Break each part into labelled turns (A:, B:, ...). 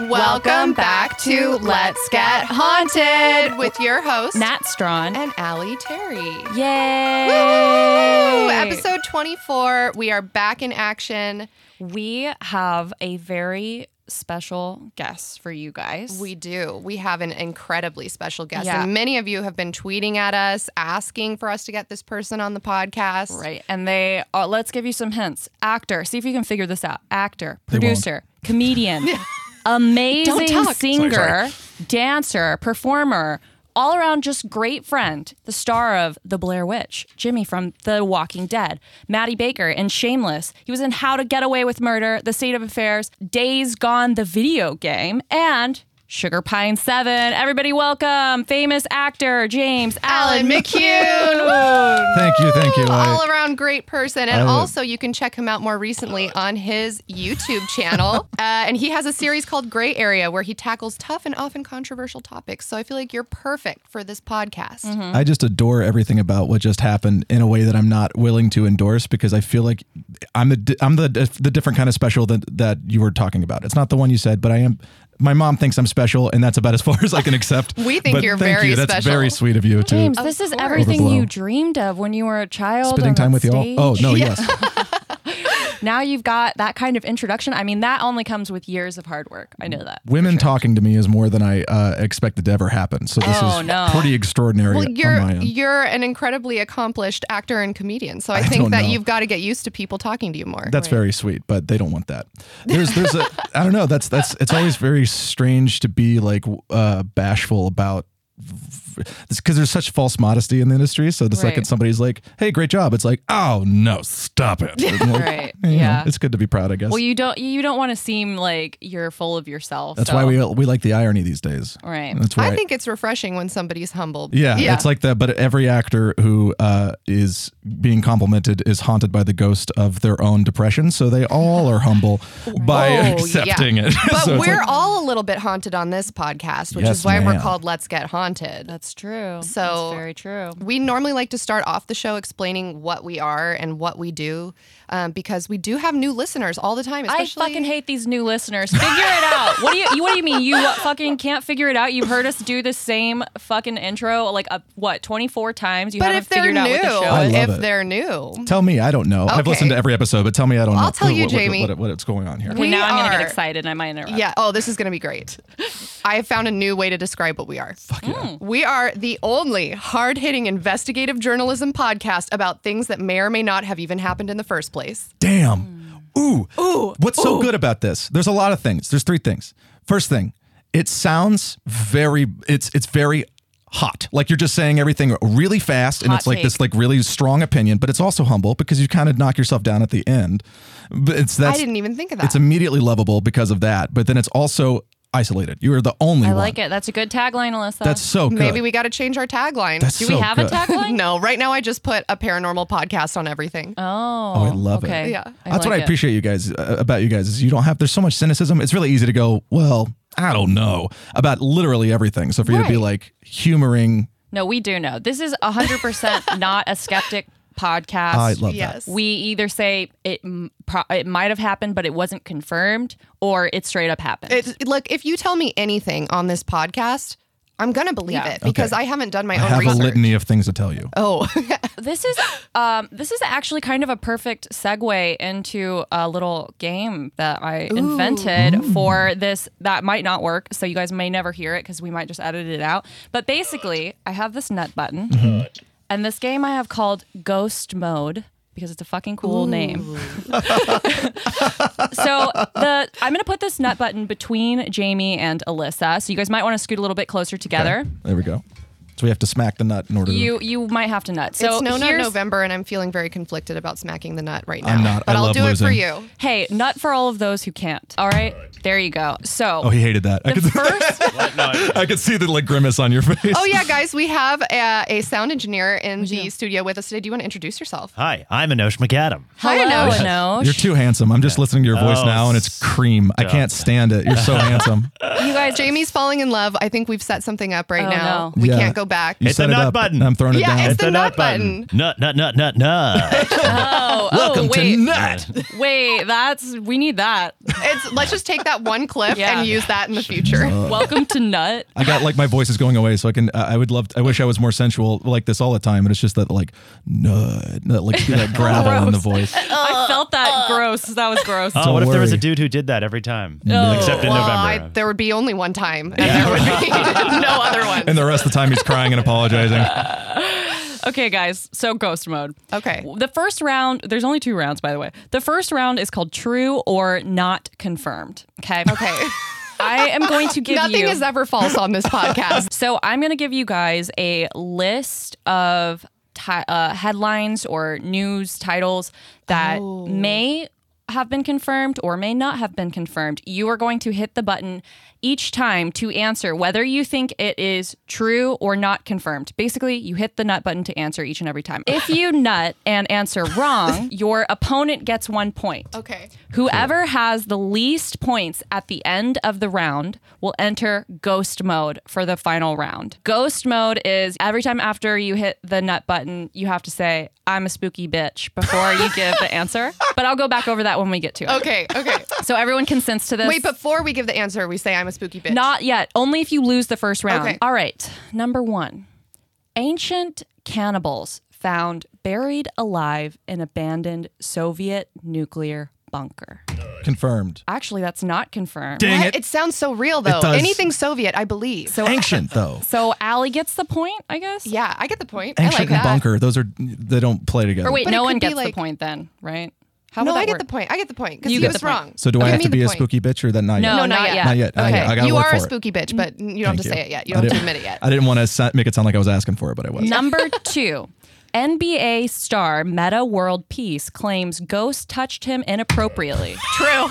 A: Welcome back to Let's Get Haunted with your host
B: Nat Strawn.
A: and Allie Terry.
B: Yay!
A: Woo! Episode 24. We are back in action.
B: We have a very special guest for you guys.
A: We do. We have an incredibly special guest.
B: Yeah.
A: And many of you have been tweeting at us asking for us to get this person on the podcast.
B: right, and they uh, let's give you some hints. Actor, see if you can figure this out. Actor,
C: won't.
B: producer, comedian, amazing
A: Don't talk.
B: singer,
C: Sorry,
B: dancer, performer. All around, just great friend, the star of The Blair Witch, Jimmy from The Walking Dead, Maddie Baker in Shameless. He was in How to Get Away with Murder, The State of Affairs, Days Gone, the video game, and Sugar Pine 7. Everybody, welcome famous actor James
A: Alan
B: Allen
A: McCune. Woo!
C: Thank you, thank you. I-
A: all around great person. And
C: I-
A: also, you can check him out more recently on his YouTube channel. uh, and he has a series called Gray Area where he tackles tough and often controversial topics. So I feel like you're perfect for this podcast.
C: I just adore everything about what just happened in a way that I'm not willing to endorse because I feel like I'm the di- I'm the uh, the different kind of special that that you were talking about. It's not the one you said, but I am. My mom thinks I'm special, and that's about as far as I can accept.
A: We think
C: But
A: you're
C: thank
A: very
C: you. That's
A: special.
C: very sweet of you to
B: James,
A: Of
B: this is
A: course.
B: everything
C: Overblow.
B: you dreamed of when you were a child.
C: spending
B: on
C: time
B: that
C: with
B: stage.
C: you all. Oh no, yes.
B: Now you've got that kind of introduction. I mean, that only comes with years of hard work. I know that.
C: Women talking to me is more than I uh, expected to ever happen. So this
B: Oh,
C: is
B: no.
C: pretty extraordinary
A: Well,
C: on my
A: you're
C: end.
A: you're an incredibly accomplished actor and comedian, so I,
C: I
A: think
C: don't
A: that
C: know.
A: you've got to get used to people talking to you more.
C: That's very sweet, but they don't want that. There's, there's a, I don't know. That's, that's, it's always very strange to be like uh, bashful about because there's such false modesty in the industry. So the second
B: Right.
C: somebody's like, "Hey, great job," it's like, "Oh no, stop it!" And, like,
B: Right.
C: you know,
B: Yeah.
C: it's good to be proud, I guess.
B: Well, you don't you don't want to seem like you're full of yourself.
C: that's
B: so-
C: why we Mm. we like the irony these days.
B: Right.
C: That's why
A: I think it's refreshing when somebody's humble.
C: Yeah, it's like that. But every actor who uh, is being complimented is haunted by the ghost of their own depression, so they all are humble by
A: Whoa,
C: accepting it.
A: But
C: So it's
A: we're
C: like-
A: all a little bit haunted on this podcast, which
C: Yes,
A: is why we're
C: ma'am.
A: called Let's Get Haunted.
B: That's true.
A: So-
B: That's very true.
A: We normally like to start off the show explaining what we are and what we do, um, because we do have new listeners all the time.
B: I
A: Especially,
B: fucking hate these new listeners. Figure it out. What do you, you What do you mean? You fucking can't figure it out? You've heard us do the same fucking intro like a, what twenty four times. You
A: But
B: haven't
A: if they're
B: figured
A: new,
B: out what the show
C: I
B: is.
C: love
A: if
C: it.
A: they're new,
C: Tell me, I don't know. I've
A: Okay.
C: listened to every episode, but tell me, I don't know.
A: I'll tell you,
C: what- what-
A: Jamie.
C: what- what- what's going on here?
B: Okay,
A: we
B: now I'm gonna
A: are-
B: get excited and I might interrupt.
A: yeah. Oh, this is gonna be great. I have found a new way to describe what we are.
C: Fuck yeah.
A: We are the only hard hitting investigative journalism podcast about things that may or may not have even happened in the first place.
C: Damn. Ooh. Ooh. What's so good about this? There's a lot of things. There's three things. First thing, it sounds very it's it's very hot. Like you're just saying everything really fast and
B: Hot
C: it's like
B: take.
C: this like really strong opinion, but it's also humble because you kind of knock yourself down at the end. But it's that's
A: I didn't even think of that.
C: it's immediately lovable because of that, but then it's also isolated. You are the only
B: I
C: one.
B: like it. That's a good tagline, Alyssa.
C: That's so good.
A: Maybe we got to change our tagline.
C: That's
B: do
C: so
B: we have
C: good.
B: a tagline?
A: no, right now I just put a paranormal podcast on everything.
B: Oh,
C: Oh, I love it.
B: okay.
A: Yeah.
C: That's what
B: like
C: I
B: it.
C: appreciate you guys uh, about you guys is you don't have there's so much cynicism. It's really easy to go, well, I don't know about literally everything. So for you to be
A: Right.
C: like humoring,
B: No, we do know. This is 100% not a skeptic podcast.
C: I love
A: yes.
B: we either say it m- pro- it might have happened but it wasn't confirmed or it straight up happened.
A: It's, look, if you tell me anything on this podcast, I'm going to believe
B: Yeah.
A: it because
C: Okay.
A: I haven't done my
C: that. I
A: own
C: have
A: Oh, research.
C: a litany of things to tell you.
A: Oh,
B: this is um this is actually kind of a perfect segue into a little game that I invented for this that might not work so you guys may never hear it cuz we might just edit it out. But basically, I have this nut button. And this game I have called Ghost Mode because it's a fucking cool name. so the I'm going to put this nut button between Jamie and Alyssa. So you guys might want to scoot a little bit closer together.
C: There we go. So we have to smack the nut in order.
B: You you might have to nut. So
A: it's no nut
B: here's-
A: November, and I'm feling very conflicted about smacking the nut right now.
C: I'm not.
A: But
C: I
A: will
C: love
A: do it for
C: losing.
A: you.
B: Hey, nut for all of those who can't. All right, there you go. So
C: to, oh, he hated that. I
B: the
C: could,
B: first,
C: I could see the like grimace on your face.
A: Oh, yeah, guys, we have a, a sound engineer in the studio with us today. Do you want to introduce yourself?
D: Hi, I'm Anosh McAdam.
A: Hi,
B: hello,
A: Anosh.
B: Anosh.
C: You're too handsome. I'm just listening to your voice
D: Oh,
C: now, and it's cream. I
D: stop.
C: can't stand it. You're so handsome.
B: you
A: guys, Jamie's falling in love. I think we've set something up right
B: Oh,
A: now.
B: no.
A: We
C: Yeah.
A: can't go back.
C: You
D: Hit the
C: set it
D: nut
C: up,
D: button.
C: and I'm throwing
A: Yeah,
C: it down.
A: it's- the nut button.
D: Nut, nut, nut, nut, nut.
B: Oh,
C: Welcome
B: oh, wait,
C: to Nut.
B: wait. That's we need that.
A: It's let's just take that one clip
B: Yeah.
A: and use that in the future.
B: Welcome to Nut.
C: I got like my voice is going away, so I can. I I would love. I wish I was more sensual like this all the time, but it's just that like nut, that like that gravel in the voice.
B: I felt that gross. That was gross.
D: Oh, what if there was a
C: worry.
D: dude who did that every time?
C: No.
D: Except in
A: Well, I,
D: November.
A: there would be only one time, and there would be no other one.
C: And the rest of the time, he's crying and apologizing.
B: Okay, guys. So ghost mode.
A: Okay.
B: The first round, there's only two rounds, by the way. The first round is called true or not confirmed. Okay.
A: Okay.
B: I am going to give
A: Nothing
B: you.
A: is ever false on this podcast.
B: So I'm going to give you guys a list of ti- uh, headlines or news titles that may have been confirmed or may not have been confirmed. You are going to hit the button each time to answer whether you think it is true or not confirmed. Basically, you hit the nut button to answer each and every time. If you nut and answer wrong, your opponent gets one point.
A: Okay.
B: Whoever has the least points at the end of the round will enter ghost mode for the final round. Ghost mode is every time after you hit the nut button, you have to say, I'm a spooky bitch before you give the answer. But I'll go back over that when we get to it.
A: Okay. Okay.
B: So everyone consents to this.
A: Wait, before we give the answer, we say I'm a spooky bitch.
B: Not yet. Only if you lose the first round.
A: Okay.
B: All right. Number one ancient cannibals found buried alive in abandoned Soviet nuclear bunker.
C: Confirmed.
B: Actually, that's not confirmed.
C: Dang
A: What?
C: it.
A: it. sounds so real though.
C: does.
A: Anything Soviet, I believe.
B: So,
C: Ancient though.
B: so Allie gets the point, I guess.
A: yeah, I get the point. I like
C: Ancient and
A: that.
C: bunker. Those are they don't play together.
B: Or wait,
A: But it
B: no
A: could
B: one
A: be
B: gets the
A: like-
B: point then, right? How
A: No,
B: would that
A: I get
B: work?
A: the point. I get the point because
B: You
A: he
B: get
A: was
B: the point.
A: wrong.
C: So do I
A: Give
C: have
A: me
C: to
A: the
C: be a
A: point.
C: spooky bitch or that not?
B: No,
A: No,
C: yet?
A: not yet.
C: Not yet. I-
A: Okay.
C: I gotta
A: you
C: work
A: are
C: for
A: a
C: it.
A: spooky bitch, but you don't have
C: Thank
A: to
C: you.
A: say it yet. You don't have
C: I
A: to
C: didn't-
A: admit it yet.
C: I didn't want to sa- make it sound like I was asking for it, but I was.
B: Number two, NBA star Meta World Peace claims ghost touched him inappropriately.
A: True.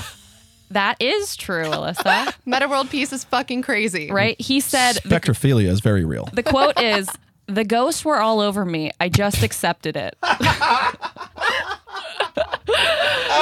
B: that is true, Alyssa.
A: Meta World Peace is fucking crazy.
B: Right? He said the,
C: Spectrophilia is very real.
B: the quote is the ghosts were all over me. I just accepted it.
A: We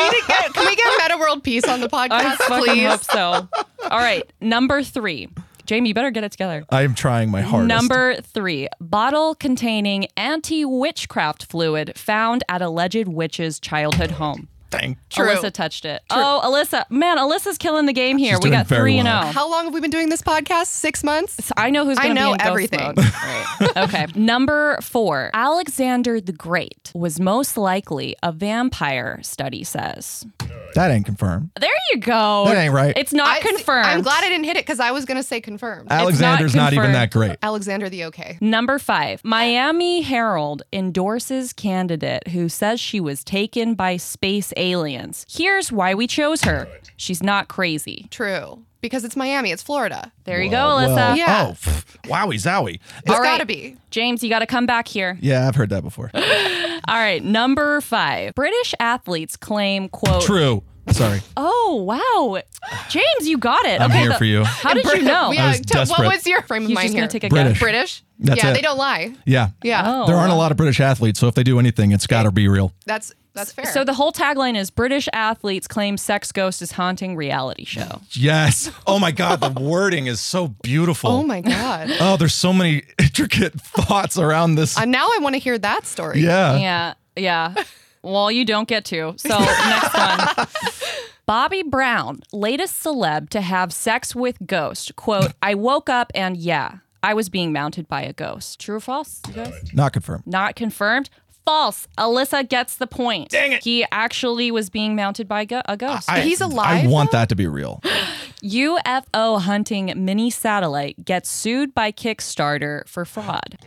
A: need to get- can we get Meta World Peace on the
B: I
A: podcast,
B: fucking hope
A: please?
B: so. All right. Number three. Jamie, you better get it together.
C: I am trying my hardest.
B: Number three, bottle containing anti witchcraft fluid found at alleged witch's childhood home.
C: Dang.
A: True.
B: Alyssa touched it. Oh, Alyssa, man, Alyssa's killing the game here.
C: She's
B: we
C: doing
B: got
C: very
B: three and
C: well.
B: zero.
A: How long have we been doing this podcast? Six months.
B: I know who's
A: I
B: going to be
A: know
B: in ghost
A: everything.
B: mode. Right. okay. Number four, Alexander the Great was most likely a vampire. Study says.
C: That ain't confirmed.
B: There you go.
C: That ain't right.
B: It's not
A: I-
B: confirmed.
A: I'm glad I didn't hit it because I was going to say confirmed.
C: Uh, Alexander's not, even that great.
A: Alexander the okay.
B: Number five, Miami Herald endorses candidate who says she was taken by space aliens. Here's why we chose her. She's not crazy.
A: True. Because it's Miami, it's Florida.
B: There you
C: Well,
B: go, Alyssa.
C: well,
A: Yeah.
C: Oh, pff, wowie zowie.
A: It's
B: right.
A: gotta be.
B: James, you got to come back here.
C: Yeah, I've heard that before.
B: All right, number five. British athletes claim, quote,
C: True. Sorry.
B: Oh, wow. James, you got it.
C: I'm
B: okay,
C: here
B: the-
C: for you.
B: How did you know?
A: Yeah,
C: was
A: t- what
C: desperate.
A: was your frame of
B: He's
A: mind
B: just
A: here?
B: going to take a
C: British.
B: guess.
A: British?
C: That's
A: yeah,
C: it.
A: they don't lie.
C: Yeah.
A: Yeah.
B: Oh.
C: There aren't a lot of British athletes, so if they do anything, it's got to be real.
A: That's that's fair.
B: So the whole tagline is British athletes claim sex ghost is haunting reality show.
C: Yes. Oh my God, the wording is so beautiful.
A: Oh my god.
C: Oh, there's so many intricate thoughts around this.
A: Uh, now I want to hear that story.
C: yeah.
B: Yeah, yeah. Well, you don't get to. So next one. Bobby Brown, latest celeb to have sex with ghost. Quote, I woke up and yeah, I was being mounted by a ghost. True or false? You guys?
C: Not confirmed.
B: Not confirmed. False. Alyssa gets the point. Dang it. He actually was being mounted by go- a ghost.
A: He's
C: I
A: alive,
C: want that to be real.
B: UFO hunting mini satellite gets sued by Kickstarter for fraud.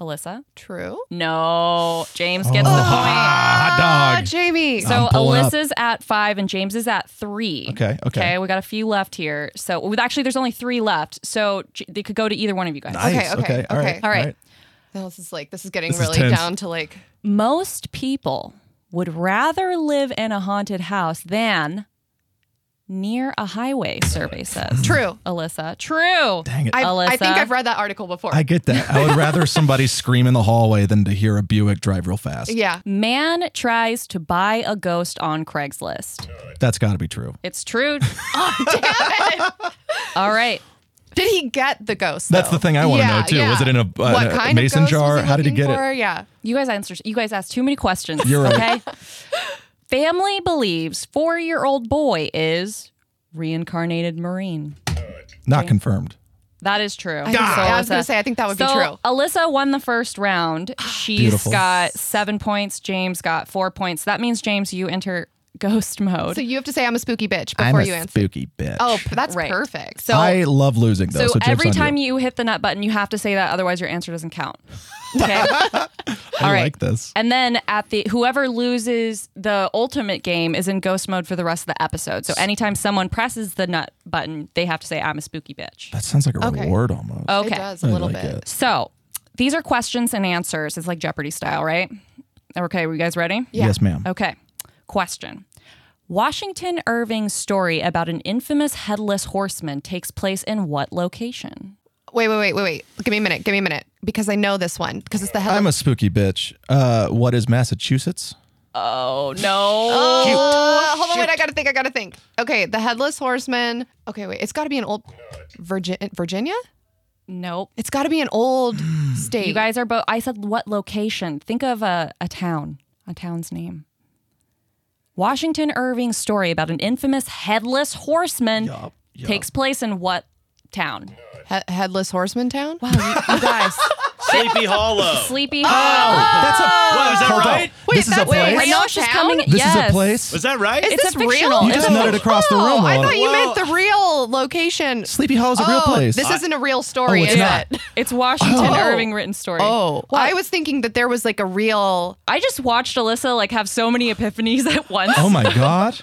B: Alyssa?
A: True.
B: No. James gets the point.
C: Ah,
A: Ah,
C: hot dog.
A: Jamie.
B: So
C: I'm pulling up.
B: Alyssa's at five and James is at three.
C: Okay, okay.
B: Okay, we got a few left here. So well, actually, there's only three left. So J- they could go to either one of you guys.
A: Okay,
C: Nice.
A: okay,
C: okay. All right.
A: okay.
B: All right.
A: No, this is like this is getting
C: This is
A: really
C: tense.
A: down to like
B: Most people would rather live in a haunted house than near a highway, survey says.
A: True.
B: Alyssa. True.
C: Dang it.
A: I, I think
B: Alyssa.
A: I've read that article before.
C: I get that. I would rather somebody scream in the hallway than to hear a Buick drive real fast.
A: yeah.
B: Man tries to buy a ghost on Craigslist.
C: That's got to be true.
B: It's true. All right.
A: Did he get the ghost?
C: That's
A: though?
C: the thing I wanna know, too. Was it in a- uh,
A: what
C: a
A: kind
C: mason
A: of ghost
C: jar?
A: Was he
C: How did he
A: looking
C: get it?
A: for? Yeah.
B: You guys answered. You guys asked too many questions.
C: You're right.
B: Okay. Family believes four-year-old boy is reincarnated Marine.
C: Not confirmed.
B: That is true.
A: I, think so. I was going to say I think that would be true. Ah.
B: Alyssa won the first round. She's
C: Beautiful.
B: got seven points. James got four points. That means James, you enter ghost mode.
A: So you have to say I'm a spooky bitch before you answer.
C: spooky bitch.
A: Oh, that's
B: Right.
A: perfect. So
C: I love losing though.
B: so
C: So, joke's
B: every
C: on
B: time
C: you,
B: you. hit the nut button, you have to say that, otherwise your answer doesn't count. Okay.
C: I
B: All right.
C: like this.
B: And then at the whoever loses the ultimate game is in ghost mode for the rest of the episode. So anytime someone presses the nut button, they have to say I'm a spooky bitch.
C: That sounds like a
A: Okay.
C: reward almost.
B: Okay.
A: it does a little
C: like
A: bit.
C: it.
B: So these are questions and answers. It's like Jeopardy style, right? Okay, were you guys ready?
A: Yeah. Oh.
C: Yes, ma'am.
B: Okay. Question. Washington Irving's story about an infamous headless horseman takes place in what location?
A: Wait, wait, wait, wait, wait. Give me a minute. Give me a minute because I know this one because it's the headline.
C: I'm a spooky bitch. Uh, what is Massachusetts?
B: Oh no.
A: Uh, hold on, wait. I gotta think. I gotta think. Okay, the headless horseman. Okay, wait. It's got to be an old Virgin Virginia.
B: Nope.
A: It's got to be an old
C: Hmm.
A: state.
B: You guys are both I said what location? Think of a, a town, a town's name. Washington Irving's story about an infamous headless horseman
C: Yup, yup.
B: takes place in what town?
A: He- headless horseman town.
B: Wow, you, you guys.
D: Sleepy Hollow.
A: Oh,
B: Sleepy Hollow.
C: That's a.
D: Whoa, is that
C: Hold on.
D: right?
A: Wait,
C: this is a
A: that's
C: place.
A: a
B: I know she's
A: town?
B: coming.
C: This
B: yes.
C: is a place.
D: Was that right?
A: Is
B: It's
A: this
B: a
A: real?
B: fictional-
C: You just
B: Oh.
C: nutted across the room.
A: Oh, I thought
C: Lola.
A: you
D: Well-
A: meant the real location.
C: Sleepy Hollow is a real
A: Oh,
C: place.
A: This isn't a real story,
C: Oh, it's
A: is
C: not.
A: it?
B: It's Washington
A: Oh.
B: Irving written story.
A: Oh, I was thinking that there was like a real.
B: I just watched Alyssa like have so many epiphanies at once.
C: oh my god.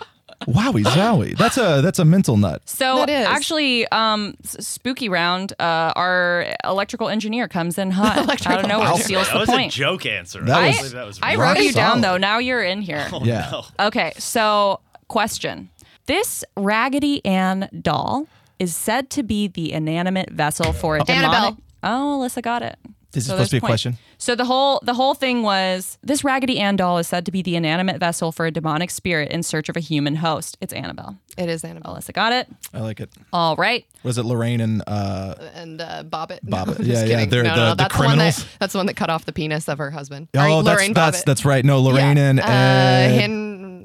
C: Wowie zowie. That's a that's a mental nut.
B: So
A: That is.
B: actually, um, s- spooky round. Uh, our electrical engineer comes in hot out of
A: Electrical
B: nowhere,
A: engineer.
B: steals
D: that
B: the
D: was a
B: point.
D: joke answer.
C: That
D: I
C: was-
D: believe that was
B: I
D: right.
B: wrote
C: Rock
B: you down
C: solid. Oh.
B: though. Now you're in here.
C: yeah.
D: Oh, No.
B: Okay, so question: This Raggedy Ann doll is said to be the inanimate vessel for a
A: Annabelle.
B: demonic. Oh, Alyssa got it.
C: This is
B: So
C: supposed to
B: there's
C: be a
B: point.
C: question.
B: So the whole the whole thing was this Raggedy Ann doll is said to be the inanimate vessel for a demonic spirit in search of a human host. It's Annabelle.
A: It is Annabelle
B: Alyssa got it.
C: I like it.
B: All right.
C: Was it Lorraine and uh
A: and uh, Bobbit.
C: Bobbit.
A: No,
C: Yeah,
A: just
C: yeah,
A: kidding.
C: they're
A: no, no,
C: the-
A: no,
C: the
A: that's one that,
C: criminals.
A: that's the one that cut off the penis of her husband. Or
C: Oh, that's
A: Lorraine
C: that's
A: Bobbitt.
C: that's right. No, Lorraine and,
A: uh,
C: and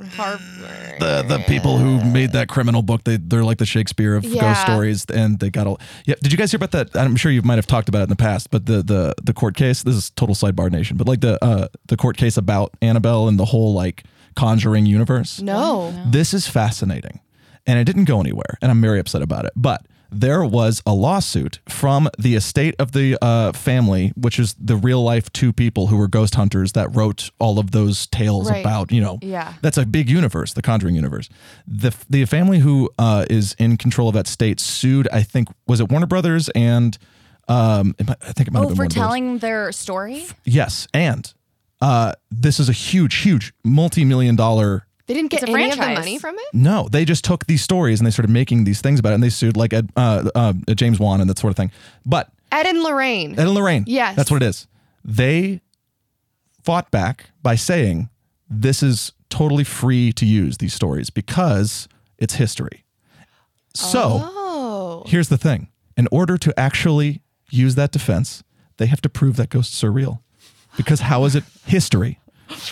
A: Hin Harper.
C: the the people who made that criminal book. They they're like the Shakespeare of
A: Yeah.
C: ghost stories, and they got all. Yeah, did you guys hear about that? I'm sure you might have talked about it in the past, but the the the court case. This is total sidebar nation, but like the uh the court case about Annabelle and the whole like Conjuring universe.
A: No.
C: This is fascinating. And it didn't go anywhere. And I'm very upset about it. But there was a lawsuit from the estate of the uh, family, which is the real life two people who were ghost hunters that wrote all of those tales
A: Right.
C: about, you know,
A: Yeah.
C: that's a big universe, the Conjuring universe. The, f- the family who uh, is in control of that state sued, I think, was it Warner Brothers and um, it might- I think it might
A: Oh,
C: have been Warner Brothers.
B: Oh, their story.
C: Yes. And uh, this is a huge, huge multi million dollar
A: They didn't get
B: It's a
A: any of the
B: franchise.
A: money from it?
C: no, they just took these stories and they started making these things about it, and they sued like Ed, uh, uh, James Wan and that sort of thing. But
A: Ed and Lorraine.
C: Ed and Lorraine,
A: Yes.
C: that's what it is. They fought back by saying this is totally free to use these stories because it's history. So
A: oh.
C: here's the thing: in order to actually use that defense, they have to prove that ghosts are real, because how is it history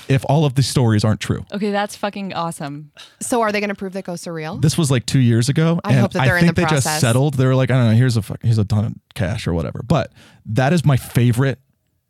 C: if all of the stories aren't true?
B: Okay, that's fucking awesome.
A: So are they going to prove that ghosts are real?
C: This was like two years ago,
A: I
C: and
A: hope that they're
C: I
A: in
C: think
A: the
C: they just
A: process.
C: settled. They were like, I don't know, here's a fuck, here's a ton of cash or whatever. But that is my favorite.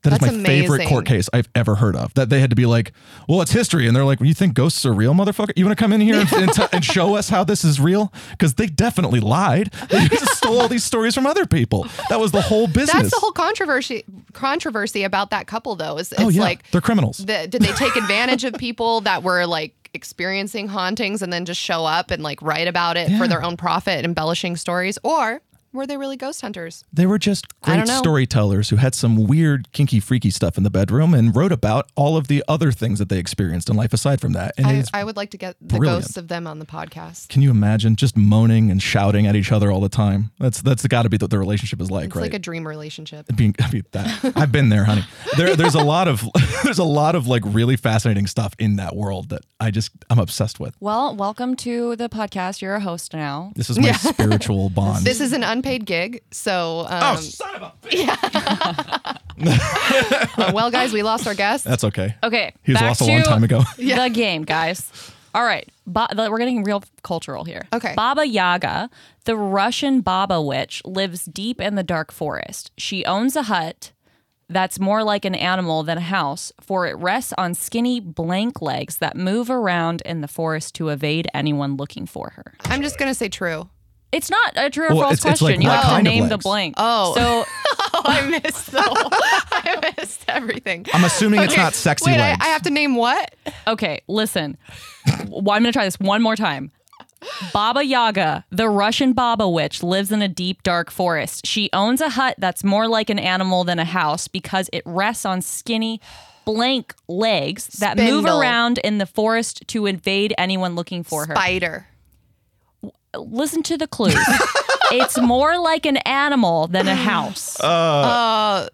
C: That's
A: That's
C: my favorite
A: amazing.
C: court case I've ever heard of. That they had to be like, well, it's history, and they're like, you think ghosts are real, motherfucker? You want to come in here and, and, t- and show us how this is real? Because they definitely lied. They just stole all these stories from other people. That was the whole business.
A: That's the whole controversy controversy about that couple though. Is it's
C: oh yeah,
A: like
C: they're criminals.
A: the, did they take advantage of people that were like experiencing hauntings and then just show up and like write about it for their own profit, embellishing stories, or Were they really ghost hunters?
C: They were just
A: I
C: great
A: don't know.
C: storytellers who had some weird, kinky, freaky stuff in the bedroom and wrote about all of the other things that they experienced in life aside from that. And
A: I,
C: it's,
A: I would like to get the
C: brilliant.
A: ghosts of them on the podcast.
C: can you imagine just moaning and shouting at each other all the time? That's that's got to be what the relationship is like,
A: It's
C: right?
A: like a dream relationship.
C: being I mean, that I've been there, honey. There, there's a lot of there's a lot of like really fascinating stuff in that world that I just I'm obsessed with.
B: Well, welcome to the podcast. You're a host now.
C: This is my spiritual bond.
A: This is an unpaid gig, so um,
C: Oh, son of a bitch.
A: Uh, well, guys, we lost our guest.
C: That's okay.
B: Okay,
C: He was
B: back
C: lost a
B: to
C: long time ago.
B: the game, guys. All right, ba- the- we're getting real cultural here.
A: Okay.
B: Baba Yaga, the Russian Baba witch, lives deep in the dark forest. She owns a hut that's more like an animal than a house, for it rests on skinny, blank legs that move around in the forest to evade anyone looking for her.
A: I'm just gonna say true.
B: It's not a true or
C: Well,
B: false
C: it's- it's
B: question.
C: like
B: you
C: what
B: have to
C: kind of
B: name the
C: legs?
B: blank.
A: Oh.
B: so
A: Oh, I missed the whole. I missed everything.
C: I'm assuming it's
A: Okay,
C: not sexy
A: Wait, I,
C: legs.
A: I have to name what?
B: Okay, listen. well, I'm going to try this one more time. Baba Yaga, the Russian Baba witch, lives in a deep, dark forest. She owns a hut that's more like an animal than a house because it rests on skinny, blank legs that move
A: Spindle.
B: around in the forest to invade anyone looking for her.
A: Spider.
B: Listen to the clues. it's more like an animal than a house.
C: Uh,
A: Uh,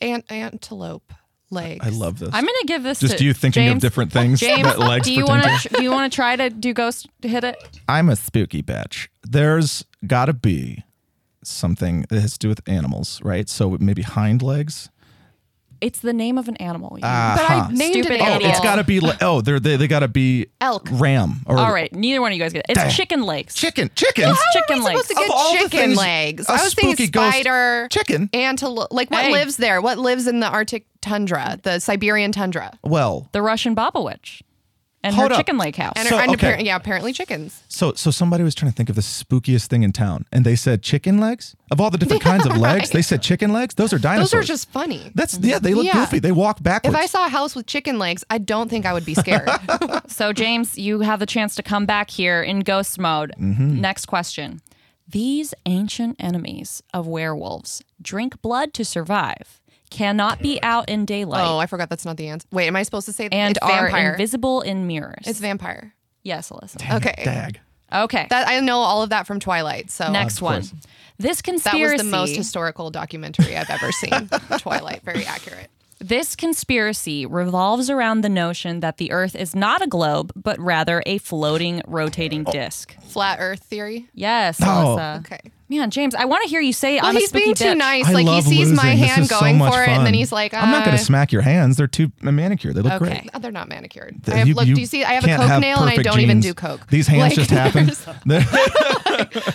A: Ant antelope legs.
C: I love this.
B: I'm going to give this
C: just
B: to
C: you thinking
B: James.
C: of different things
B: James,
C: that legs
B: do you
C: pertain
B: want
C: to.
B: to do you want to try to do ghost hit it?
C: I'm a spooky bitch. There's got to be something that has to do with animals, right? So maybe hind legs.
B: It's the name of an animal. you-
C: Ah,
A: But I named
B: Stupid
A: it.
B: Oh,
C: Oh,
B: animal.
C: it's got to be. Li- oh, they're, they they got to be
A: Elk.
C: ram or
B: All right, neither one of you guys get it. It's chicken legs.
C: chicken, chickens.
B: It's chicken
A: I'm
B: legs.
A: supposed to get
C: Of all the
A: chicken
C: things-
A: legs.
C: a
A: I was thinking
C: spooky ghost-
A: spider,
C: chicken.
A: antelope. Like what
B: Hey.
A: lives there? What lives in the Arctic tundra, the Siberian tundra?
C: Well,
B: the Russian Baba witch and
C: Hold
B: her
C: up.
B: chicken leg house.
A: And,
C: So,
A: and
C: okay.
A: appar- yeah, apparently chickens.
C: so so somebody was trying to think of the spookiest thing in town, and they said chicken legs. Of all the different kinds of legs, they said chicken legs. Those are dinosaurs.
A: Those are just funny.
C: That's yeah. They look
A: Yeah.
C: goofy. They walk
A: If
C: backwards.
A: I saw a house with chicken legs, I don't think I would be scared.
B: so James, you have the chance to come back here in ghost mode.
C: Mm-hmm.
B: Next question. These ancient enemies of werewolves drink blood to survive, cannot be out in daylight,
A: oh, I forgot that's not the answer. Wait, am I supposed to say
B: and
A: it's
B: are
A: vampire?
B: invisible in mirrors.
A: it's vampire.
B: yes, Alyssa.
A: Okay.
C: dag.
B: Okay.
A: That I know all of that from Twilight. So
B: Next one. This
A: that
B: conspiracy
A: was the most historical documentary I've ever seen. Twilight, very accurate.
B: This conspiracy revolves around the notion that the Earth is not a globe, but rather a floating, rotating
A: Oh.
B: disk.
A: Flat Earth theory.
B: Yes,
C: Oh.
B: Alyssa.
A: Okay.
B: Man, James, I want to hear you say
A: Well,
B: I'm a
A: he's
B: spooky
A: being too
B: bitch.
A: nice.
C: I
A: like he
C: love
A: sees my
C: losing. This
A: hand
C: is so
A: going
C: much
A: for it, and
C: fun.
A: then he's like,
C: "I'm not going
A: uh, Oh,
C: to smack your hands. They're too manicured. They look
B: Okay.
C: great."
A: They're not manicured.
C: Th-
A: I have,
C: you-
A: look,
C: you
A: do you see? I have a
C: can't
A: Coke nail, and I
C: perfect
A: don't even do
C: genes.
A: Coke.
C: These hands
A: Like,
C: just happen.
A: there's-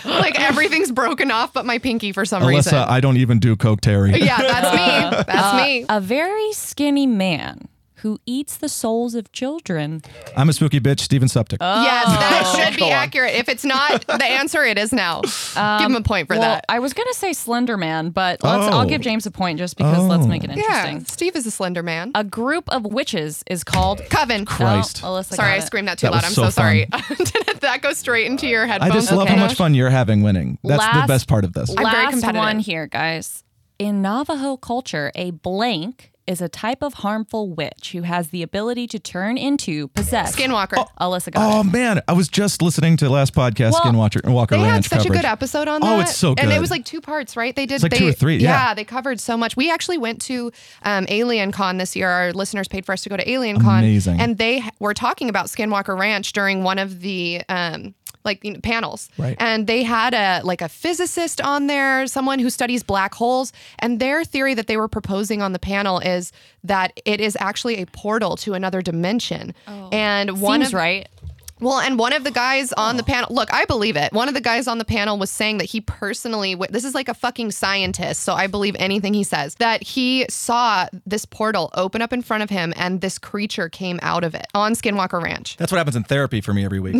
A: like everything's broken off, but my pinky for some reason.
C: Alyssa, I don't even do coke, Terry.
A: yeah, that's me.
B: Uh,
A: That's me.
B: A very skinny man who eats the souls of children.
C: I'm a spooky bitch, Steven Septic.
A: Yes, that should
B: Go
A: be
B: on.
A: accurate. If it's not the answer, it is now. Give him a point for
B: Um, well,
A: that.
B: I was gonna say Slender Man, but let's I'll
C: Oh.
B: give James a point just because let's
C: Oh.
B: make it interesting.
A: Yeah, Steve is a slender man.
B: A group of witches is called
A: Coven.
C: Christ.
B: Oh, Alyssa
A: Sorry,
B: got
A: I
B: it.
A: screamed that too
C: That
A: loud.
C: was
A: I'm
C: so
A: so, sorry.
C: fun.
A: Did that go straight into your
C: I
A: headphones?
C: just love
B: Okay.
C: how much fun you're having winning. That's
B: Last-
C: the best part of this.
A: I'm very
B: Last
A: competitive.
B: one here, guys. In Navajo culture, a blank is a type of harmful witch who has the ability to turn into possess
A: Skinwalker.
B: Alyssa got it.
C: Oh man, I was just listening to last podcast
B: Well,
C: Skinwalker Walker
A: They had
C: Ranch
A: such a
C: coverage.
A: good episode on that.
C: Oh, it's so
A: And it
C: good.
A: was like two parts, right? They did
C: like
A: they,
C: two or three, yeah.
A: they covered so much. We actually went to um, Alien Con this year. Our listeners paid for us to go to Alien Con.
C: Amazing.
A: And they h- were talking about Skinwalker Ranch during one of the um, like you know, panels.
C: Right.
A: And they had a like a physicist on there, someone who studies black holes. And their theory that they were proposing on the panel is that it is actually a portal to another dimension. And one
B: Seems
A: of
B: right.
A: well, and one of the guys on
C: Oh.
A: the panel, look, I believe it. One of the guys on the panel was saying that he personally, wit- this is like a fucking scientist, so I believe anything he says, that he saw this portal open up in front of him and this creature came out of it on Skinwalker Ranch.
C: That's what happens in therapy for me every week.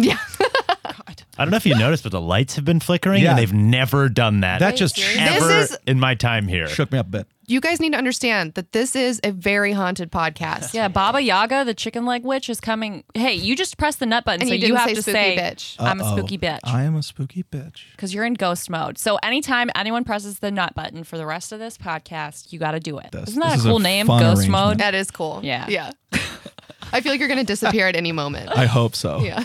D: I don't know if you noticed, but the lights have been flickering,
C: Yeah.
D: and they've never done that.
C: That just
B: Wait,
A: This
D: ever
A: is-
D: in my time here.
C: shook me up a bit.
A: you guys need to understand that this is a very haunted podcast.
B: Yeah, Baba Yaga, the chicken leg witch, is coming. Hey, you just press the nut button,
A: And
B: so
A: you
B: you,
A: didn't
B: have
A: say
B: to
A: spooky
B: say,
A: bitch.
B: "I'm a
C: Uh-oh.
B: spooky bitch,"
C: Oh, I am a spooky bitch.
B: because you're in ghost mode. So anytime anyone presses the nut button for the rest of this podcast, you got to do it.
C: This-
B: not that
C: this
B: a
C: is a
B: cool name?
C: fun
B: Ghost
C: arrangement.
B: mode.
A: That is cool.
B: Yeah.
A: Yeah. I feel like you're going to disappear at any moment.
C: I hope so.
A: Yeah.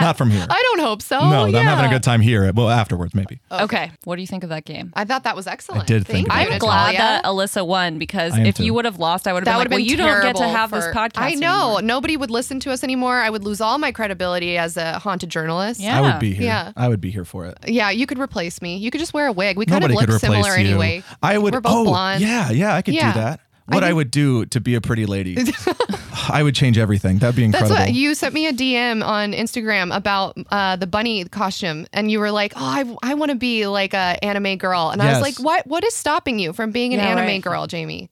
C: Not from here.
A: I don't hope so.
C: no,
A: yeah. Oh,
C: I'm having a good time here. Well, afterwards maybe.
B: okay, what do you think of that game?
A: I thought that was excellent.
C: I did
A: Thank
C: think
A: you,
C: about
B: I'm
C: it.
B: glad
A: Natalia.
B: that Alyssa won because
C: I am
B: if you
C: too.
B: would have lost, I would
A: That
B: have
A: would
B: been like,
A: have
B: "Well,
A: been
B: you don't get to
A: terrible
B: have this
A: for-
B: podcast."
A: I know
B: anymore."
A: nobody would listen to us anymore. I would lose all my credibility as a haunted journalist.
B: Yeah.
C: I would be here.
A: Yeah.
C: I would be here for it.
A: Yeah, you could replace me. You could just wear a wig. We kind
C: Nobody
A: of
C: could
A: look
C: replace
A: similar
C: you.
A: anyway.
C: I would.
A: We're both
C: oh,
A: blonde.
C: yeah, yeah. I could
A: Yeah.
C: do that.
A: I
C: What I,
A: think-
C: would do to be a pretty lady, I would change everything. That'd be
A: That's
C: incredible.
A: what you sent me a DM on Instagram about uh, the bunny costume, and you were like, "Oh, I, I want to be like a anime girl," and I was like,
C: Yes.
A: "What? What is stopping you from being an
B: Yeah,
A: anime
B: right.
A: girl, Jamie?"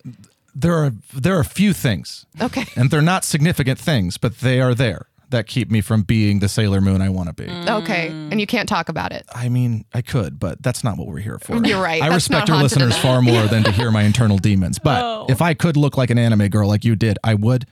C: there are there are a few things,
A: Okay.
C: and they're not significant things, but they are there that keep me from being the Sailor Moon I want to be.
A: Okay, and you can't talk about it.
C: I mean, I could, but that's not what we're here for.
A: You're right.
C: I
A: That's not
C: respect your
A: haunted
C: listeners
A: enough.
C: far more than to hear my internal demons. But if I could look like an anime girl like you did, I would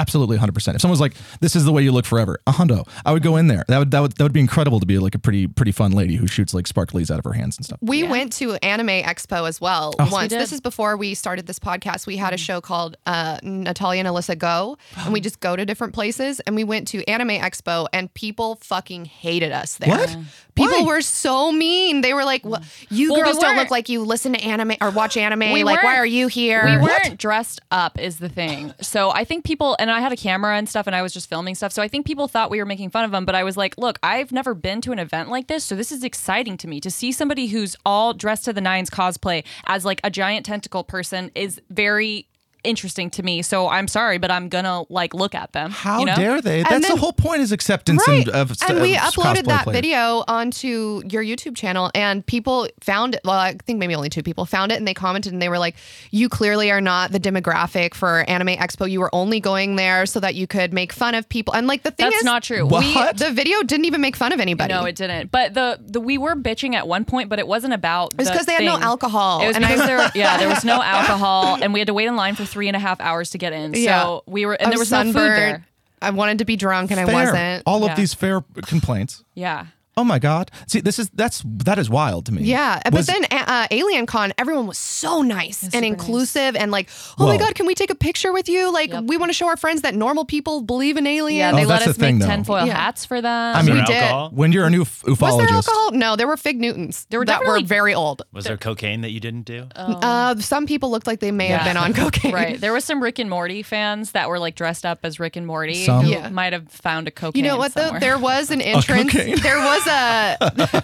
C: absolutely 100%. If someone's like, "This is the way you look forever," a hundo, I would go in there. That would that would that would be incredible to be like a pretty pretty fun lady who shoots like sparklies out of her hands and stuff.
A: We went to Anime Expo as well once.
B: Oh. did.
A: This is before we started this podcast. We had a show called uh, Natalia and Alyssa Go, and we just go to different places. And we went to Anime Expo, and people fucking hated us there.
C: What? Yeah.
A: People
C: Why?
A: were so mean. They were like, well, "You
B: Well, we
A: girls don't
B: weren't-
A: look like you listen to anime or watch anime.
B: We
A: like, why
B: weren't-
A: are you here?"
B: We weren't dressed up is the thing. So I think people and I had a camera and stuff and I was just filming stuff. So I think people thought we were making fun of them, but I was like, look, I've never been to an event like this, so this is exciting to me. To see somebody who's all dressed to the nines cosplay as like a giant tentacle person is very interesting to me. So I'm sorry, but I'm gonna like look at them.
C: How
B: you know?
C: dare they? That's
A: then-
C: the whole point is acceptance and, of
A: and
C: of
A: we
C: cosplay
A: uploaded that
C: players.
A: video onto your YouTube channel, and people found it. Well, I think maybe only two people found it, and they commented, and they were like, "You clearly are not the demographic for Anime Expo. You were only going there so that you could make fun of people." And like the thing
B: That's
A: is,
B: not true.
A: We,
C: What?
A: the video didn't even make fun of anybody.
B: No, it didn't. But the the we were bitching at one point, but it wasn't about. It
A: was 'cause they had no alcohol,
B: It was
A: and I-
B: because there, yeah, there was no alcohol, and we had to wait in line for three and a half hours to get in. So
A: Yeah. Oh,
B: we were,
A: I'm
B: and there was no food
A: sunburned.
B: there.
A: I wanted to be drunk, and I
C: Fair.
A: wasn't.
C: All
B: Yeah.
C: of these fair complaints.
B: Yeah,
C: Oh my god. See, this is that's that is wild to me.
A: Yeah, but
C: Was-
A: then uh, uh, Alien Con, everyone was so nice and inclusive, and like, oh my
C: Whoa.
A: god, can we take a picture with you? Like, we want to show our friends that normal people believe in
B: yeah.
A: aliens.
B: They
C: Oh,
B: let
C: that's
B: us
C: the thing,
B: make
C: though.
B: tinfoil
A: Yeah.
B: hats for them.
C: I mean-
A: We
D: there
A: did.
D: alcohol?
C: when you're a new f- ufologist,
A: Was there alcohol? No, there were fig Newtons. There
B: were
A: that were
B: definitely- Oh.
A: very old.
D: Was there cocaine that you didn't do?
A: Uh, some people looked like they may have
B: Yeah.
A: been on cocaine.
B: right? There was some Rick and Morty fans that were like dressed up as Rick and Morty.
C: Some.
B: who
A: Yeah.
B: might have found a cocaine.
A: You know what though?
B: somewhere.
A: There was an entrance.
C: cocaine.
A: There was a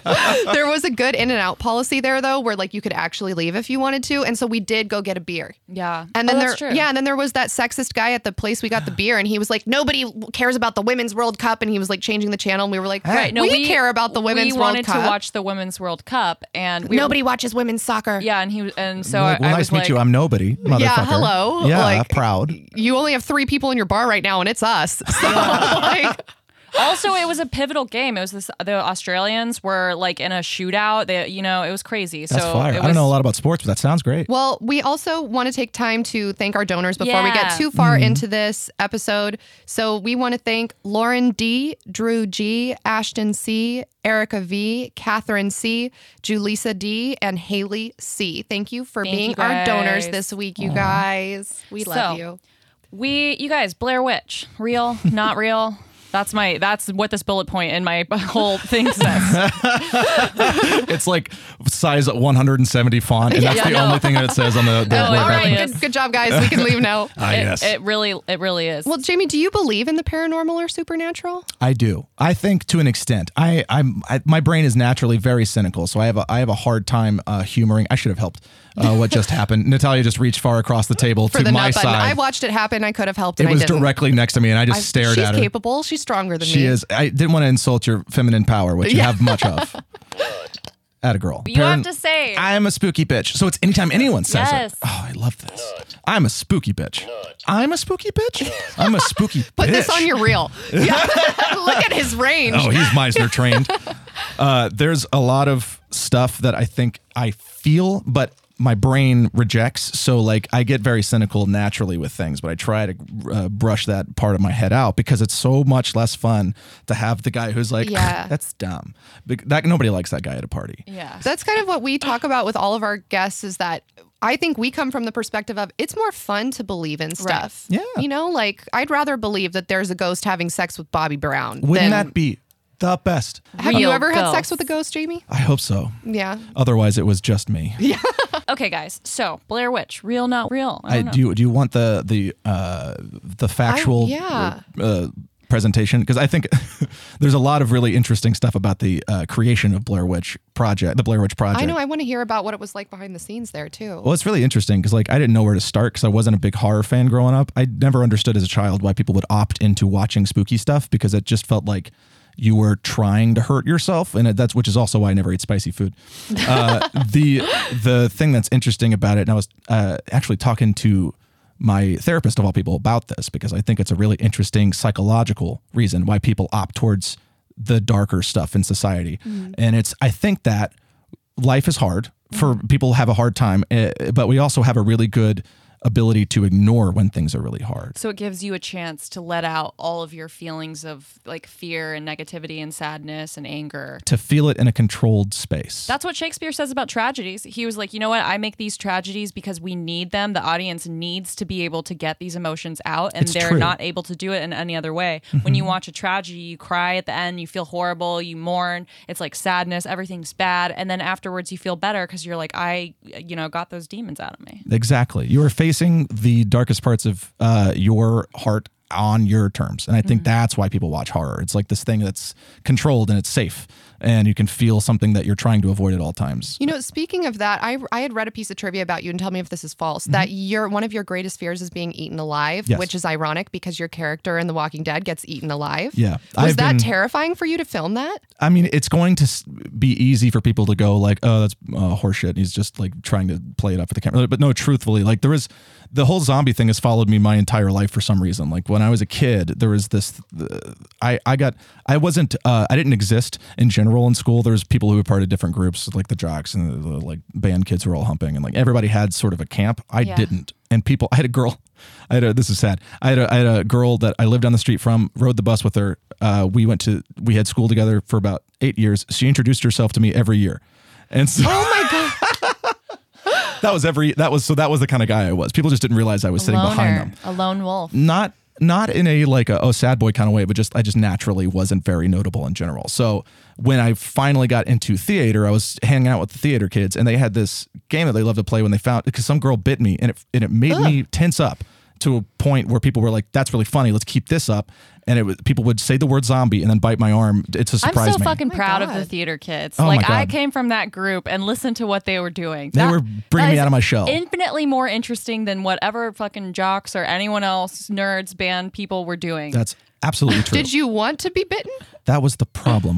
A: there was a good in and out policy there though, where like you could actually leave if you wanted to, and so we did go get a beer.
B: yeah,
A: And
B: Oh,
A: then
B: that's
A: there,
B: true.
A: yeah, and then there was that sexist guy at the place we got the beer, and he was like, "Nobody w- cares about the women's World Cup," and he was like changing the channel, and we were like,
B: Right, no,
A: we,
B: we,
A: care about the women's
B: We
A: World
B: wanted
A: Cup.
B: to watch the Women's World Cup, and we
A: Nobody watches women's soccer.
B: Yeah, and he was, and so
C: You're like,
B: I,
C: well,
B: I
C: nice
B: was
C: to meet
B: like,
C: you. I'm nobody, motherfucker.
A: hello,
C: Yeah,
A: like-
C: proud.
A: you only have three people in your bar right now, and it's us. So, like,
B: also it was a pivotal game it was this the australians were like in a shootout they you know it was crazy so
C: That's fire.
B: it
C: I
B: was-
C: don't know a lot about sports, but that sounds great.
A: well, we also want to take time to thank our donors before we get
B: Yeah.
A: too far
C: Mm-hmm.
A: into this episode. So we want to thank Lauren D, Drew G, Ashton C, Erica V, Catherine C, Julissa D, and Haley C. Thank you for
B: Thank
A: being
B: you
A: our donors
B: guys.
A: this week, you guys. We love
B: So,
A: you.
B: we you guys blair witch real not real that's my that's what this bullet point in my whole thing
C: Ah,
B: says
C: it's like size 170 font, and that's
B: Yeah,
C: the
B: no. Oh,
C: only thing that it says on the, the
B: No,
C: white
B: it
A: All
B: really
C: wrapping.
A: right,
B: is.
A: good, good job, guys. We can leave now.
C: Ah,
B: it,
C: yes.
B: it really it really is
A: Well, Jamie, do you believe in the paranormal or supernatural?
C: I do. I think to an extent. I I'm I, my brain is naturally very cynical, so I have a I have a hard time uh, humoring. I should have helped. Uh, what just happened? Natalia just reached far across the table
A: For
C: to
A: the
C: my
A: nut button, I
C: side.
A: watched it happen. I could have helped.
C: it
A: and
C: was
A: I didn't.
C: directly next to me, and I just stared
A: She's
C: at her.
A: capable. She's stronger than me.
C: She is. I didn't want to insult your feminine power, which you have much of. At a girl.
B: you have to say
C: I am a spooky bitch. So it's anytime anyone says
B: Yes.
C: it. Oh, I love this. I'm a spooky bitch. I'm a spooky bitch. I'm a spooky bitch.
A: Put this on your reel. Yeah. Look at his range.
C: Oh, he's Meisner trained. Uh, there's a lot of stuff that I think I feel, but my brain rejects. So like I get very cynical naturally with things, but I try to uh, brush that part of my head out because it's so much less fun to have the guy who's like,
A: Yeah.
C: that's dumb. Bec- That nobody likes that guy at a party.
B: Yeah.
A: That's kind of what we talk about with all of our guests is that I think we come from the perspective of it's more fun to believe in stuff.
C: Yeah.
A: You know, like I'd rather believe that there's a ghost having sex with Bobby Brown.
C: Wouldn't
A: than,
C: that be the best?
A: have you
B: Real
A: ever had sex
B: ghosts.
A: with a ghost, Jamie?
C: I hope so.
A: Yeah.
C: Otherwise, it was just me.
B: Okay, guys. So Blair Witch, real, not real. I
C: I,
B: don't know.
C: do. You, do you want the the uh, the factual
A: yeah.
C: uh, presentation? Because I think there's a lot of really interesting stuff about the uh, creation of Blair Witch Project, the Blair Witch Project.
A: I know. I want to hear about what it was like behind the scenes there too.
C: Well, it's really interesting because like I didn't know where to start because I wasn't a big horror fan growing up. I never understood as a child why people would opt into watching spooky stuff because it just felt like you were trying to hurt yourself, and it, that's which is also why I never ate spicy food. Uh, the the thing that's interesting about it, and I was uh, actually talking to my therapist of all people about this because I think it's a really interesting psychological reason why people opt towards the darker stuff in society, and it's I think that life is hard for people have a hard time eh, but we also have a really good ability to ignore when things are really hard
B: So it gives you a chance to let out all of your feelings of like fear and negativity and sadness and anger.
C: to feel it in a controlled space
B: That's what Shakespeare says about tragedies. He was like, you know what? I make these tragedies because we need them. The audience needs to be able to get these emotions out, and
C: It's
B: they're
C: true. Mm-hmm.
B: not able to do it in any other way. When you watch a tragedy, you cry at the end, you feel horrible, you mourn. It's like sadness, everything's bad. And then afterwards, you feel better because you're like, I, you know, got those demons out of me.
C: exactly you are facing the darkest parts of uh, your heart on your terms and i think that's why people watch horror it's like this thing that's controlled and it's safe and you can feel something that you're trying to avoid at all times
A: You know, speaking of that, I I had read a piece of trivia about you, and tell me if this is false. That your one of your greatest fears is being eaten alive,
C: Mm-hmm. Yes.
A: which is ironic because your character in The Walking Dead gets eaten alive.
C: Yeah.
A: was
C: I've
A: that
C: been-
A: terrifying for you to film that?
C: I mean, it's going to s- be easy for people to go like, "Oh, that's uh, horseshit." He's just like trying to play it up for the camera. But no, truthfully, like there is the whole zombie thing has followed me my entire life for some reason. Like when I was a kid, there was this. the I I got I wasn't uh, I didn't exist in general in school. There was people who were part of different groups, like the jocks and the, the like band kids who were all humping, and like everybody had sort of a camp. I
B: Yeah.
C: didn't and people i had a girl i had a this is sad i had a, I had a girl that i lived down the street from rode the bus with her uh, we went to we had school together for about eight years she introduced herself to me every year and so
A: Oh my god!
C: that was every that was so that was the kind of guy i was people just didn't realize i was sitting behind them
B: a lone wolf.
C: not not in a like a oh sad boy kind of way, but just I just naturally wasn't very notable in general. So when I finally got into theater, I was hanging out with the theater kids, and they had this game that they loved to play when they found because some girl bit me, and it and it made me tense up to a point where people were like, "That's really funny. Let's keep this up." And it was, people would say the word zombie and then bite my arm. It's a
B: I'm
C: surprise.
B: so
C: me. Oh,
B: fucking
A: my
B: proud of
A: God.
B: the theater kids.
C: my
B: like I
C: God.
B: came from that group and listened to what they were doing.
C: They
B: That-
C: were
B: that
C: bringing me
B: is
C: out of my shell.
B: Infinitely more interesting than whatever fucking jocks or anyone else, nerds, band people were doing.
C: That's absolutely true.
A: Did you want to be bitten?
C: that was the problem,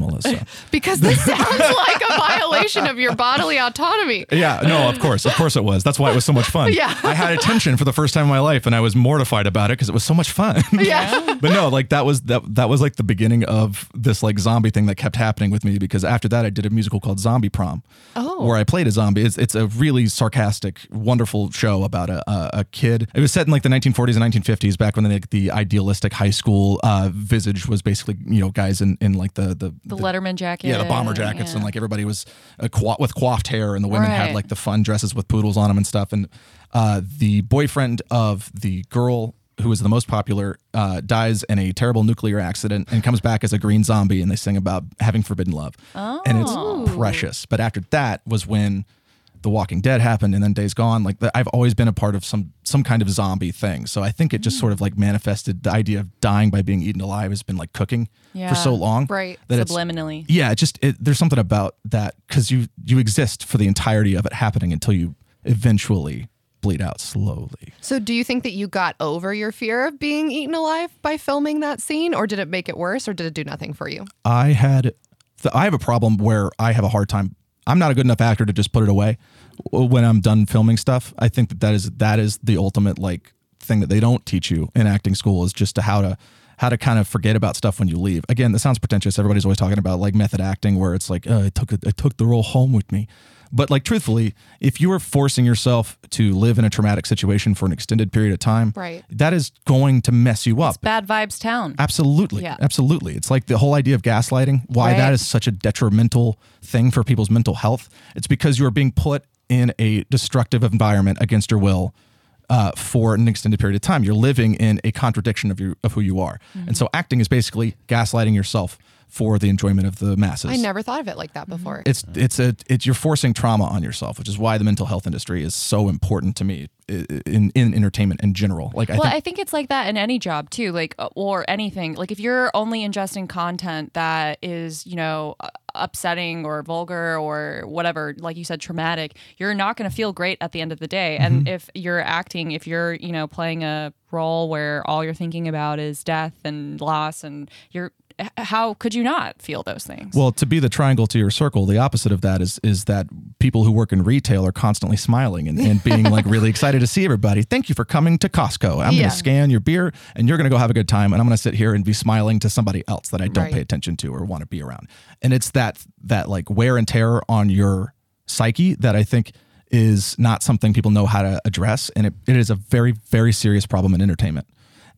C: Alyssa.
A: Because this sounds like a violation of your bodily autonomy.
C: Yeah, no, of course, of course it was. That's why it was so much fun.
A: Yeah.
C: I had attention for the first time in my life, and I was mortified about it because it was so much fun.
A: Yeah.
C: but no, like that was that that was like the beginning of this like zombie thing that kept happening with me because after that I did a musical called Zombie Prom, oh. where I played a zombie. It's it's a really sarcastic, wonderful show about a a, a kid. It was set in like the 1940s and 1950s, back when the, the idealistic high school uh, visage was basically you know guys in in like the the,
B: the Letterman jacket.
C: yeah, the bomber jackets, and like everybody was uh, qua- with coiffed hair, and the women had
B: Right.
C: like the fun dresses with poodles on them and stuff. And uh, the boyfriend of the girl who is the most popular uh, dies in a terrible nuclear accident and comes back as a green zombie, and they sing about having forbidden love, oh. and it's precious. But after that was when. The Walking Dead happened, and then Days Gone. Like the, I've always been a part of some some kind of zombie thing, so I think it just sort of like manifested the idea of dying by being eaten alive has been like cooking
B: Yeah.
C: for so long,
A: Right.
C: That it's
B: subliminally.
C: yeah, it just it, there's something about that because you you exist for the entirety of it happening until you eventually bleed out slowly.
A: So, do you think that you got over your fear of being eaten alive by filming that scene, or did it make it worse, or did it do nothing for you?
C: I had the, I have a problem where I have a hard time. I'm not a good enough actor to just put it away when I'm done filming stuff. I think that that is that is the ultimate like thing that they don't teach you in acting school is just to how to how to kind of forget about stuff when you leave. Again, this sounds pretentious. Everybody's always talking about like method acting, where it's like uh, I took it- I took the role home with me. But like truthfully, if you are forcing yourself to live in a traumatic situation for an extended period of time,
A: Right.
C: that is going to mess you up.
B: Bad vibes town.
C: Absolutely.
B: Yeah.
C: Absolutely. It's like the whole idea of gaslighting, why
B: Right.
C: that is such a detrimental thing for people's mental health. It's because you are being put in a destructive environment against your will uh, for an extended period of time. You're living in a contradiction of, you, of who you are.
B: Mm-hmm.
C: And so acting is basically gaslighting yourself for the enjoyment of the masses.
A: I never thought of it like that before.
C: It's it's a it's you're forcing trauma on yourself, which is why the mental health industry is so important to me i- i- in in entertainment in general. Like I
B: well,
C: think
B: I think it's like that in any job too, like uh, or anything. Like if you're only ingesting content that is, you know, uh, upsetting or vulgar or whatever, like you said, traumatic, you're not going to feel great at the end of the day.
C: Mm-hmm.
B: And if you're acting, if you're, you know, playing a role where all you're thinking about is death and loss, and you're, h- how could you not feel those things?
C: Well, to be the triangle to your circle, the opposite of that is is that people who work in retail are constantly smiling and, and being like really excited to see everybody. Thank you for coming to Costco. I'm
A: Yeah.
C: gonna scan your beer and you're gonna go have a good time and I'm gonna sit here and be smiling to somebody else that I don't
A: Right.
C: pay attention to or want to be around. And it's that that like wear and tear on your psyche that I think is not something people know how to address. And it, it is a very, very serious problem in entertainment.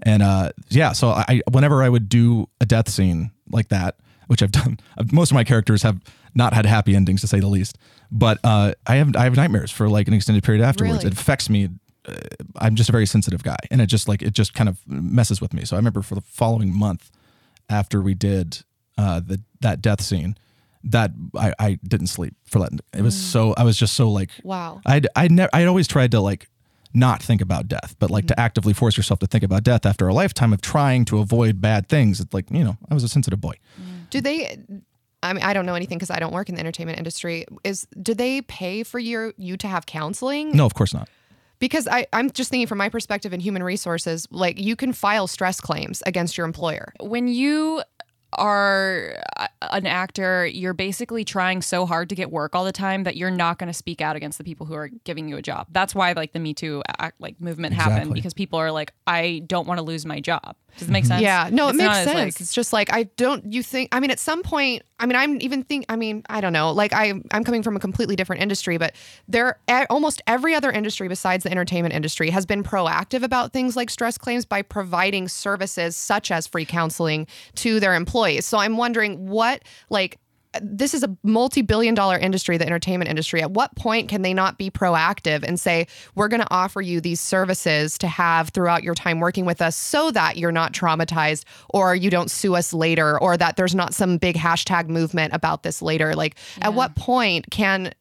C: And uh, yeah, so I whenever I would do a death scene like that, which I've done, most of my characters have not had happy endings to say the least. But uh, I have I have nightmares for like an extended period afterwards.
A: Really?
C: It affects me. Uh, I'm just a very sensitive guy, and it just like it just kind of messes with me. So I remember for the following month after we did uh, the that death scene, that I, I didn't sleep for that. It was so I was just so like
A: Wow.
C: I'd I'd never I'd always tried to like not think about death, but like to actively force yourself to think about death after a lifetime of trying to avoid bad things. It's like you know I was a sensitive boy.
A: Do they? I mean, I don't know anything because I don't work in the entertainment industry. Is do they pay for your you to have counseling?
C: No, of course not.
A: Because I, I'm just thinking from my perspective in human resources, like you can file stress claims against your employer.
B: when you are uh, an actor, you're basically trying so hard to get work all the time that you're not going to speak out against the people who are giving you a job. That's why like the Me Too uh, act, like movement happened
C: Exactly. Mm-hmm.
B: because people are like, I don't want to lose my job. Does it make sense?
A: Yeah, no, it
B: It's
A: makes
B: not as,
A: sense.
B: like-
A: it's just like I don't. You think? I mean, at some point, I mean, I'm even think. I mean, I don't know. Like I, I'm coming from a completely different industry, but there, e- almost every other industry besides the entertainment industry has been proactive about things like stress claims by providing services such as free counseling to their employees. So I'm wondering what like. This is a multi-billion dollar industry, the entertainment industry. At what point can they not be proactive and say, "We're going to offer you these services to have throughout your time working with us so that you're not traumatized or you don't sue us later or that there's not some big hashtag movement about this later. Like, at what point can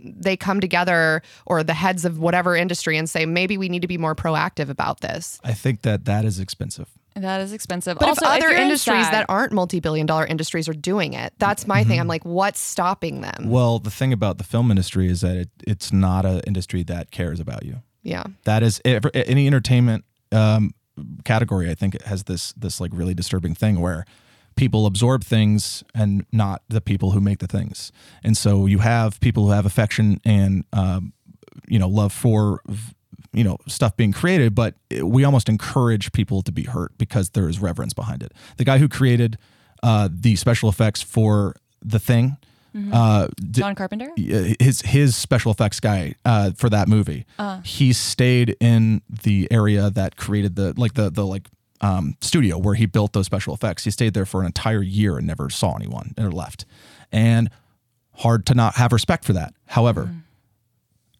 A: they come together or the heads of whatever industry and say, maybe we need to be more proactive about this?
C: I think that that is expensive.
B: that is expensive.
A: But
B: also,
A: if other
B: you're in
A: industries
B: SAG,
A: that aren't multi billion dollar industries are doing it, that's my thing. I'm like, what's stopping them?
C: Well, the thing about the film industry is that it, it's not an industry that cares about you.
A: Yeah.
C: That is ever- any entertainment um, category. I think it has this this like really disturbing thing where people absorb things and not the people who make the things. And so you have people who have affection and um, you know love for you know stuff being created, but it- we almost encourage people to be hurt because there is reverence behind it. The guy who created uh, the special effects for the thing. Uh, d-
B: John Carpenter.
C: uh, his his special effects guy uh, for that movie.
A: Uh.
C: He stayed in the area that created the like the the like um, studio where he built those special effects. He stayed there for an entire year and never saw anyone or left. And hard to not have respect for that. However,
A: Mm.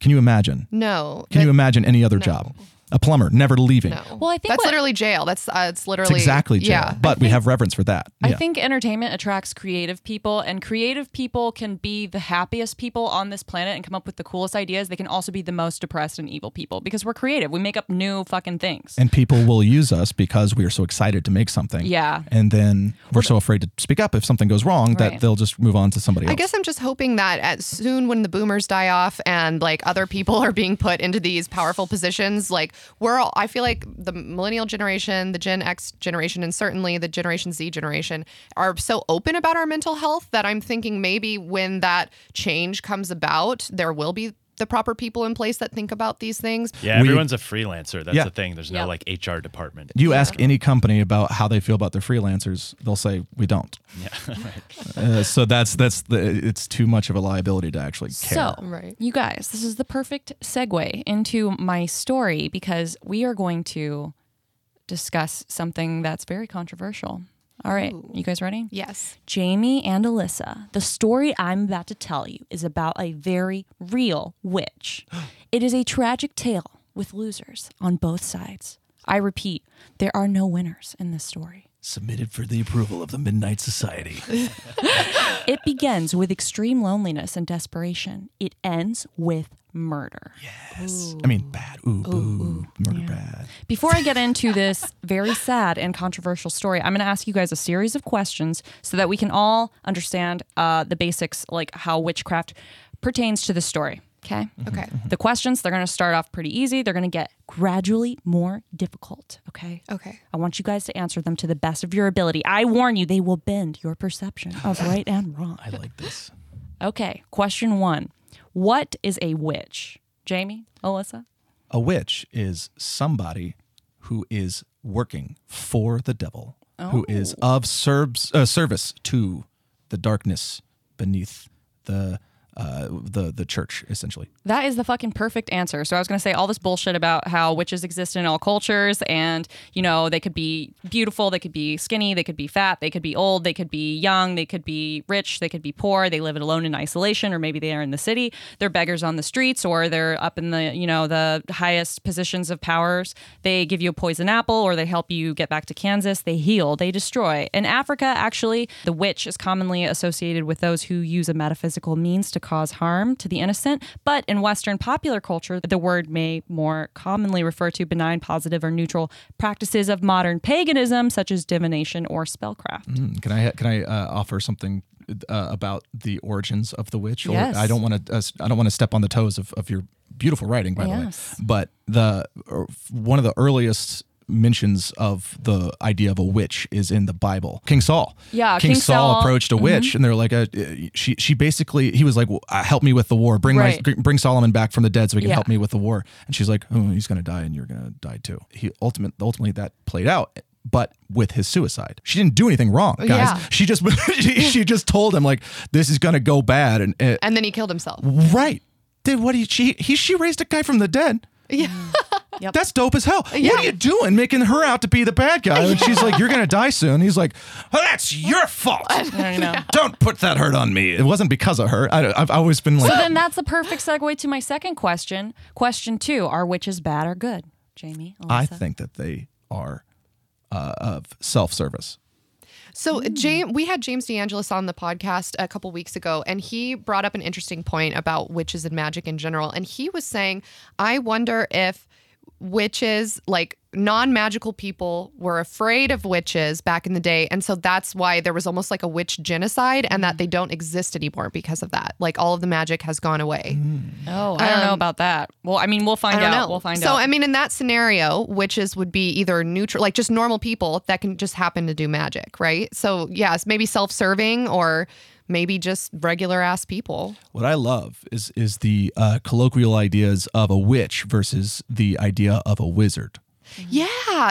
C: can you imagine?
A: No.
C: Can
A: That-
C: you imagine any other job? A plumber never leaving.
A: no.
B: Well, I think
A: that's
B: what-
A: literally jail. That's uh, it's
C: It's
A: literally
C: exactly jail.
A: yeah.
C: but we have reverence for that.
B: I
C: yeah.
B: think entertainment attracts creative people, and creative people can be the happiest people on this planet and come up with the coolest ideas. They can also be the most depressed and evil people because we're creative. We make up new fucking things.
C: and people will use us because we are so excited to make something.
B: Yeah.
C: And then we're so afraid to speak up if something goes wrong
B: Right.
C: that they'll just move on to somebody else.
A: I guess I'm just hoping that at soon when the boomers die off and like other people are being put into these powerful positions, like we're all I feel like the millennial generation, the Gen X generation, and certainly the Generation Z generation are so open about our mental health that I'm thinking maybe when that change comes about, there will be the proper people in place that think about these things.
D: Yeah,
C: We-
D: everyone's a freelancer. That's
C: Yeah.
D: the thing. There's
B: Yeah.
D: no like HR department.
C: You ask any company about how they feel about their freelancers, they'll say we don't.
D: Yeah, right.
C: Uh, so that's that's the it's too much of a liability to actually care.
B: So,
A: Right.
B: you guys, this is the perfect segue into my story because we are going to discuss something that's very controversial. All right, you guys ready?
A: Yes.
B: Jamie and Alyssa, the story I'm about to tell you is about a very real witch. It is a tragic tale with losers on both sides. I repeat, there are no winners in this story.
C: submitted for the approval of the Midnight Society.
B: It begins with extreme loneliness and desperation. It ends with murder.
C: I mean, bad. Ooh, boo, murder bad.
B: Before I get into this very sad and controversial story, I'm going to ask you guys a series of questions so that we can all understand uh, the basics, like how witchcraft pertains to the story. Okay.
A: Okay.
C: Mm-hmm.
B: The questions, they're going to start off pretty easy. They're going to get gradually more difficult. Okay.
A: Okay.
B: I want you guys to answer them to the best of your ability. I warn you, they will bend your perception of right and wrong.
C: I like this.
B: Okay. Question one What is a witch? Jamie, Alyssa?
C: A witch is somebody who is working for the devil, who is of serbs, uh, service to the darkness beneath the uh, the the church, essentially.
B: That is the fucking perfect answer. So I was going to say all this bullshit about how witches exist in all cultures and, you know, they could be beautiful, they could be skinny, they could be fat, they could be old, they could be young, they could be rich, they could be poor, they live alone in isolation or maybe they are in the city, they're beggars on the streets or they're up in the, you know, the highest positions of powers. They give you a poison apple or they help you get back to Kansas, they heal, they destroy. In Africa, actually, the witch is commonly associated with those who use a metaphysical means to cause harm to the innocent, but in Western popular culture, the word may more commonly refer to benign, positive, or neutral practices of modern paganism, such as divination or spellcraft.
C: Mm, Can I can I uh, offer something uh, about the origins of the witch? Or
B: Yes.
C: I don't want to uh, I don't want to step on the toes of, of your beautiful writing, by
B: Yes.
C: the way. But the or one of the earliest mentions of the idea of a witch is in the Bible. King Saul.
B: Yeah,
C: King,
B: King
C: Saul,
B: Saul- Mm-hmm.
C: approached a witch, and they're like, uh, she she basically he was like, well, uh, help me with the war. Bring
B: Right.
C: my bring Solomon back from the dead so he can
B: Yeah.
C: help me with the war. And she's like, oh, he's gonna die, and you're gonna die too. He ultimate ultimately that played out. But with his suicide, she didn't do anything wrong,
B: Oh,
C: guys.
A: Yeah.
C: She just she, she just told him like this is gonna go bad, and, and
A: And then he killed himself.
C: right. Did what he she he she raised a guy from the dead.
A: Yeah.
B: Yep.
C: That's dope as hell. What are you doing making her out to be the bad guy? And she's like, You're gonna die soon. He's like, "Oh, that's your fault.
B: don't know.
C: Don't put that hurt on me. It wasn't because of her. I, have always been like
B: So then that's the perfect segue to my second question. Question two Are witches bad or good? Jamie, Alyssa.
C: I think that they are uh, of self service.
A: So James, we had James DeAngelis on the podcast a couple weeks ago, and he brought up an interesting point about witches and magic in general. And he was saying, I wonder if witches, like non-magical people, were afraid of witches back in the day, and so that's why there was almost like a witch genocide, and that they don't exist anymore because of that. Like all of the magic has gone away.
B: Oh, I don't know about that. Well, I mean, we'll find
A: Um, I don't
B: out.
A: know.
B: We'll find
A: so
B: out.
A: I mean, in that scenario, witches would be either neutral, like just normal people that can just happen to do magic, right? So yes, maybe self-serving or maybe just regular ass people.
C: What I love is is the uh, colloquial ideas of a witch versus the idea of a wizard.
A: Yeah,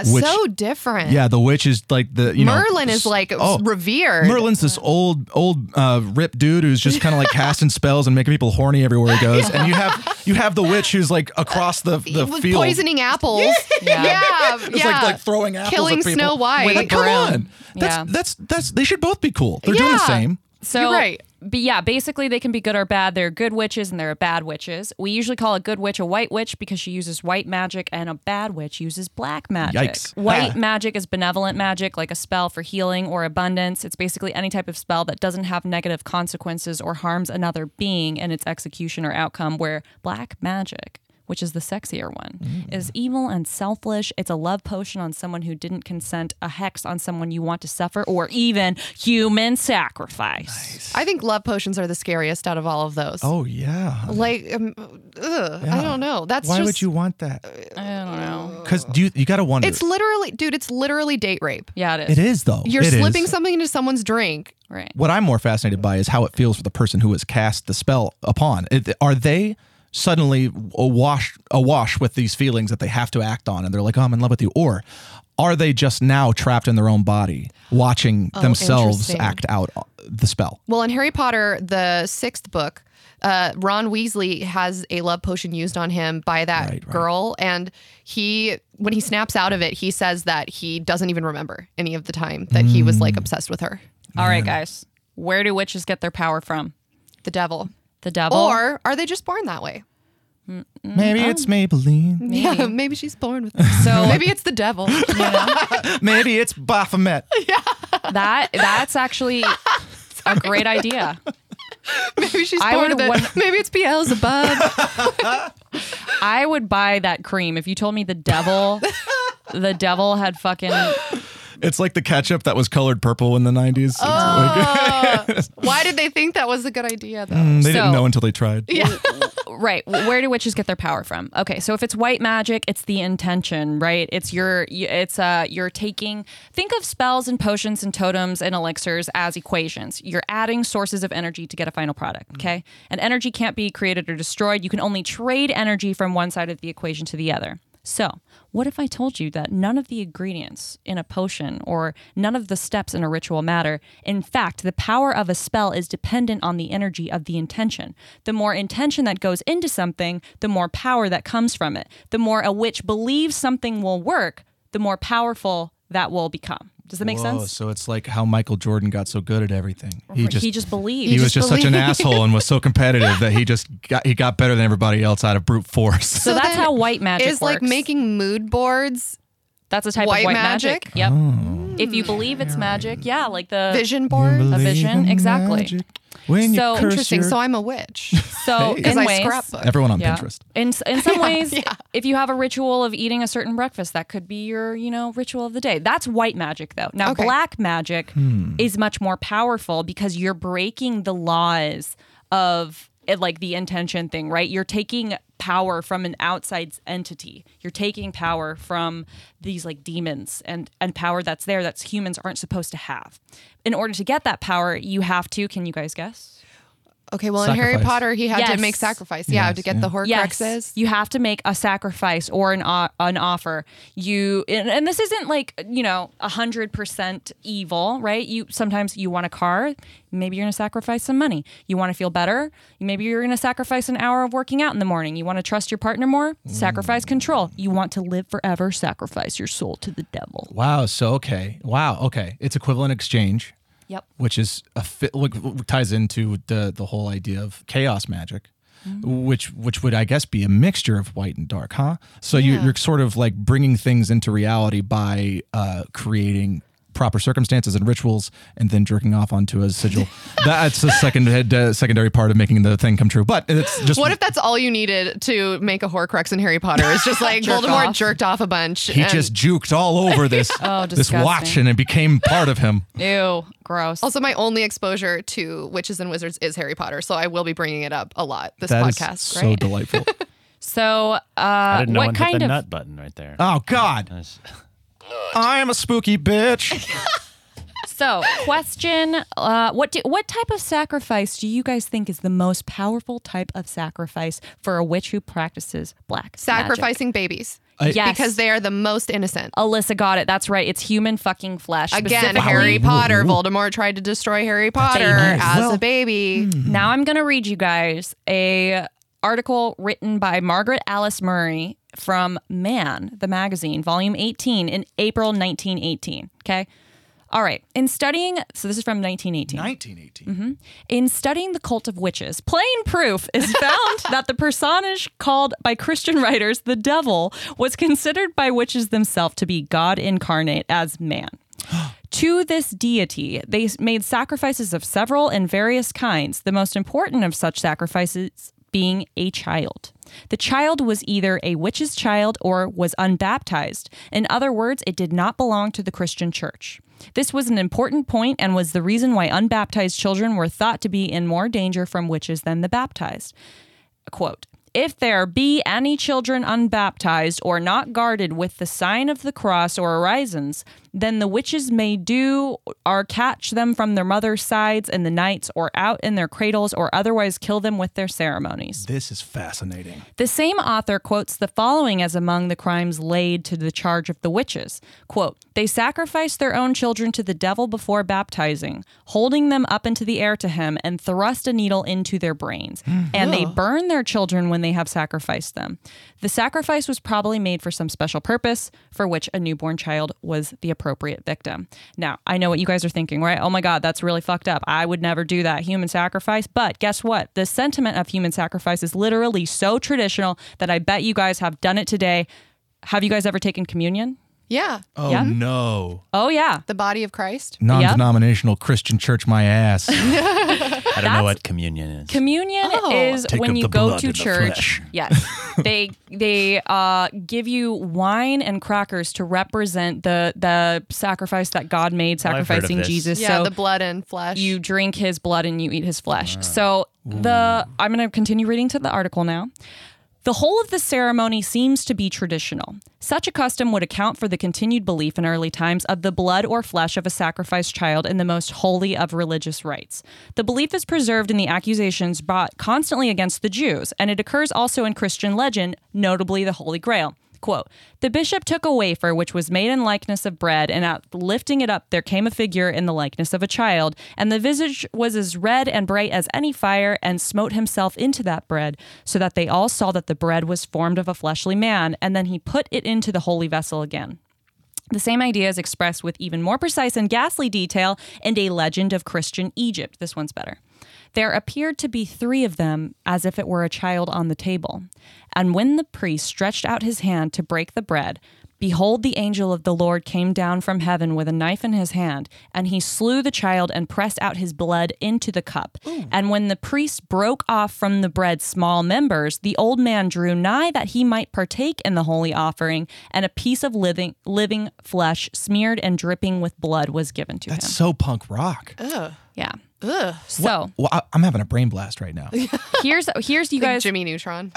C: Which-
A: so different.
C: Yeah, the witch is like the you know
A: Merlin is
C: s-
A: like
C: oh,
A: revered.
C: Merlin's this old old uh, rip dude who's just kind of like casting spells and making people horny everywhere he goes. And you have you have the witch who's like across the the
A: With
C: field.
A: poisoning apples.
B: Yeah.
A: Yeah, yeah.
C: It's like, like throwing apples
A: Killing
C: at people.
A: Snow White.
C: Like, come
B: broom.
C: on, that's,
B: Yeah.
C: that's that's they should both be cool. They're doing the
A: Yeah.
C: same.
B: So,
A: You're right.
B: But yeah, basically, they can be good or bad. There are good witches and there are bad witches. We usually call a good witch a white witch because she uses white magic, and a bad witch uses black magic.
C: Yikes.
B: White
C: Ah.
B: magic is benevolent magic, like a spell for healing or abundance. It's basically any type of spell that doesn't have negative consequences or harms another being in its execution or outcome, where black magic which is the sexier one, is evil and selfish. It's a love potion on someone who didn't consent, a hex on someone you want to suffer, or even human sacrifice.
A: I think love potions are the scariest out of all of those.
C: Oh yeah.
A: Like, um, ugh, I don't know. That's
C: Why
A: just, Uh,
C: would you want that?
B: I don't know.
C: Because do you, you got to wonder.
A: It's literally, dude. It's literally date rape.
B: Yeah, it
C: it
B: is.
C: is though.
A: You're
C: It is.
A: slipping something into someone's drink.
B: Right.
C: What I'm more fascinated by is how it feels for the person who has cast the spell upon. It- Are they suddenly awash awash with these feelings that they have to act on and they're like, oh, I'm in love with you? Or are they just now trapped in their own body watching themselves
A: Oh, interesting.
C: act out uh, the spell?
A: Well, in Harry Potter, the sixth book, uh, Ron Weasley has a love potion used on him by that
C: Right, right.
A: girl, and he, when he snaps out of it, he says that he doesn't even remember any of the time that he was like obsessed with her,
B: All right, guys. Where do witches get their power from?
A: the devil.
B: The devil.
A: Or are they just born that way? Mm,
C: Maybe
A: oh.
C: it's Maybelline.
A: Maybe. Yeah, maybe she's born with. So maybe it's the devil.
C: Maybe it's Baphomet.
B: that that's actually a great idea.
A: maybe she's
B: I
A: born
B: would
A: with. it.
B: won-
A: maybe it's Beelzebub.
B: I would buy that cream if you told me the devil the devil had fucking
C: It's like the ketchup that was colored purple in the 90s. It's
A: Oh,
C: like-
A: Why did they think that was a good idea though?
C: they didn't
B: so-
C: know until they tried.
B: right where do witches get their power from okay so if it's white magic it's the intention right it's your it's uh you're taking think of spells and potions and totems and elixirs as equations you're adding sources of energy to get a final product okay and energy can't be created or destroyed you can only trade energy from one side of the equation to the other so what if i told you that none of the ingredients in a potion or none of the steps in a ritual matter in fact the power of a spell is dependent on the energy of the intention the more intention that goes into something the more power that comes from it the more a witch believes something will work the more powerful that will become does that make
C: Whoa,
B: sense
C: So it's like how Michael Jordan got so good at everything. He just
B: he just believes
C: he, was
A: just
C: just such an
A: believed.
C: asshole and was so competitive that he just got he got better than everybody else out of brute force.
B: so, that's
A: then
B: how white magic
A: Is like
B: works.
A: making mood boards,
B: that's a type
A: white
B: of white
A: magic?
B: magic, yep
C: Oh.
B: if you believe it's magic yeah like the
A: vision boards.
B: a vision, exactly.
C: When you
B: So
C: curse
A: Interesting.
C: your-
A: So I'm a witch
B: so
C: Hey.
A: because
B: in
A: I
B: ways
A: scrapbook.
C: everyone on
B: Yeah.
C: Pinterest.
B: In s- in some ways, if you have a ritual of eating a certain breakfast, that could be your you know ritual of the day. That's white magic though. Now
A: Okay.
B: black magic
C: Hmm.
B: is much more powerful because you're breaking the laws of it, like the intention thing, right? You're taking power from an outside entity. You're taking power from these like demons and and power that's there that's humans aren't supposed to have. In order to get that power, you have to. Can you guys guess?
A: Okay, well, in Harry
C: Sacrifice.
A: Potter, he had to
B: Yes.
A: make sacrifice. Yeah,
C: Yes,
A: to get
C: yeah.
A: the Horcruxes.
B: you have to make a sacrifice or an o- an offer. You and, and this isn't like you know hundred percent evil, right? You sometimes you want a car, maybe you're going to sacrifice some money. You want to feel better, maybe you're going to sacrifice an hour of working out in the morning. You want to trust your partner more, sacrifice control. You want to live forever, sacrifice your soul to the devil.
C: Wow. So okay. Wow. Okay. It's equivalent exchange,
B: Yep.
C: which is a fit, look, ties into the the whole idea of chaos magic.
A: Mm-hmm.
C: Which, which would I guess be a mixture of white and dark, huh? So you, you're sort of like bringing things into reality by uh, creating proper circumstances and rituals, and then jerking off onto a sigil. That's the second uh, secondary part of making the thing come true. But it's just
A: What if that's all you needed to make a Horcrux in Harry Potter? It's just like
B: Jerk
A: Voldemort
B: off.
A: jerked off a bunch.
C: he
A: and- Oh,
C: just juked all over this this
B: Oh, disgusting.
C: watch, and it became part of him.
B: Ew, gross.
A: Also, my only exposure to witches and wizards is Harry Potter, so I will be bringing it up a lot this
C: That is
A: podcast.
C: so delightful.
B: So,
D: I
B: uh,
D: didn't know
B: what
D: one hit
B: kind
D: the
B: of
D: nut button right there.
C: Oh God,
D: That's-
C: I am a spooky bitch.
B: So, question: uh, What do, what type of sacrifice do you guys think is the most powerful type of sacrifice for a witch who practices black magic?
A: Sacrificing babies
B: Yes,
A: because they are the most innocent.
B: Alyssa got it. That's right. It's human fucking flesh.
A: Again,
B: specifically-
A: Harry Potter. Voldemort tried to destroy Harry Potter
C: Nice.
A: as
C: Well- hmm.
A: a baby.
B: Now I'm gonna read you guys a article written by Margaret Alice Murray from Man, the magazine, volume 18, in April 1918. Okay. All right. In studying, so this is from 1918.
C: 1918.
B: In studying the cult of witches, plain proof is found that the personage called by Christian writers the devil was considered by witches themselves to be God incarnate as man. To this deity, they s- made sacrifices of several and various kinds, the most important of such sacrifices being a child. The child was either a witch's child or was unbaptized. In other words, it did not belong to the Christian church. This was an important point and was the reason why unbaptized children were thought to be in more danger from witches than the baptized quote if there be any children unbaptized or not guarded with the sign of the cross or orisons Then the witches may do or catch them from their mother's sides in the nights or out in their cradles or otherwise kill them with their ceremonies.
C: This is fascinating.
B: The same author quotes the following as among the crimes laid to the charge of the witches. Quote, they sacrificed their own children to the devil before baptizing, holding them up into the air to him and thrust a needle into their brains. And they burn their children when they have sacrificed them. The sacrifice was probably made for some special purpose for which a newborn child was the appropriate victim. Now, I know what you guys are thinking, right? Oh my God, that's really fucked up. I would never do that human sacrifice. But guess what? The sentiment of human sacrifice is literally so traditional that I bet you guys have done it today. Have you guys ever taken communion?
A: Yeah.
C: Oh
B: Yeah.
C: no.
B: Oh, yeah.
A: The body of Christ.
C: Non-denominational Christian church my ass.
D: I don't know what communion is.
B: Communion is
C: Take
B: when
C: of
B: you
C: the
B: go
C: blood
B: to
C: and the
B: church.
C: flesh.
B: Yes, they they uh, give you wine and crackers to represent the the sacrifice that God made,
D: I've heard of
B: sacrificing
D: this.
B: Jesus.
A: Yeah,
B: so
A: the blood and flesh.
B: you drink his blood and you eat his flesh. So the I'm going to continue reading to the article now. The whole of this ceremony seems to be traditional. Such a custom would account for the continued belief in early times of the blood or flesh of a sacrificed child in the most holy of religious rites. The belief is preserved in the accusations brought constantly against the Jews, and it occurs also in Christian legend, notably the Holy Grail. Quote, the bishop took a wafer which was made in likeness of bread, and at lifting it up there came a figure in the likeness of a child, and the visage was as red and bright as any fire, and smote himself into that bread, so that they all saw that the bread was formed of a fleshly man, and then he put it into the holy vessel again. The same idea is expressed with even more precise and ghastly detail in A Legend of Christian Egypt. This one's better. There appeared to be three of them, as if it were a child on the table. And when the priest stretched out his hand to break the bread, behold, the angel of the Lord came down from heaven with a knife in his hand, and he slew the child and pressed out his blood into the cup. And when the priest broke off from the bread small members, the old man drew nigh that he might partake in the holy offering, and a piece of living living flesh smeared and dripping with blood was given to
C: That's
B: him.
C: so punk rock.
B: Uh. Yeah.
A: Ugh.
B: So
C: Well, I, I'm having a brain blast right now.
B: here's here's you
A: Like
B: guys
A: Jimmy Neutron.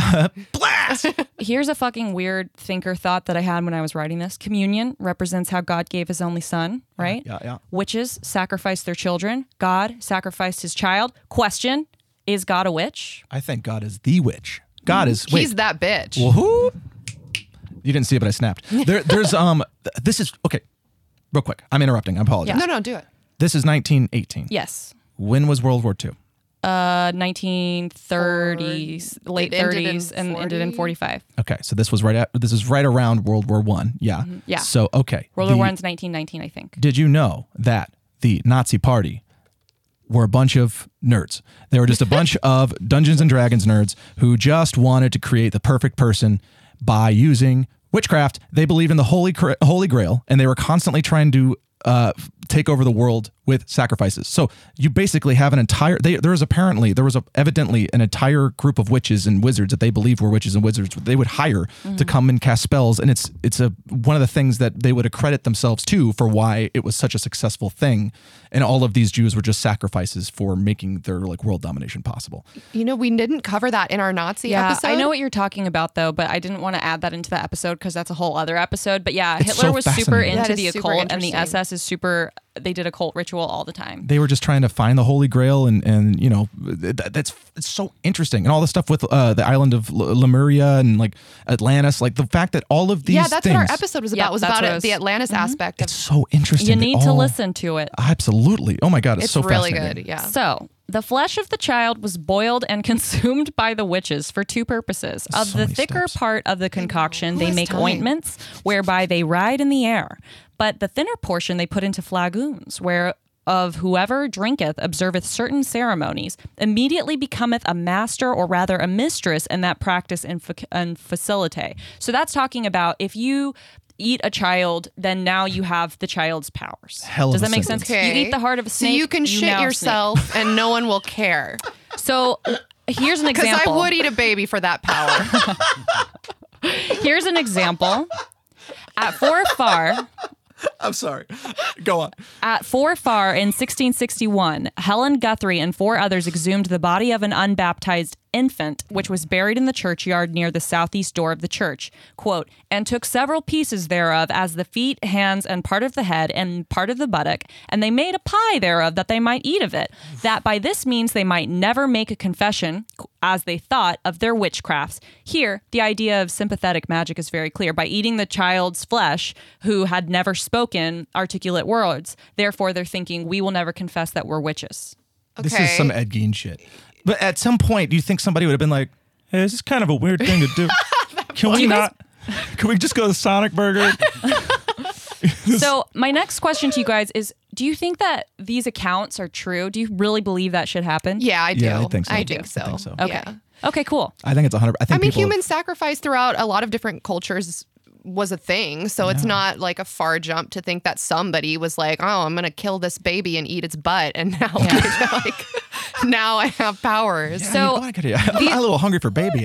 C: blast.
B: here's a fucking weird thinker thought that I had when I was writing this. Communion represents how God gave his only son, right?
C: yeah, yeah.
B: Witches sacrificed their children. God sacrificed his child. Question Is God a witch?
C: I think God is the witch. God is wait.
A: He's that bitch.
C: Woohoo! You didn't see it, but I snapped. There, there's um. th- This is okay. Real quick, I'm interrupting. I apologize.
A: No, no, do it.
C: This is 1918.
B: Yes.
C: When was World War II?
B: Uh, 1930s, late
A: it ended in
B: 30s, and ended in
A: 40?
B: 45.
C: Okay, so this was right at this is right around World War One. Yeah.
B: Mm-hmm. Yeah.
C: So okay.
B: World
C: the-
B: War One's 1919, I think.
C: Did you know that the Nazi Party were a bunch of nerds? They were just a bunch of Dungeons and Dragons nerds who just wanted to create the perfect person by using witchcraft. They believed in the Holy Gra- Holy Grail, and they were constantly trying to uh, f- take over the world with sacrifices. So you basically have an entire. They, there was apparently there was a, evidently an entire group of witches and wizards that they believed were witches and wizards. They would hire to come and cast spells, and it's it's a one of the things that they would accredit themselves to for why it was such a successful thing. And all of these Jews were just sacrifices for making their like world domination possible.
A: You know, we didn't cover that in our Nazi
B: Yeah,
A: episode.
B: I know what you're talking about though, but I didn't want to add that into the episode because that's a whole other episode. But yeah, Hitler
C: so
B: was super
C: fascinating.
B: into
A: That
B: the
A: is super
B: occult, and the
A: interesting.
B: SS is super. They did occult ritual all the time.
C: they were just trying to find the Holy Grail, and and you know th- th- that's it's so interesting, and all the stuff with uh, the island of L- Lemuria and like Atlantis, like the fact that all of these
A: yeah, that's
C: things,
A: what our episode was about.
B: Yeah,
A: was
B: that's
A: about
B: what
A: it,
B: it was-
A: the Atlantis aspect of
C: It's so interesting.
B: You
C: They
B: need to
C: all-
B: listen to it.
C: Absolutely. Oh my god, it's,
A: it's
C: so
A: really
C: fascinating.
A: good. Yeah.
B: So, the flesh of the child was boiled and consumed by the witches for two purposes. Of
C: So
B: the
C: many
B: thicker
C: steps.
B: part of the concoction, they
A: has
B: make
A: time?
B: ointments whereby they ride in the air, but the thinner portion they put into flagoons, where of whoever drinketh observeth certain ceremonies, immediately becometh a master or rather a mistress in that practice and, fac- and facilitate. So that's talking about if you eat a child, then now you have the child's powers.
C: Hell of
B: Does
C: a
B: that make sense?
C: sentence.
A: Okay.
B: You eat the heart of a snake.
A: So you can shit
B: now snake.
A: yourself and no one will care.
B: So here's an
A: Because I
B: example.
A: would eat a baby for that power.
B: Here's an example. At four far,
C: I'm sorry. Go on.
B: at four far in 1661, Helen Guthrie and four others exhumed the body of an unbaptized infant, which was buried in the churchyard near the southeast door of the church. Quote, and took several pieces thereof as the feet, hands, and part of the head, and part of the buttock, and they made a pie thereof that they might eat of it, that by this means they might never make a confession, as they thought, of their witchcrafts. Here, the idea of sympathetic magic is very clear. By eating the child's flesh, who had never spoken articulate words, therefore they're thinking, we will never confess that we're witches.
A: Okay.
C: This is some Ed Gein shit. But at some point, do you think somebody would have been like, hey, "This is kind of a weird thing to do. Can we not? Can we just go to Sonic Burger?"
B: So, my next question to you guys is Do you think that these accounts are true? Do you really believe that should happen?
A: yeah, I do.
C: Yeah, I think so.
A: I
C: I
A: think
C: do.
A: so.
C: I think so.
B: Okay.
A: Yeah.
B: Okay, cool.
C: I think it's 100. I
A: I
C: think
A: mean,
C: people-
A: human sacrifice throughout a lot of different cultures was a thing. So it's not like a far jump to think that somebody was like, oh, I'm going to kill this baby and eat its butt. And now, like, now I have powers. Yeah.
C: Yeah, you know
B: so
C: what, I could- I'm a little hungry for baby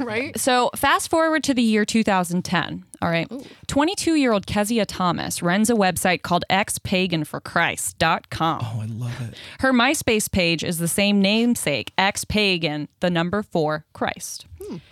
A: right.
B: So fast forward to the year 2010. All right. 22 year old Kezia Thomas runs a website called xpaganforchrist.com.
C: Oh, I love it.
B: Her MySpace page is the same namesake, ex pagan, the number four Christ.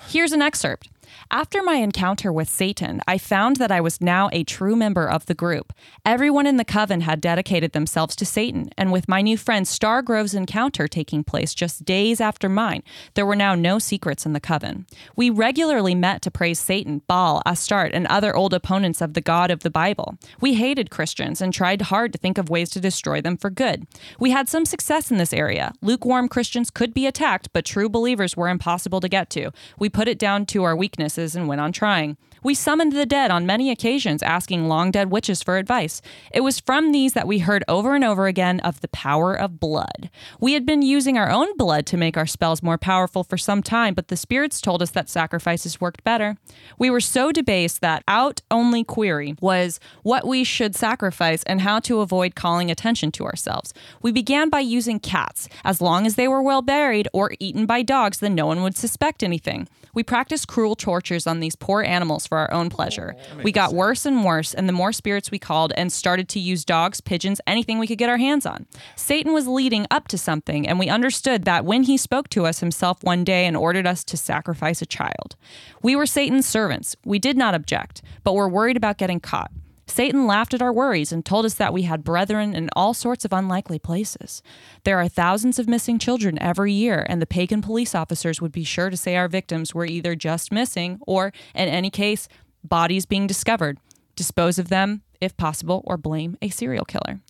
B: Here's an excerpt. After my encounter with Satan, I found that I was now a true member of the group. Everyone in the coven had dedicated themselves to Satan, and with my new friend Stargrove's encounter taking place just days after mine, there were now no secrets in the coven. We regularly met to praise Satan, Baal, Astarte, and other old opponents of the God of the Bible. We hated Christians and tried hard to think of ways to destroy them for good. We had some success in this area. Lukewarm Christians could be attacked, but true believers were impossible to get to. We put it down to our weaknesses and went on trying. We summoned the dead on many occasions, asking long dead witches for advice. It was from these that we heard over and over again of the power of blood. We had been using our own blood to make our spells more powerful for some time, but the spirits told us that sacrifices worked better. We were so debased that out only query was what we should sacrifice and how to avoid calling attention to ourselves. We began by using cats. As long as they were well buried or eaten by dogs, then no one would suspect anything. We practiced cruel tortures on these poor animals for our own pleasure. we got worse and worse, and the more spirits we called and started to use dogs, pigeons, anything we could get our hands on. Satan was leading up to something, and we understood that when he spoke to us himself one day and ordered us to sacrifice a child. We were Satan's servants. We did not object, but were worried about getting caught. Satan laughed at our worries and told us that we had brethren in all sorts of unlikely places. There are thousands of missing children every year, and the pagan police officers would be sure to say our victims were either just missing or, in any case, bodies being discovered. Dispose of them, if possible, or blame a serial killer.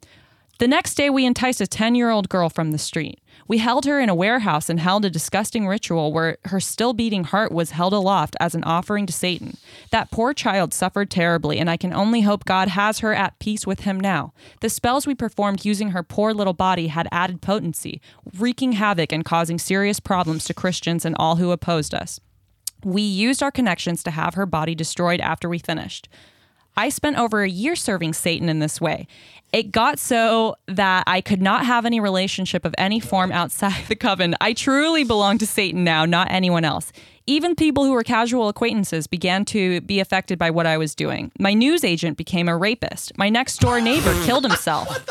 B: The next day, we enticed a 10 year old girl from the street. We held her in a warehouse and held a disgusting ritual where her still beating heart was held aloft as an offering to Satan. That poor child suffered terribly, and I can only hope God has her at peace with him now. The spells we performed using her poor little body had added potency, wreaking havoc and causing serious problems to Christians and all who opposed us. We used our connections to have her body destroyed after we finished. I spent over a year serving Satan in this way. It got so that I could not have any relationship of any form outside the coven. I truly belong to Satan now, not anyone else. Even people who were casual acquaintances began to be affected by what I was doing. My news agent became a rapist. My next door neighbor killed himself.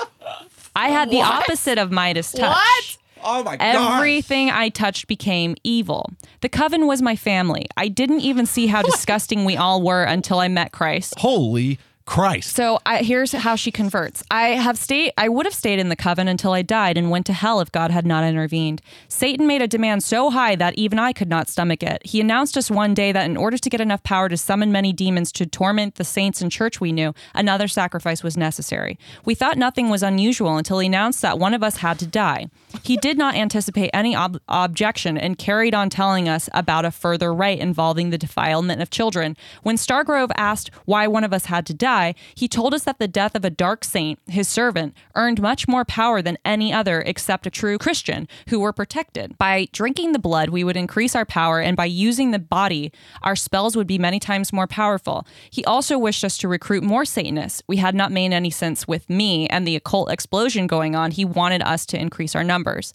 B: I had the opposite of Midas touch.
A: What?
C: Oh my
B: Everything I touched became evil. The coven was my family. I didn't even see how disgusting we all were until I met Christ.
C: Holy Christ.
B: So I, here's how she converts. I have stayed. I would have stayed in the coven until I died and went to hell if God had not intervened. Satan made a demand so high that even I could not stomach it. He announced us one day that in order to get enough power to summon many demons to torment the saints and church we knew, another sacrifice was necessary. We thought nothing was unusual until he announced that one of us had to die. He did not anticipate any ob- objection and carried on telling us about a further rite involving the defilement of children. When Stargrove asked why one of us had to die, he told us that the death of a dark saint, his servant, earned much more power than any other except a true Christian, who were protected. By drinking the blood, we would increase our power, and by using the body, our spells would be many times more powerful. He also wished us to recruit more Satanists. We had not made any sense with me and the occult explosion going on. He wanted us to increase our numbers.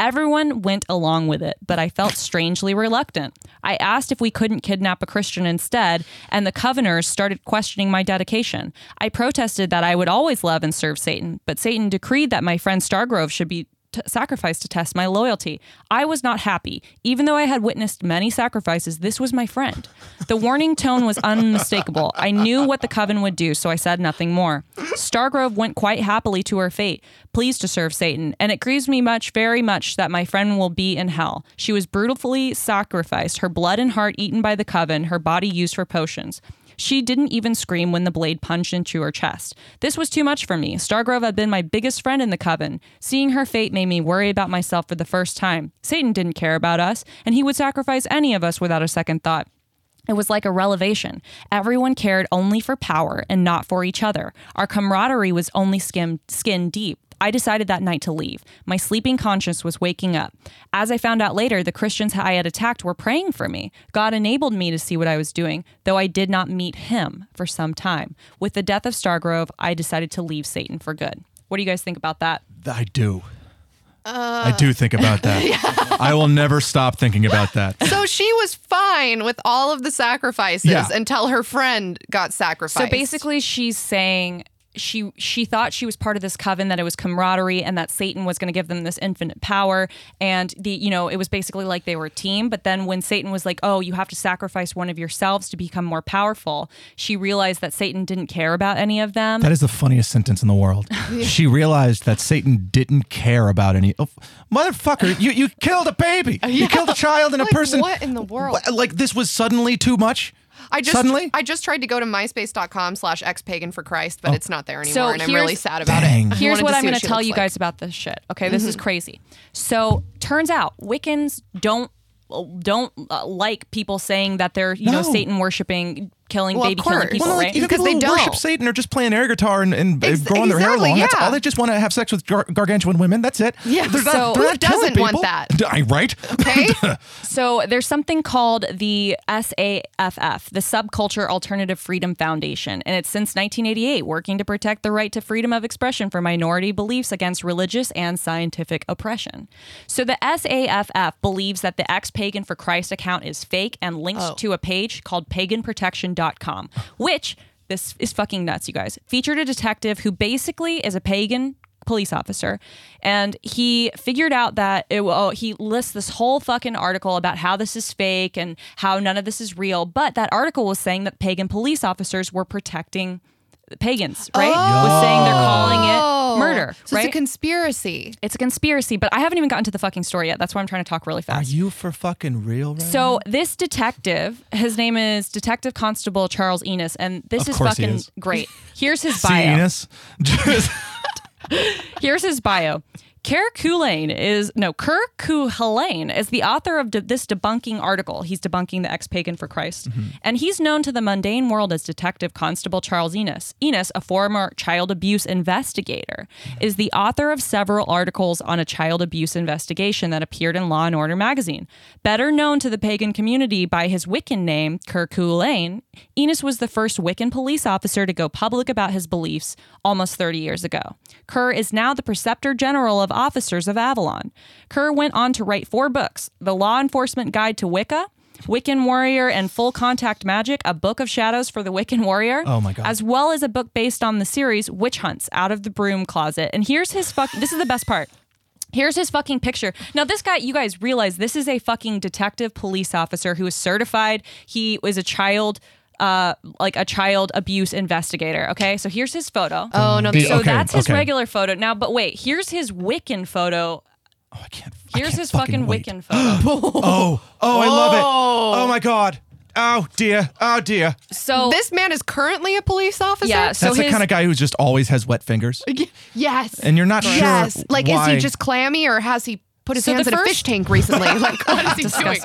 B: Everyone went along with it, but I felt strangely reluctant. I asked if we couldn't kidnap a Christian instead, and the Coveners started questioning my dedication. I protested that I would always love and serve Satan, but Satan decreed that my friend Stargrove should be t- sacrifice to test my loyalty. I was not happy. Even though I had witnessed many sacrifices, this was my friend. The warning tone was unmistakable. I knew what the coven would do, so I said nothing more. Stargrove went quite happily to her fate, pleased to serve Satan, and it grieves me much, very much, that my friend will be in hell. She was brutally sacrificed, her blood and heart eaten by the coven, her body used for potions. She didn't even scream when the blade punched into her chest. This was too much for me. Stargrove had been my biggest friend in the coven. Seeing her fate made me worry about myself for the first time. Satan didn't care about us, and he would sacrifice any of us without a second thought. It was like a relevation. Everyone cared only for power and not for each other. Our camaraderie was only skin, skin deep. I decided that night to leave. My sleeping conscience was waking up. As I found out later, the Christians I had attacked were praying for me. God enabled me to see what I was doing, though I did not meet him for some time. With the death of Stargrove, I decided to leave Satan for good. What do you guys think about that?
C: I do.
A: Uh,
C: I do think about that. I will never stop thinking about that.
A: So she was fine with all of the sacrifices
C: Yeah.
A: until her friend got sacrificed.
B: So basically, she's saying she she thought she was part of this coven that it was camaraderie and that Satan was going to give them this infinite power and the you know it was basically like they were a team. But then when Satan was like, "Oh, you have to sacrifice one of yourselves to become more powerful," she realized that Satan didn't care about any of them.
C: That is the funniest sentence in the world. she realized that Satan didn't care about any. Oh, motherfucker, you, you killed a baby. You killed a child and
A: Like,
C: a person.
A: what in the world?
C: Wha- Like this was suddenly too much.
A: I just
C: suddenly.
A: I just tried to go to myspace.com slash xpagan for Christ, but it's not there anymore,
B: So
A: and I'm
B: here's-
A: really sad about
C: Oh. Dang.
A: it. I
B: Here's
A: wanted
B: what
A: to
B: I'm
A: see
B: going to
A: she
B: tell
A: looks
B: you
A: like. Mm-hmm.
B: guys about this shit. Okay, this is crazy. So turns out Wiccans don't don't uh, like people saying that they're you know
C: No.
B: Satan worshiping, killing
A: Well, of
B: baby killing
A: course.
B: people,
A: Well,
B: right?
C: even
A: Because
C: people
A: they
C: who worship
A: don't.
C: Satan are just playing air guitar and, and
A: Ex-
C: growing their hair
A: exactly,
C: long. That's
A: yeah.
C: all. They just want to have sex with gar- gargantuan women. That's it.
A: Yeah,
C: They're not,
B: so
A: who
C: they're not killing
A: doesn't want
C: people.
A: that?
C: I- right?
A: Okay?
B: So there's something called the SAFF, the Subculture Alternative Freedom Foundation, and it's since 1988 working to protect the right to freedom of expression for minority beliefs against religious and scientific oppression. So the SAFF believes that the ex Pagan for Christ account is fake and links to a page called paganprotection.com, which this is fucking nuts, you guys. Featured a detective who basically is a pagan police officer and he figured out that it well, he lists this whole fucking article about how this is fake and how none of this is real but that article was saying that pagan police officers were protecting pagans right was saying they're calling it murder
A: Oh. So
B: right
A: it's a conspiracy.
B: it's a conspiracy but i haven't even gotten to the fucking story yet that's why i'm trying to talk really fast
C: Are you for fucking real? Right now?
B: so this detective, his name is Detective Constable Charles Enos, and this
C: Of
B: is
C: course he
B: fucking
C: is.
B: great. Here's his
C: See,
B: bio.
C: Enos? Just-
B: Here's his bio. Kerr Kulane is no Kerr Kuhane is the author of de- this debunking article. He's debunking the ex-pagan for Christ, and he's known to the mundane world as Detective Constable Charles Enos. Enos, a former child abuse investigator, is the author of several articles on a child abuse investigation that appeared in Law and Order magazine. Better known to the pagan community by his Wiccan name, Kerr Kulane, Enos was the first Wiccan police officer to go public about his beliefs almost 30 years ago. Kerr is now the Preceptor General of Officers of Avalon. Kerr went on to write four books The Law Enforcement Guide to Wicca, Wiccan Warrior and Full Contact Magic, a book of shadows for the Wiccan Warrior.
C: Oh my God.
B: As well as a book based on the series Witch Hunts Out of the Broom Closet. And here's his fuck. this is the best part. Here's his fucking picture. Now, this guy, you guys realize this is a fucking detective police officer who is certified. He was a child, uh, like a child abuse investigator. Okay, so here's his photo.
A: Oh no,
C: The-
A: so
B: so
C: okay,
B: that's his
C: okay.
B: regular photo. Now, but wait, here's his Wiccan photo.
C: oh, I can't. I
B: Here's
C: can't
B: his fucking,
C: wait.
B: Wiccan photo.
C: Oh, oh, I love it. Oh my god. Oh dear. Oh dear.
B: So
A: this man is currently a police officer.
B: yeah, so
C: That's the
B: his
C: kind of guy who just always has wet fingers,
A: Yes.
C: and you're not sure.
A: yes. Like, is
C: why-
A: he just clammy or has he put his
B: So
A: hands
B: the
A: in a
B: first-
A: fish tank recently? Like, what is he doing?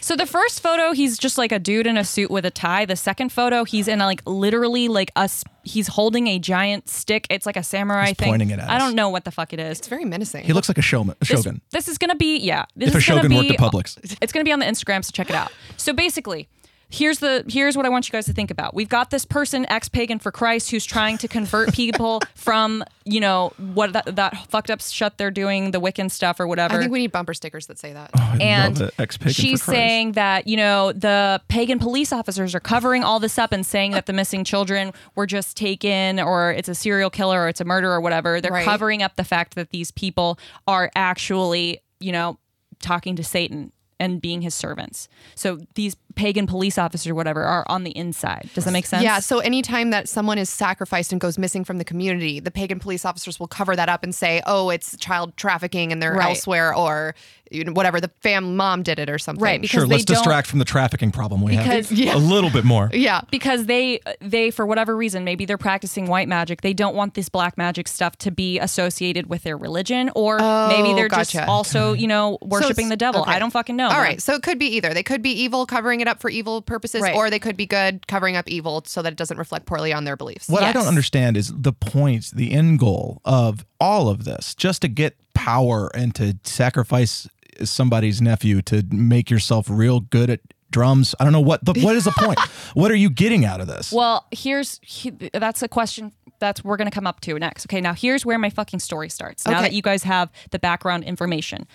B: So the first photo, he's just like a dude in a suit with a tie. The second photo, he's in a, like literally like us. He's holding a giant stick. It's like a samurai
C: He's
B: thing.
C: pointing it at
B: I
C: us.
B: don't know what the fuck it is.
A: It's very menacing.
C: He looks like a showman. A
B: This-
C: shogun.
B: This, is gonna be yeah. This
C: If a
B: is gonna
C: shogun
B: be,
C: worked at Publix.
B: It's gonna be on the Instagram, so check it out. So basically, here's the here's what I want you guys to think about. We've got this person ex pagan for Christ who's trying to convert people from you know what that, that fucked up shut they're doing the Wiccan stuff or whatever
A: I think we need bumper stickers that say that.
C: Oh.
B: and
C: Love it. Ex-pagan for
B: she's
C: Christ.
B: saying that you know the pagan police officers are covering all this up and saying that the missing children were just taken or it's a serial killer or it's a murder or whatever they're
A: Right.
B: covering up the fact that these people are actually you know talking to satan and being his servants so these pagan police officers or whatever are on the inside does that make sense
A: Yeah. So anytime that someone is sacrificed and goes missing from the community, the pagan police officers will cover that up and say, "Oh, it's child trafficking, and they're
B: Right.
A: elsewhere, or you know, whatever. The fam mom did it, or something."
B: Right, because
C: Sure,
B: they
C: let's
B: don't-
C: distract from the trafficking problem we
B: Because-
C: have
A: Yeah.
C: a little bit more.
A: Yeah.
B: because they they for whatever reason maybe they're practicing white magic they don't want this black magic stuff to be associated with their religion or maybe they're just
A: Oh, gotcha.
B: also you know
A: So
B: worshiping
A: it's-
B: the devil
A: okay.
B: i don't fucking know
A: All
B: man.
A: right. So it could be either. They could be evil, covering it up for evil purposes,
B: Right.
A: or they could be good, covering up evil so that it doesn't reflect poorly on their beliefs.
C: What I
B: Yes.
C: don't understand is the point, the end goal of all of this, just to get power and to sacrifice somebody's nephew to make yourself real good at drums. I don't know what the what is the point? What are you getting out of this?
B: well here's he, that's a question that's we're gonna come up to next okay now here's where my fucking story starts now
A: Okay.
B: that you guys have the background information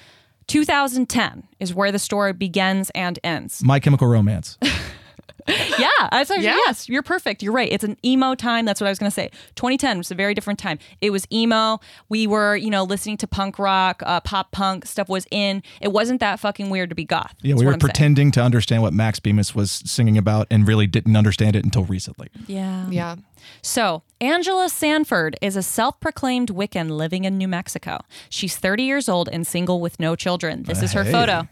B: 2010 is where the story begins and ends
C: My Chemical Romance.
B: Yeah, I said
A: Yeah.
B: yes. You're perfect. You're right. It's an emo time. That's what I was gonna say. 2010 was a very different time. It was emo. We were, you know, listening to punk rock, uh, pop punk stuff was in. It wasn't that fucking weird to be goth.
C: Yeah,
B: is
C: we
B: what
C: were
B: I'm saying.
C: pretending to understand what Max Bemis was singing about and really didn't understand it until recently.
B: Yeah.
A: Yeah.
B: So, Angela Sanford is a self proclaimed Wiccan living in New Mexico. She's 30 years old and single with no children. This is her
C: Hey.
B: photo.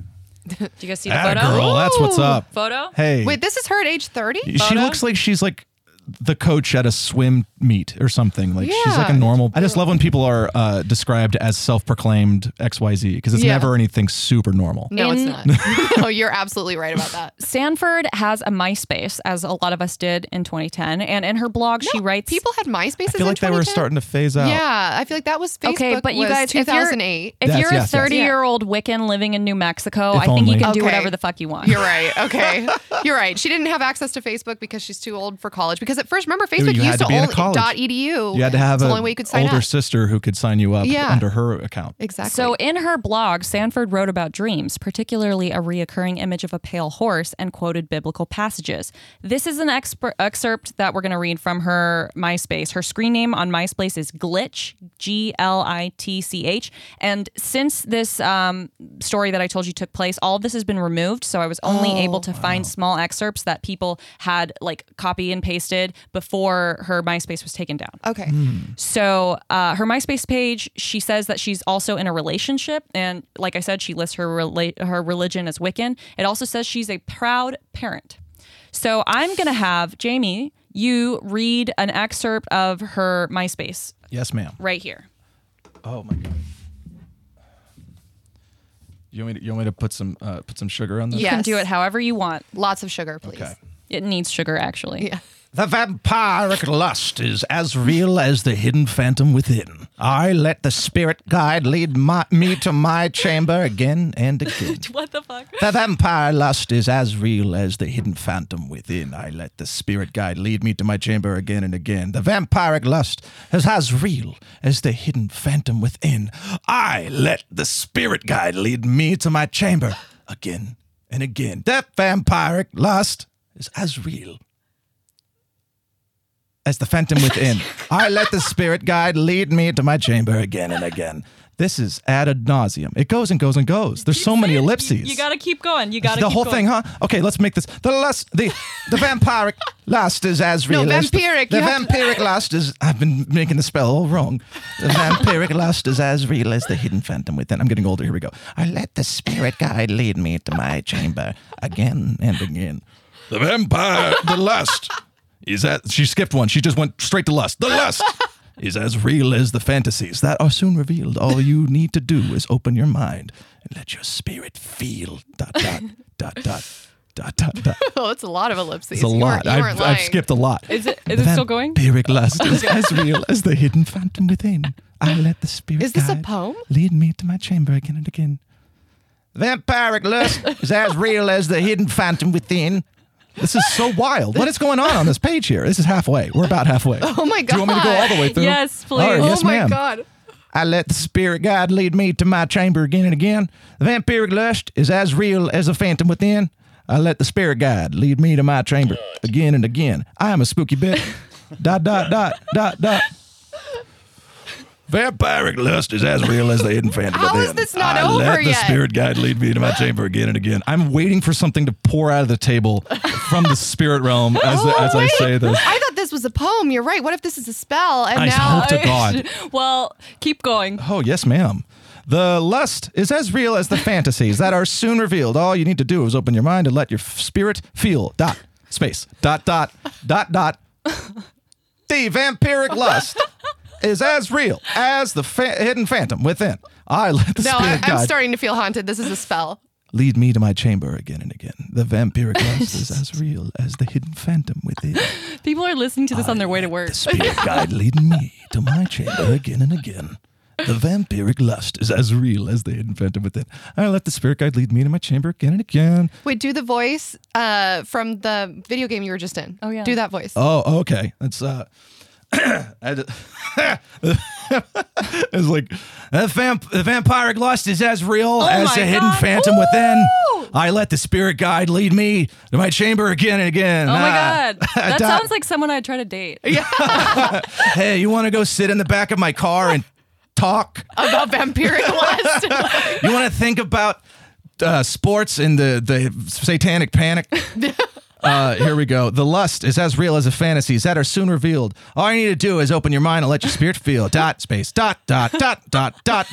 B: Do you guys see the
C: Atta
B: photo?
C: girl, that's what's up.
B: Photo?
C: Hey.
A: Wait, this is her at age thirty.
C: she looks like she's like the coach at a swim meet or something. Like she's like a
A: Yeah.
C: normal. I just love when people are uh, described as self-proclaimed XYZ because it's
A: Yeah.
C: never anything super normal.
A: No,
B: In-
A: it's not. no, you're absolutely right about that.
B: Sanford has a MySpace, as a lot of us did in 2010. And in her blog, she writes
A: People had MySpaces.
C: I feel
A: in
C: like they
A: 2010?
C: were starting to phase out.
A: Yeah, I feel like that was Facebook.
B: Okay, but you
A: was
B: guys, if you're-
A: 2008.
B: If
C: Yes,
B: you're
C: yes, yes.
B: a 30 year old Wiccan living in New Mexico,
C: If
B: I think
C: only.
B: you can do
A: Okay.
B: whatever the fuck you want.
A: You're right. Okay. You're right. She didn't have access to Facebook because she's too old for college. Because at first, remember, Facebook
C: you had
A: used
C: to
A: to,
C: be in a
A: only
C: college.
A: dot .edu.
C: You had to have
A: it's the
C: an
A: only way you could sign
C: older
A: up.
C: sister who could sign you up
A: Yeah.
C: under her account.
A: Exactly.
B: so, in her blog, Sanford wrote about dreams, particularly a reoccurring image of a pale horse, and quoted biblical passages. This is an exper- excerpt that we're going to read from her MySpace. Her screen name on MySpace is Glitch, G L I T C H. And since this um, story that I told you took place, all of this has been removed. So, I was only able to find small excerpts that people had like copy and pasted before her MySpace was taken down.
A: okay.
B: So uh, her MySpace page, she says that she's also in a relationship, and like I said, she lists her rela- her religion as Wiccan. It also says she's a proud parent. So I'm gonna have Jamie, you read an excerpt of her MySpace
C: Yes, ma'am.
B: right here.
C: Oh my god. You want me to, you want me to put some uh, put some sugar on this?
A: Yeah.
B: You can
A: Yes.
B: do it however you want.
A: Lots of sugar, please.
C: Okay.
B: It needs sugar, actually.
A: Yeah.
C: The vampiric lust is as real as the hidden phantom within. I let the spirit guide lead my, me to my chamber again and again.
B: What the fuck?
C: The vampire lust is as real as the hidden phantom within. I let the spirit guide lead me to my chamber again and again. The vampiric lust is as real as the hidden phantom within. I let the spirit guide lead me to my chamber again and again. That vampiric lust is as real as the phantom within. I let the spirit guide lead me to my chamber again and again. This is ad nauseum. It goes and goes and goes. There's so many ellipses
B: You gotta keep going. You gotta
C: the
B: keep
C: whole
B: going.
C: thing, huh? Okay, let's make this the lust, the the vampiric lust is as real. as the-
A: vampiric,
C: The,
A: you have
C: vampiric lust is. I've been making the spell all wrong. The vampiric lust is as real as the hidden phantom within. I'm getting older. Here we go. I let the spirit guide lead me to my chamber again and again. The vampire, the lust is that she skipped one. She just went straight to lust. The lust is as real as the fantasies that are soon revealed. All you need to do is open your mind and let your spirit feel dot dot dot dot dot dot dot.
A: Oh, it's a lot of ellipses.
C: It's a
A: You weren't-
C: lot.
A: you
C: I've,
A: weren't
C: I've
A: lying.
C: skipped a lot.
B: Is it- is
C: The
B: it still going?
C: Vampiric lust is as real as the hidden phantom within. I let the spirit.
A: Is this a
C: guide
A: poem?
C: Lead me to my chamber again and again. Vampiric lust is as real as the hidden phantom within. This is so wild. What is going on on this page here? This is halfway. We're about halfway.
A: Oh my god.
C: Do you want me to go all the way through?
B: Yes,
C: All right,
B: please.
A: Oh
C: yes,
A: my
C: ma'am.
A: god.
C: I let the spirit guide lead me to my chamber again and again. The vampiric lust is as real as a phantom within. I let the spirit guide lead me to my chamber again and again. I am a spooky bit. dot dot dot dot dot. Vampiric lust is as real as the hidden phantom
A: How
C: within.
A: is this not
C: I
A: over
C: let the
A: yet?
C: spirit guide lead me to my chamber again and again. I'm waiting for something to pour out of the table from the spirit realm as,
A: Oh,
C: as I
A: wait.
C: say this.
A: I thought this was a poem. You're right. What if this is a spell? And
C: I
A: now
C: hope to God.
B: well, keep going.
C: Oh, yes, ma'am. The lust is as real as the fantasies that are soon revealed. All you need to do is open your mind and let your f- spirit feel. Dot. Space. Dot, dot, dot, dot. The vampiric lust is as real as the fa- hidden phantom within. I let the
A: no,
C: spirit
A: I, I'm
C: guide
A: starting to feel haunted. This is a spell.
C: lead me to my chamber again and again. The vampiric lust is as real as the hidden phantom within.
B: People are listening to this on their way to work.
C: The spirit guide leading me to my chamber again and again. The vampiric lust is as real as the hidden phantom within. I let the spirit guide lead me to my chamber again and again.
A: Wait, do the voice uh, from the video game you were just in.
B: Oh, yeah.
A: Do that voice.
C: Oh, okay. That's uh, I just- it's like the, vamp- the vampiric lust is as real as
B: Oh my
C: the hidden
B: God.
C: phantom within. I let the spirit guide lead me to my chamber again and again. Ah,
B: Oh my god, that
C: Dot-
B: sounds like someone I'd try to date.
C: Hey, you want to go sit in the back of my car and talk?
A: About vampiric lust.
C: You want to think about uh, sports in the, the satanic panic? Uh, here we go. The lust is as real as the fantasies that are soon revealed. All you need to do is open your mind and let your spirit feel. Dot space dot dot dot dot dot.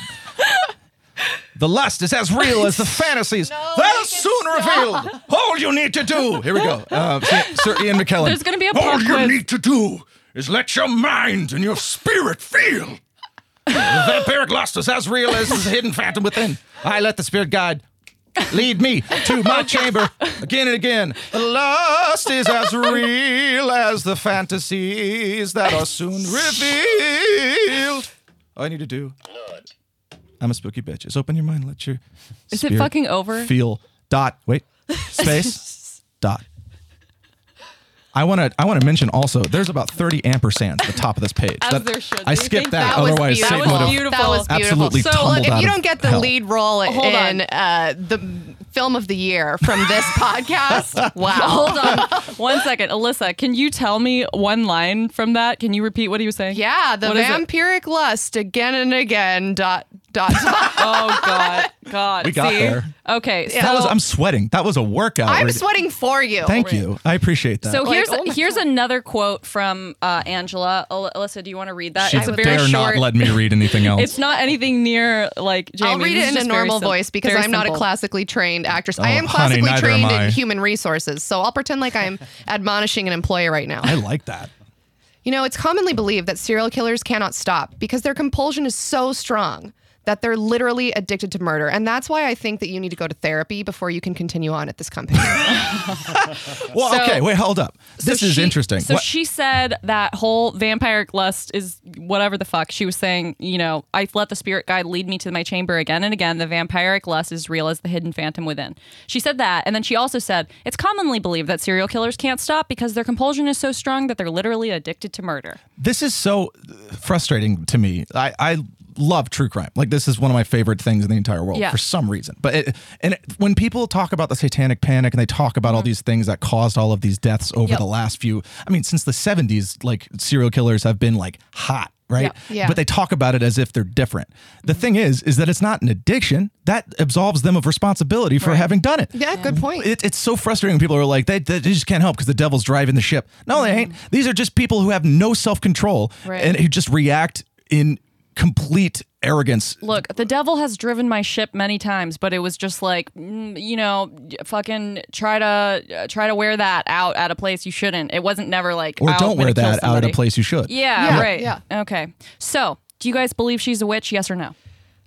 C: The lust is as real as the fantasies that are soon revealed. All you need to do. Here we go. Uh, Sir, Sir Ian McKellen.
B: There's gonna be a
C: All
B: pop
C: you
B: quiz.
C: need to do is let your mind and your spirit feel. The vampiric lust is as real as the hidden phantom within. I let the spirit guide lead me to my chamber again and again. The lust is as real as the fantasies that are soon revealed. All I need to do. I'm a spooky bitch. Is open your mind. Let your.
B: Is it
C: spirit
B: fucking over?
C: Feel dot. Wait. Space dot. I want to. I want to mention also. There's about 30 ampersands at the top of this page.
B: As
C: That-
B: there should
C: I
B: be.
C: skipped
B: Thank
C: that.
A: was
C: Otherwise,
A: beautiful.
C: Satan
B: That
C: would
B: was
C: have
B: beautiful.
A: That was beautiful.
C: absolutely
A: so,
C: tumbled
A: look, if
C: out
A: you
C: of
A: don't get the
C: hell.
A: lead role in
B: Oh, on.
A: uh, the film of the year from this podcast, wow.
B: Hold on one second, Alyssa. Can you tell me one line from that? Can you repeat what he was saying?
A: Yeah, the
B: What is it?
A: vampiric lust again and again. Dot dot dot.
B: Oh God, God.
C: We got
B: See?
C: there.
B: Okay, so
C: That was. I'm sweating. That was a workout.
A: I'm
C: Reg-
A: sweating for you.
C: Thank you. I appreciate that.
B: so
A: Like,
B: here's
A: oh my
B: here's another quote from uh, Angela. Al- Alyssa, do you want to read that?
C: she
B: uh, it's a very
C: dare
B: short.
C: not let me read anything else.
B: it's not anything near like Jamie.
A: I'll read it
B: This is
A: in a
B: just very
A: normal
B: sim-
A: voice because
B: very
A: I'm not a
B: simple.
A: classically trained actress. I
C: Oh,
A: am classically
C: honey, neither am
A: trained
C: I.
A: in human resources, so I'll pretend like I'm admonishing an employee right now.
C: I like that.
A: You know, it's commonly believed that serial killers cannot stop because their compulsion is so strong that they're literally addicted to murder. And that's why I think that you need to go to therapy before you can continue on at this company. Uh,
C: Well,
B: So-
C: okay, wait, hold up.
B: So
C: This is
B: she-
C: interesting.
B: So
C: What-
B: she said that whole vampiric lust is whatever the fuck. She was saying, you know, I let the spirit guide lead me to my chamber again and again. The vampiric lust is real as the hidden phantom within. She said that. And then she also said, it's commonly believed that serial killers can't stop because their compulsion is so strong that they're literally addicted to murder.
C: this is so frustrating to me. I, I love true crime. Like this is one of my favorite things in the entire world
B: Yeah.
C: for some reason. But it, and it, when people talk about the Satanic Panic and they talk about all these things that caused all of these deaths over
B: Yep.
C: the last few, I mean, since the '70s, like serial killers have been like hot. Right,
A: Yeah.
C: but they talk about it as if they're different. The thing is, is that it's not an addiction that absolves them of responsibility for having done it.
A: yeah, good point.
C: It, it's so frustrating when people are like, they, they just can't help because the devil's driving the ship. No, they ain't. These are just people who have no self control
B: Mm-hmm. Right.
C: and who just react in complete arrogance.
B: Look, the devil has driven my ship many times, but it was just like, mm, you know, fucking try to uh, try to wear that out at a place you shouldn't. It wasn't never like,
C: Or
B: "Oh, I'm
C: don't wear
B: gonna kill
C: that out of
B: somebody."
C: the place you should.
B: Yeah,
A: Yeah,
B: right.
A: yeah.
B: Okay. So, do you guys believe she's a witch? Yes or no?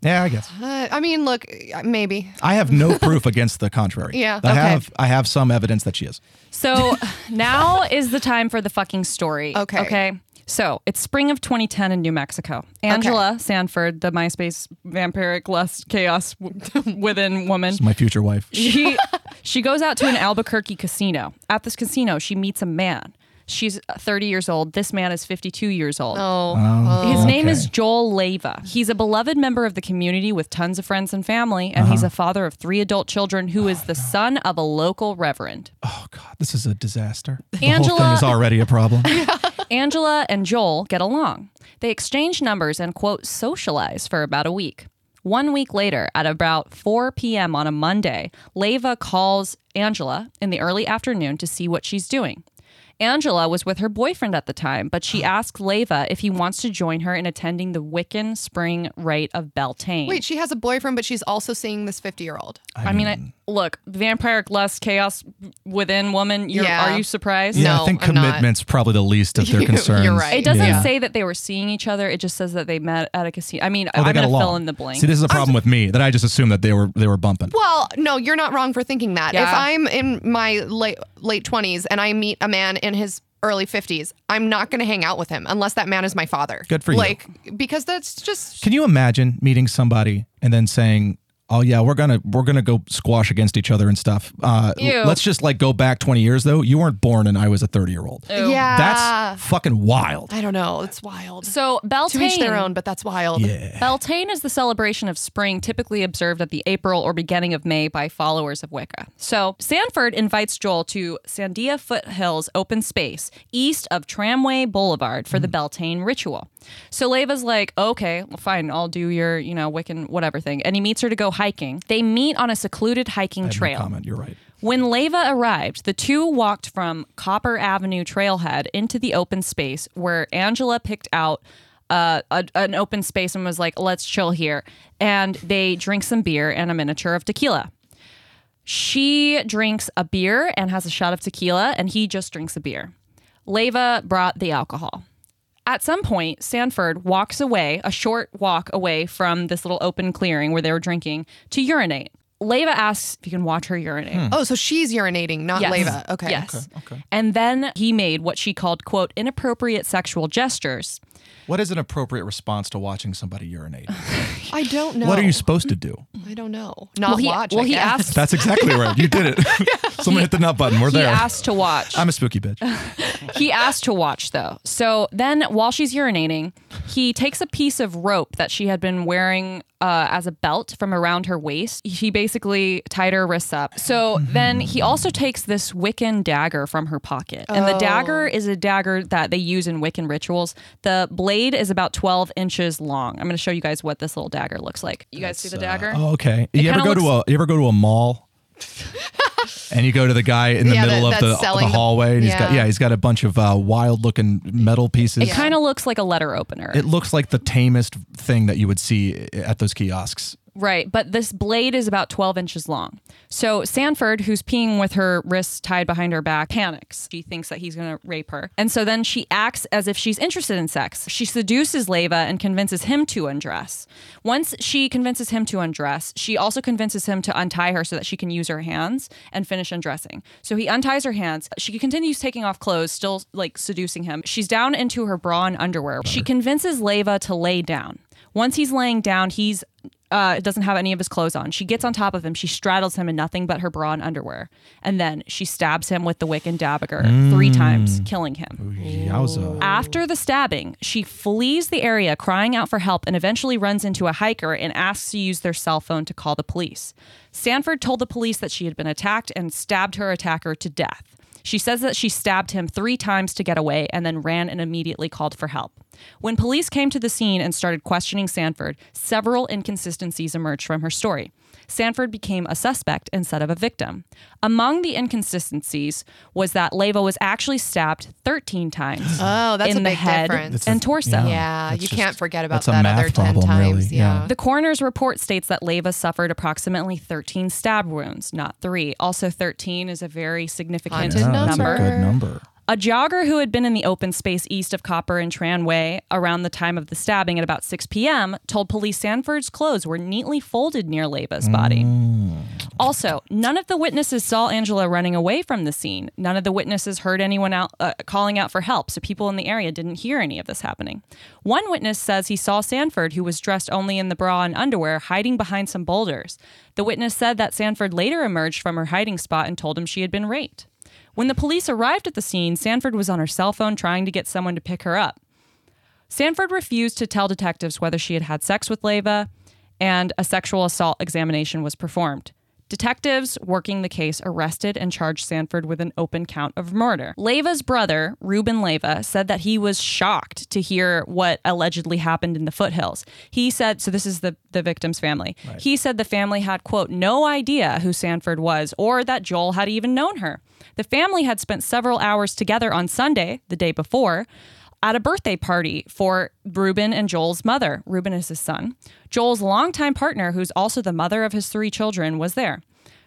C: Yeah, I guess.
A: Uh, I mean, look, maybe.
C: I have no proof against the contrary.
A: Yeah,
C: I
A: okay.
C: have I have some evidence that she is.
B: So now is the time for the fucking story.
A: Okay.
B: Okay. So it's spring of 2010 in New Mexico. Angela Sanford, the MySpace vampiric lust chaos w- within woman.
C: My future wife.
B: She she goes out to an Albuquerque casino. At this casino, she meets a man. She's 30 years old. This man is 52 years old.
A: Oh,
B: His name is
C: Okay.
B: Joel Leva. He's a beloved member of the community with tons of friends and family, and he's a father of three adult children who is the son of a local reverend.
C: Oh god, this is a disaster. The whole thing
B: Angela-
C: is already a problem.
B: Angela and Joel get along. They exchange numbers and, quote, socialize for about a week. One week later, at about 4 p.m. on a Monday, Leva calls Angela in the early afternoon to see what she's doing. Angela was with her boyfriend at the time, but she asks Leva if he wants to join her in attending the Wiccan Spring Rite of Beltane.
A: wait, she has a boyfriend, but she's also seeing this 50 year old.
B: I mean, I, look, vampiric lust, chaos within woman. You're,
A: Yeah.
B: Are you surprised?
A: No.
C: yeah, I think
A: I'm not.
C: commitment's probably the least of their
A: You're- you're
C: concerns.
A: right.
B: It doesn't
C: Yeah.
B: say that they were seeing each other. It just says that they met at a casino. I mean,
C: Oh, they
B: I'm
C: got
B: going to fill
C: along.
B: in the blank.
C: See, this is a problem with me that I just assumed that they were they were bumping.
A: Well, no, you're not wrong for thinking that. If
B: Yeah.
A: I'm in my late late 20s and I meet a man in his early 50s, I'm not going to hang out with him unless that man is my father.
C: Good for you.
A: like, Like because that's just
C: Can you imagine meeting somebody and then saying, "Oh yeah, we're gonna we're gonna go squash against each other and stuff." Uh, l-
B: Ew.
C: Let's just like go back twenty years though. You weren't born and I was a thirty year old.
A: yeah.
B: Ah.
C: That's fucking wild.
A: I don't know. It's wild.
B: so
A: to each
B: Beltane,
A: their own, but that's wild.
C: Yeah.
B: Beltane is the celebration of spring typically observed at the April or beginning of May by followers of Wicca. So Sanford invites Joel to Sandia Foothills open space east of Tramway Boulevard for the
C: Hmm.
B: Beltane ritual. So Leva's like, okay, well, fine, I'll do your, you know, Wiccan whatever thing. And he meets her to go hiking. They meet on a secluded hiking
C: No
B: trail.
C: comment. You're right.
B: When Leva arrived, the two walked from Copper Avenue Trailhead into the open space where Angela picked out uh, a, an open space and was like, let's chill here. And they drink some beer and a miniature of tequila. She drinks a beer and has a shot of tequila, and he just drinks a beer. Leva brought the alcohol. At some point, Sanford walks away, a short walk away from this little open clearing where they were drinking, to urinate. Leva asks if you can watch her urinate.
A: Oh, so she's urinating, not
B: Yes.
A: Leva. Okay.
B: Yes. And then he made what she called, quote, inappropriate sexual gestures.
C: What is an appropriate response to watching somebody urinate?
A: I don't know.
C: What are you supposed to do?
A: I don't know. Not
B: well, he,
A: watch.
B: well,
A: I
B: he
A: guess.
B: asked.
C: That's exactly right. You did it. Someone hit the nut button. We're
B: He
C: there.
B: asked to watch.
C: I'm a spooky bitch.
B: he asked to watch though. So then, while she's urinating, he takes a piece of rope that she had been wearing uh, as a belt from around her waist. He basically tied her wrists up. So then he also takes this Wiccan dagger from her pocket, and the dagger is a dagger that they use in Wiccan rituals. The blade is about 12 inches long. I'm going to show you guys what this little dagger looks like. You guys see the dagger?
C: Oh, okay. you ever
B: kinda
C: go to a you ever go to a mall? And you go to the guy in the
A: Yeah,
C: middle
A: that-
C: of the,
A: that's selling
C: the
A: the-
C: hallway, and he's got
A: Yeah.
C: yeah, he's got a bunch of uh, wild looking metal pieces.
B: It kind of looks like a letter opener.
C: It looks like the tamest thing that you would see at those kiosks.
B: Right, but this blade is about 12 inches long. So Sanford, who's peeing with her wrists tied behind her back, panics. She thinks that he's going to rape her. And so then she acts as if she's interested in sex. She seduces Leva and convinces him to undress. Once she convinces him to undress, she also convinces him to untie her so that she can use her hands and finish undressing. So he unties her hands. She continues taking off clothes, still like seducing him. She's down into her bra and underwear. She convinces Leva to lay down. Once he's laying down, he's uh, doesn't have any of his clothes on. She gets on top of him. She straddles him in nothing but her bra and underwear. And then she stabs him with the Wiccan dagger three times, killing him.
C: Yowza.
B: After the stabbing, she flees the area crying out for help and eventually runs into a hiker and asks to use their cell phone to call the police. Sanford told the police that she had been attacked and stabbed her attacker to death. She says that she stabbed him three times to get away and then ran and immediately called for help. When police came to the scene and started questioning Sanford, several inconsistencies emerged from her story. Sanford became a suspect instead of a victim. Among the inconsistencies was that Leva was actually stabbed 13 times
A: Oh, that's
B: in
A: a
B: the
A: big
B: head
A: difference. That's
B: and torso.
A: Yeah,
C: That's
A: you
C: just-
A: can't forget about
C: that's a
A: that
C: math
A: other 10
C: problem,
A: times.
C: really.
A: Yeah.
C: Yeah.
B: The coroner's report states that Leva suffered approximately 13 stab wounds, not three. Also, 13 is a very significant
A: Haunted
C: Yeah, that's a
A: number.
C: good number.
B: A jogger who had been in the open space east of Copper and Tran Way around the time of the stabbing at about 6 p.m. told police Sanford's clothes were neatly folded near Leba's
A: Mm.
B: body. Also, none of the witnesses saw Angela running away from the scene. None of the witnesses heard anyone out uh, calling out for help, so people in the area didn't hear any of this happening. One witness says he saw Sanford, who was dressed only in the bra and underwear, hiding behind some boulders. The witness said that Sanford later emerged from her hiding spot and told him she had been raped. When the police arrived at the scene, Sanford was on her cell phone trying to get someone to pick her up. Sanford refused to tell detectives whether she had had sex with Leva, and a sexual assault examination was performed. Detectives working the case arrested and charged Sanford with an open count of murder. Leva's brother, Ruben Leva, said that he was shocked to hear what allegedly happened in the foothills. He said, so this is the, the victim's family. He said the family had, quote, no idea who Sanford was or that Joel had even known her. The family had spent several hours together on Sunday, the day before, at a birthday party for Reuben and Joel's mother. Reuben is his son. Joel's longtime partner, who's also the mother of his three children, was there.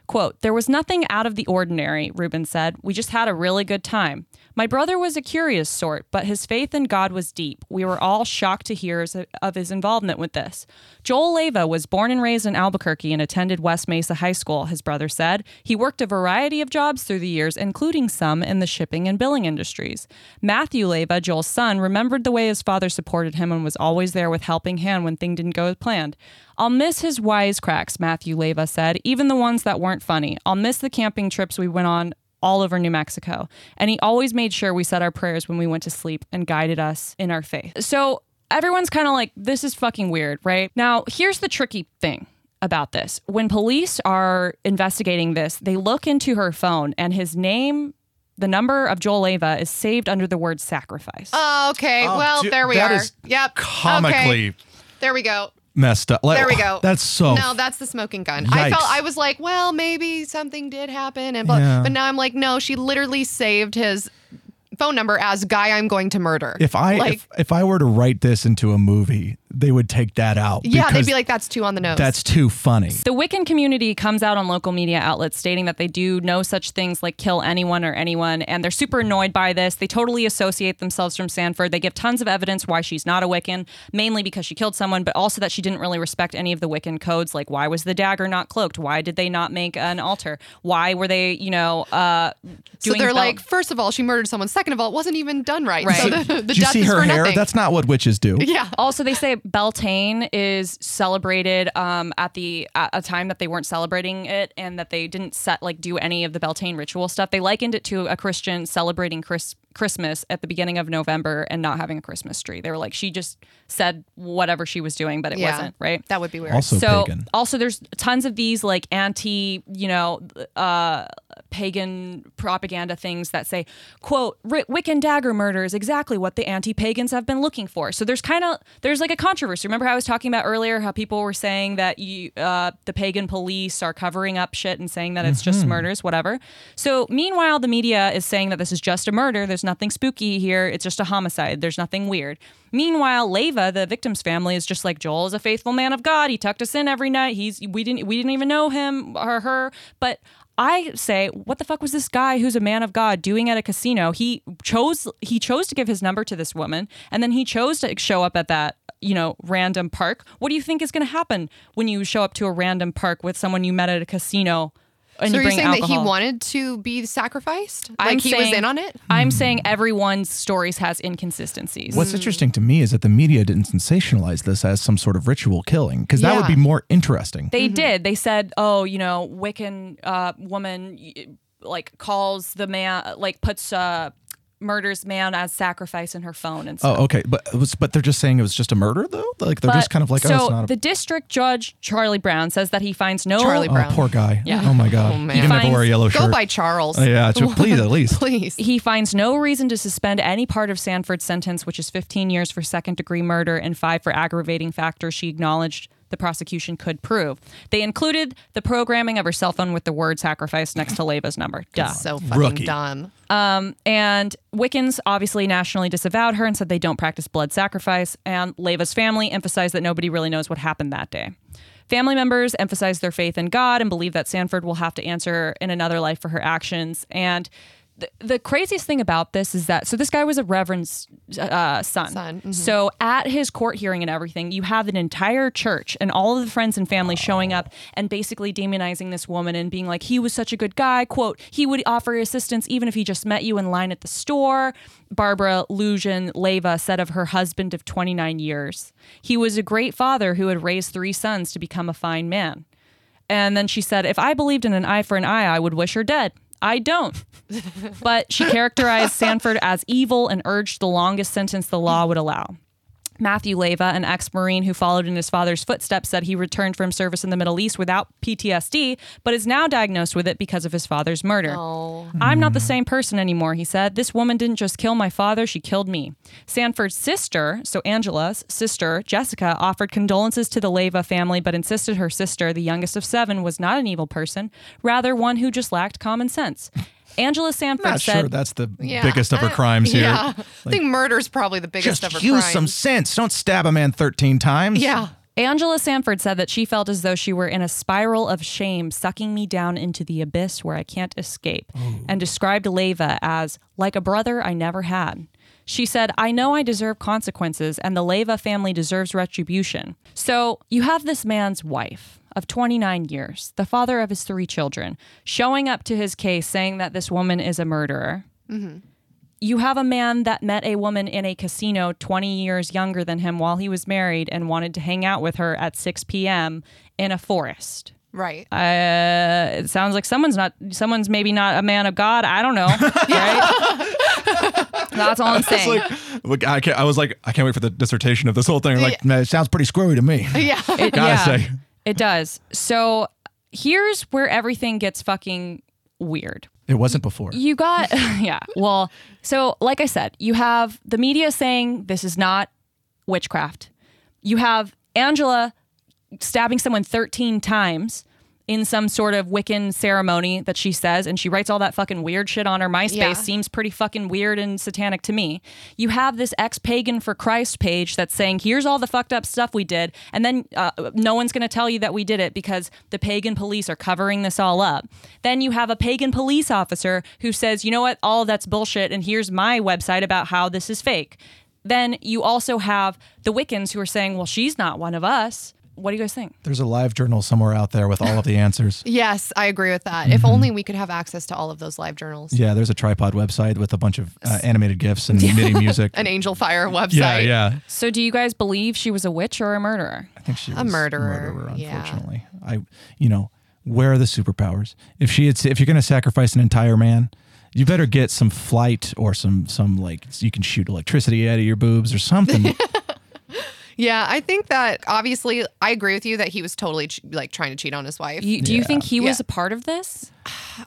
B: Quote, there was nothing out of the ordinary, Reuben said. We just had a really good time. My brother was a curious sort, but his faith in God was deep. We were all shocked to hear s- of his involvement with this. Joel Leva was born and raised in Albuquerque and attended West Mesa High School, his brother said. He worked a variety of jobs through the years, including some in the shipping and billing industries. Matthew Leva, Joel's son, remembered the way his father supported him and was always there with helping hand when things didn't go as planned. I'll miss his wisecracks, Matthew Leva said, even the ones that weren't funny. I'll miss the camping trips we went on all over New Mexico. And he always made sure we said our prayers when we went to sleep and guided us in our faith. So everyone's kind of like, this is fucking weird, right? Now, here's the tricky thing about this. When police are investigating this, they look into her phone and his name, the number of Joel Ava, is saved under the word sacrifice.
A: Oh, okay. well,
C: dude,
A: there we
C: that
A: are.
C: is
A: yep.
C: Comically
A: Okay. There we go.
C: messed up. Like,
A: There we go.
C: That's so.
A: No, that's the smoking gun. I felt
C: Yikes.
A: I was like, well, maybe something did happen, and blah.
C: Yeah.
A: but now I'm like, no, she literally saved his phone number as guy I'm going to murder.
C: if I
A: like,
C: if, if I were to write this into a movie, they would take that out.
A: yeah, they'd
C: because
A: be like, that's too on the nose.
C: that's too funny.
B: The Wiccan community comes out on local media outlets stating that they do no such things like kill anyone or anyone, and they're super annoyed by this. They totally associate themselves from Sanford. They give tons of evidence why she's not a Wiccan, mainly because she killed someone, but also that she didn't really respect any of the Wiccan codes. Like, why was the dagger not cloaked? Why did they not make an altar? Why were they, you know, uh,
A: so
B: doing
A: they're
B: bel-
A: like, first of all, she murdered someone. Second of all, it wasn't even done right.
B: Right.
A: So the, the
C: Did you
A: death
C: see
A: is
C: her
A: for
C: hair?
A: nothing.
C: That's not what witches do.
A: yeah.
B: Also, they say Beltane is celebrated um, at the at a time that they weren't celebrating it, and that they didn't set like do any of the Beltane ritual stuff. They likened it to a Christian celebrating Chris- Christmas at the beginning of November and not having a Christmas tree. They were like, she just said whatever she was doing, but it
A: Yeah.
B: wasn't right.
A: That would be weird.
C: Also
B: so
C: pagan.
B: also there's tons of these like anti you know uh pagan propaganda things that say quote "Ri- wiccan dagger murder is exactly what the anti-pagans have been looking for so there's kind of there's like a controversy remember how i was talking about earlier how people were saying that you uh the pagan police are covering up shit and saying that it's just murders whatever so meanwhile the media is saying that this is just a murder there's nothing spooky here it's just a homicide there's nothing weird Meanwhile, Leva, the victim's family, is just like Joel is a faithful man of God. He tucked us in every night. He's we didn't we didn't even know him or her. But I say, what the fuck was this guy who's a man of God doing at a casino? He chose he chose to give his number to this woman, and then he chose to show up at that you know random park. What do you think is going to happen when you show up to a random park with someone you met at a casino? And
A: So
B: you
A: you're
B: bring
A: saying that
B: alcohol?
A: he wanted to be sacrificed? Like he was in on it?
B: I'm saying everyone's stories has inconsistencies.
A: Mm.
C: What's interesting to me is that the media didn't sensationalize this as some sort of ritual killing because that would
A: Yeah.
C: be more interesting.
B: They
A: Mm-hmm.
B: did. They said, "Oh, you know, Wiccan uh, woman y- like calls the man, like puts uh, murders man as sacrifice in her phone and stuff."
C: oh, okay, but it was- but they're just saying it was just a murder though. Like they're just
B: But-
C: kind of like,
B: so
C: oh, it's not. A,
B: the district judge Charlie Brown says that he finds no
A: Charlie
C: oh,
A: Brown.
C: poor guy.
B: Yeah.
C: Oh my god.
A: Oh, man.
C: You can never
B: Finds-
C: wear a yellow shirt.
A: Go by Charles.
C: Oh, yeah, so please at least.
A: Please.
B: he finds no reason to suspend any part of Sanford's sentence, which is 15 years for second degree murder and five for aggravating factors she acknowledged the prosecution could prove. They included the programming of her cell phone with the word sacrifice next to Leva's number. Duh.
A: So fucking
C: Rookie.
A: dumb.
B: And Wiccans obviously nationally disavowed her and said they don't practice blood sacrifice. And Leva's family emphasized that nobody really knows what happened that day. Family members emphasize their faith in God and believe that Sanford will have to answer in another life for her actions. And the, the craziest thing about this is that so this guy was a reverend's uh, son.
A: Son, mhm.
B: So at his court hearing and everything, you have an entire church and all of the friends and family showing up and basically demonizing this woman and being like, he was such a good guy. Quote, he would offer assistance even if he just met you in line at the store. Barbara Lujan Leva said of her husband of 29 years, he was a great father who had raised three sons to become a fine man. And then she said, if I believed in an eye for an eye, I would wish her dead. I don't. but she characterized Sanford as evil and urged the longest sentence the law would allow. Matthew Leva, an ex Marine who followed in his father's footsteps, said he returned from service in the Middle East without PTSD, but is now diagnosed with it because of his father's murder. I'm not the
C: Mm.
B: same person anymore, he said. This woman didn't just kill my father, she killed me. Sanford's sister, so Angela's sister, Jessica, offered condolences to the Leva family, but insisted her sister, the youngest of seven, was not an evil person, rather, one who just lacked common sense. Angela Sanford
C: Not
B: said,
C: sure that's the
A: Yeah,
C: biggest of her
A: I-
C: crimes here.
A: Yeah, I think murder's probably the biggest
C: Just
A: of her
C: use
A: crimes.
C: some sense. Don't stab a man 13 times.
A: yeah.
B: Angela Sanford said that she felt as though she were in a spiral of shame sucking me down into the abyss where I can't escape, and described Leva as like a brother I never had. She said, I know I deserve consequences, and the Leva family deserves retribution. So you have this man's wife of 29 years, the father of his three children, showing up to his case saying that this woman is a murderer you have a man that met a woman in a casino 20 years younger than him while he was married and wanted to hang out with her at 6 p.m. in a forest.
A: Right.
B: Uh, it sounds like someone's not, someone's maybe not a man of God. I don't know. Right? That's all I'm
C: It's
B: saying.
C: like, look, I, can't, I was like, I can't wait for the dissertation of this whole thing. Like, no, it sounds pretty screwy to me.
A: yeah.
B: It-
C: Gotta say.
B: It does. So here's where everything gets fucking weird.
C: It wasn't before.
B: You got, yeah. Well, so like I said, you have the media saying this is not witchcraft. You have Angela stabbing someone 13 times in some sort of Wiccan ceremony that she says, and she writes all that fucking weird shit on her MySpace.
A: Yeah.
B: Seems pretty fucking weird and satanic to me. You have this ex pagan for Christ page that's saying, here's all the fucked up stuff we did, and then uh, no one's going to tell you that we did it because the pagan police are covering this all up. Then you have a pagan police officer who says, you know what, all that's bullshit, and here's my website about how this is fake. Then you also have the Wiccans who are saying, well, she's not one of us. What do you guys think?
C: There's a live journal somewhere out there with all of the answers.
A: Yes, I agree with that. If only we could have access to all of those live journals.
C: Mm-hmm. Yeah, there's a tripod website with a bunch of uh, animated gifs and MIDI music.
A: An Angel Fire website.
C: yeah, yeah.
B: So, do you guys believe she was a witch or a murderer?
C: I think she was
A: murderer, yeah.
C: unfortunately. I, you know, where are the superpowers? If she had, if you're going to sacrifice an entire man, you better get some flight or some some like you can shoot electricity out of your boobs or something.
A: Yeah, I think that obviously I agree with you that he was totally ch- like trying to cheat on his wife.
B: You, do you
C: Yeah.
B: think he was
A: Yeah.
B: a part of this?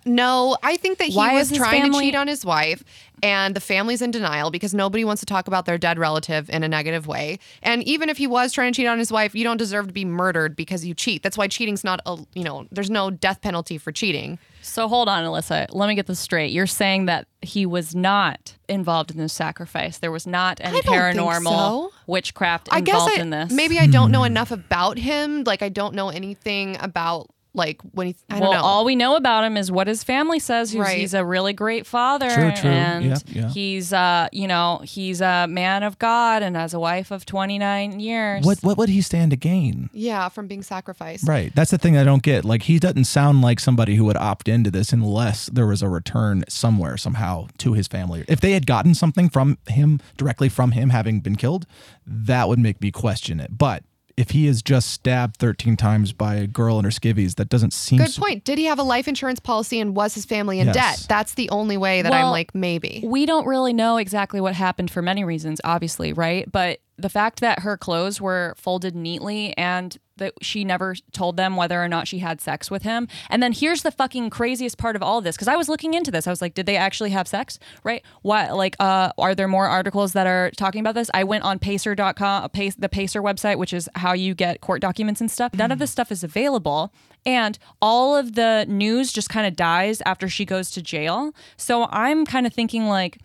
A: no, I think that he
B: Why
A: was
B: is his
A: trying
B: family-
A: to cheat on his wife and the family's in denial because nobody wants to talk about their dead relative in a negative way. And even if he was trying to cheat on his wife, you don't deserve to be murdered because you cheat. That's why cheating's not a, you know, there's no death penalty for cheating.
B: So hold on, Alyssa. Let me get this straight. You're saying that he was not involved in this sacrifice. There was not any
A: I don't think
B: paranormal
A: so.
B: witchcraft
A: I guess
B: involved
A: I,
B: in this.
A: maybe I don't know
C: Hmm.
A: enough about him. Like I don't know anything about like when he. I
B: well,
A: don't know.
B: all we know about him is what his family says. Who's,
A: Right.
B: He's a really great father,
C: True, true.
B: and
C: Yeah, yeah.
B: he's, uh, you know, he's a man of God and has a wife of 29 years.
C: what what would he stand to gain?
A: yeah, from being sacrificed.
C: Right. That's the thing I don't get. Like he doesn't sound like somebody who would opt into this unless there was a return somewhere somehow to his family. If they had gotten something from him directly from him having been killed, that would make me question it. But if he is just stabbed 13 times by a girl in her skivvies, that doesn't seem
A: Good
C: so-
A: point. Did he have a life insurance policy and was his family in
C: Yes.
A: debt? That's the only way that I'm
B: Well,
A: like maybe.
B: We don't really know exactly what happened for many reasons, obviously, right? But the fact that her clothes were folded neatly and that she never told them whether or not she had sex with him. And then here's the fucking craziest part of all this because I was looking into this. I was like, did they actually have sex? Right? What like uh are there more articles that are talking about this? I went on pacer.com, uh, pace, the Pacer website, which is how you get court documents and stuff. None of this stuff is available and all of the news just kind of dies after she goes to jail. So I'm kind of thinking like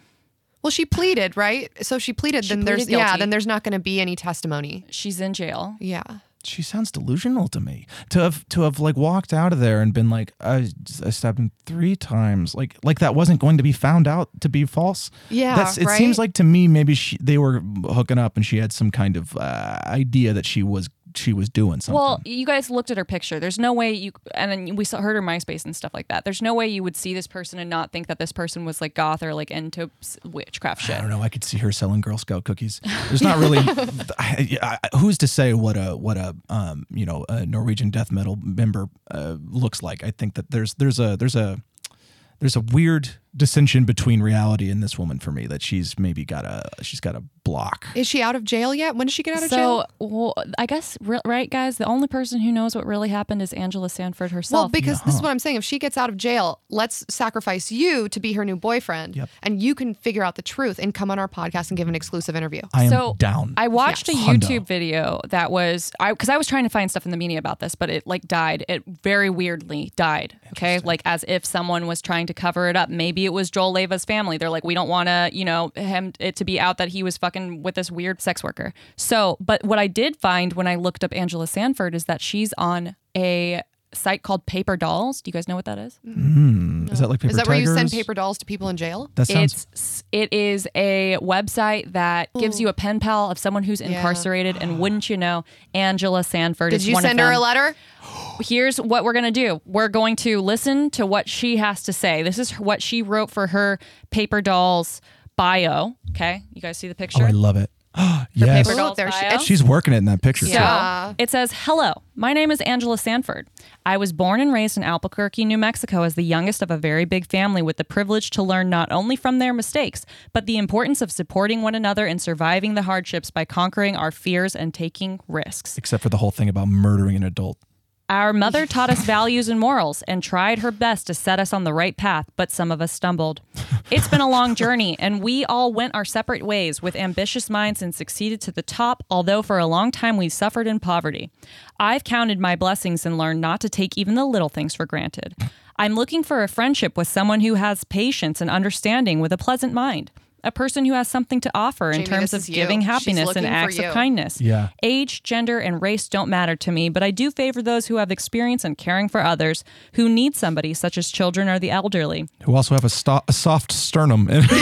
A: Well, she pleaded, right? So she pleaded. then there's
B: pleaded
A: yeah.
B: guilty.
A: Then there's not going to be any testimony.
B: she's in jail.
A: Yeah.
C: she sounds delusional to me to have to have like walked out of there and been like I, I stabbed him three times like like that wasn't going to be found out to be false
A: Yeah,
C: that's it
A: right?
C: seems like to me maybe she, they were hooking up and she had some kind of uh, idea that she was she was doing something
B: Well, you guys looked at her picture. There's no way you and then we saw, heard her MySpace and stuff like that. There's no way you would see this person and not think that this person was like goth or like into s- witchcraft
C: I
B: shit.
C: don't know. I could see her selling Girl Scout cookies. There's not really. I, I, who's to say what a what a um you know a Norwegian death metal member uh, looks like? I think that there's there's a there's a there's a weird dissension between reality and this woman for me that she's maybe got a she's got a block.
A: Is she out of jail yet? When did she get out of jail?
B: So, well, I guess re- right, guys. The only person who knows what really happened is Angela Sanford
A: Well,
B: herself.
A: because this is what I'm saying. If she gets out of jail, let's sacrifice you to be her new boyfriend, and you can figure out the truth and come on our podcast and give an exclusive interview.
C: I am
B: so
C: down.
B: I watched
C: Yes.
B: a
C: Hundo.
B: YouTube video that was I because I was trying to find stuff in the media about this, but it like died. It very weirdly died. Okay, like as if someone was trying to cover it up. Maybe it was Joel Leva's family. They're like, we don't want to, you know, him it to be out that he was fucking with this weird sex worker. So, but what I did find when I looked up Angela Sanford is that she's on a site called Paper Dolls. Do you guys know what that is?
C: Is that like paper
A: Is that where you send
C: tigers?
A: paper dolls to people in jail?
C: That sounds
B: It's it is a website that gives you a pen pal of someone who's incarcerated, and wouldn't you know, Angela Sanford
A: Did
B: is
A: you
B: one
A: send
B: of
A: her a
B: them.
A: letter?
B: Here's what we're gonna do: we're going to listen to what she has to say. This is what she wrote for her paper dolls bio. Okay, you guys see the picture?
C: Oh, I love it. yes,
B: paper
A: Oh,
B: dolls
A: there she-
B: bio?
A: it's
C: she's working it in that picture. too.
B: So
A: Yeah.
B: it says, Hello, my name is Angela Sanford. I was born and raised in Albuquerque, New Mexico, as the youngest of a very big family with the privilege to learn not only from their mistakes, but the importance of supporting one another and surviving the hardships by conquering our fears and taking risks.
C: Except for the whole thing about murdering an adult.
B: Our mother taught us values and morals and tried her best to set us on the right path, but some of us stumbled. It's been a long journey, and we all went our separate ways with ambitious minds and succeeded to the top, although for a long time we suffered in poverty. I've counted my blessings and learned not to take even the little things for granted. I'm looking for a friendship with someone who has patience and understanding with a pleasant mind. A person who has something to offer in
A: Jamie,
B: terms
A: this
B: of
A: is you.
B: giving
A: She's
B: happiness
A: looking
B: and
A: for
B: acts of
A: you.
B: kindness.
C: Yeah.
B: Age, gender, and race don't matter to me, but I do favor those who have experience in caring for others who need somebody, such as children or the elderly,
C: Who also have a, sto- a soft sternum.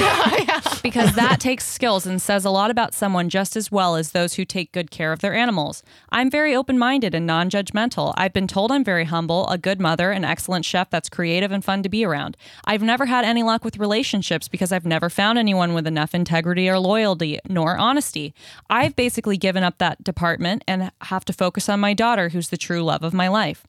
B: because that takes skills and says a lot about someone just as well as those who take good care of their animals. I'm very open minded and non judgmental. I've been told I'm very humble, a good mother, an excellent chef that's creative and fun to be around. I've never had any luck with relationships because I've never found anyone with enough integrity or loyalty, nor honesty. I've basically given up that department and have to focus on my daughter, who's the true love of my life.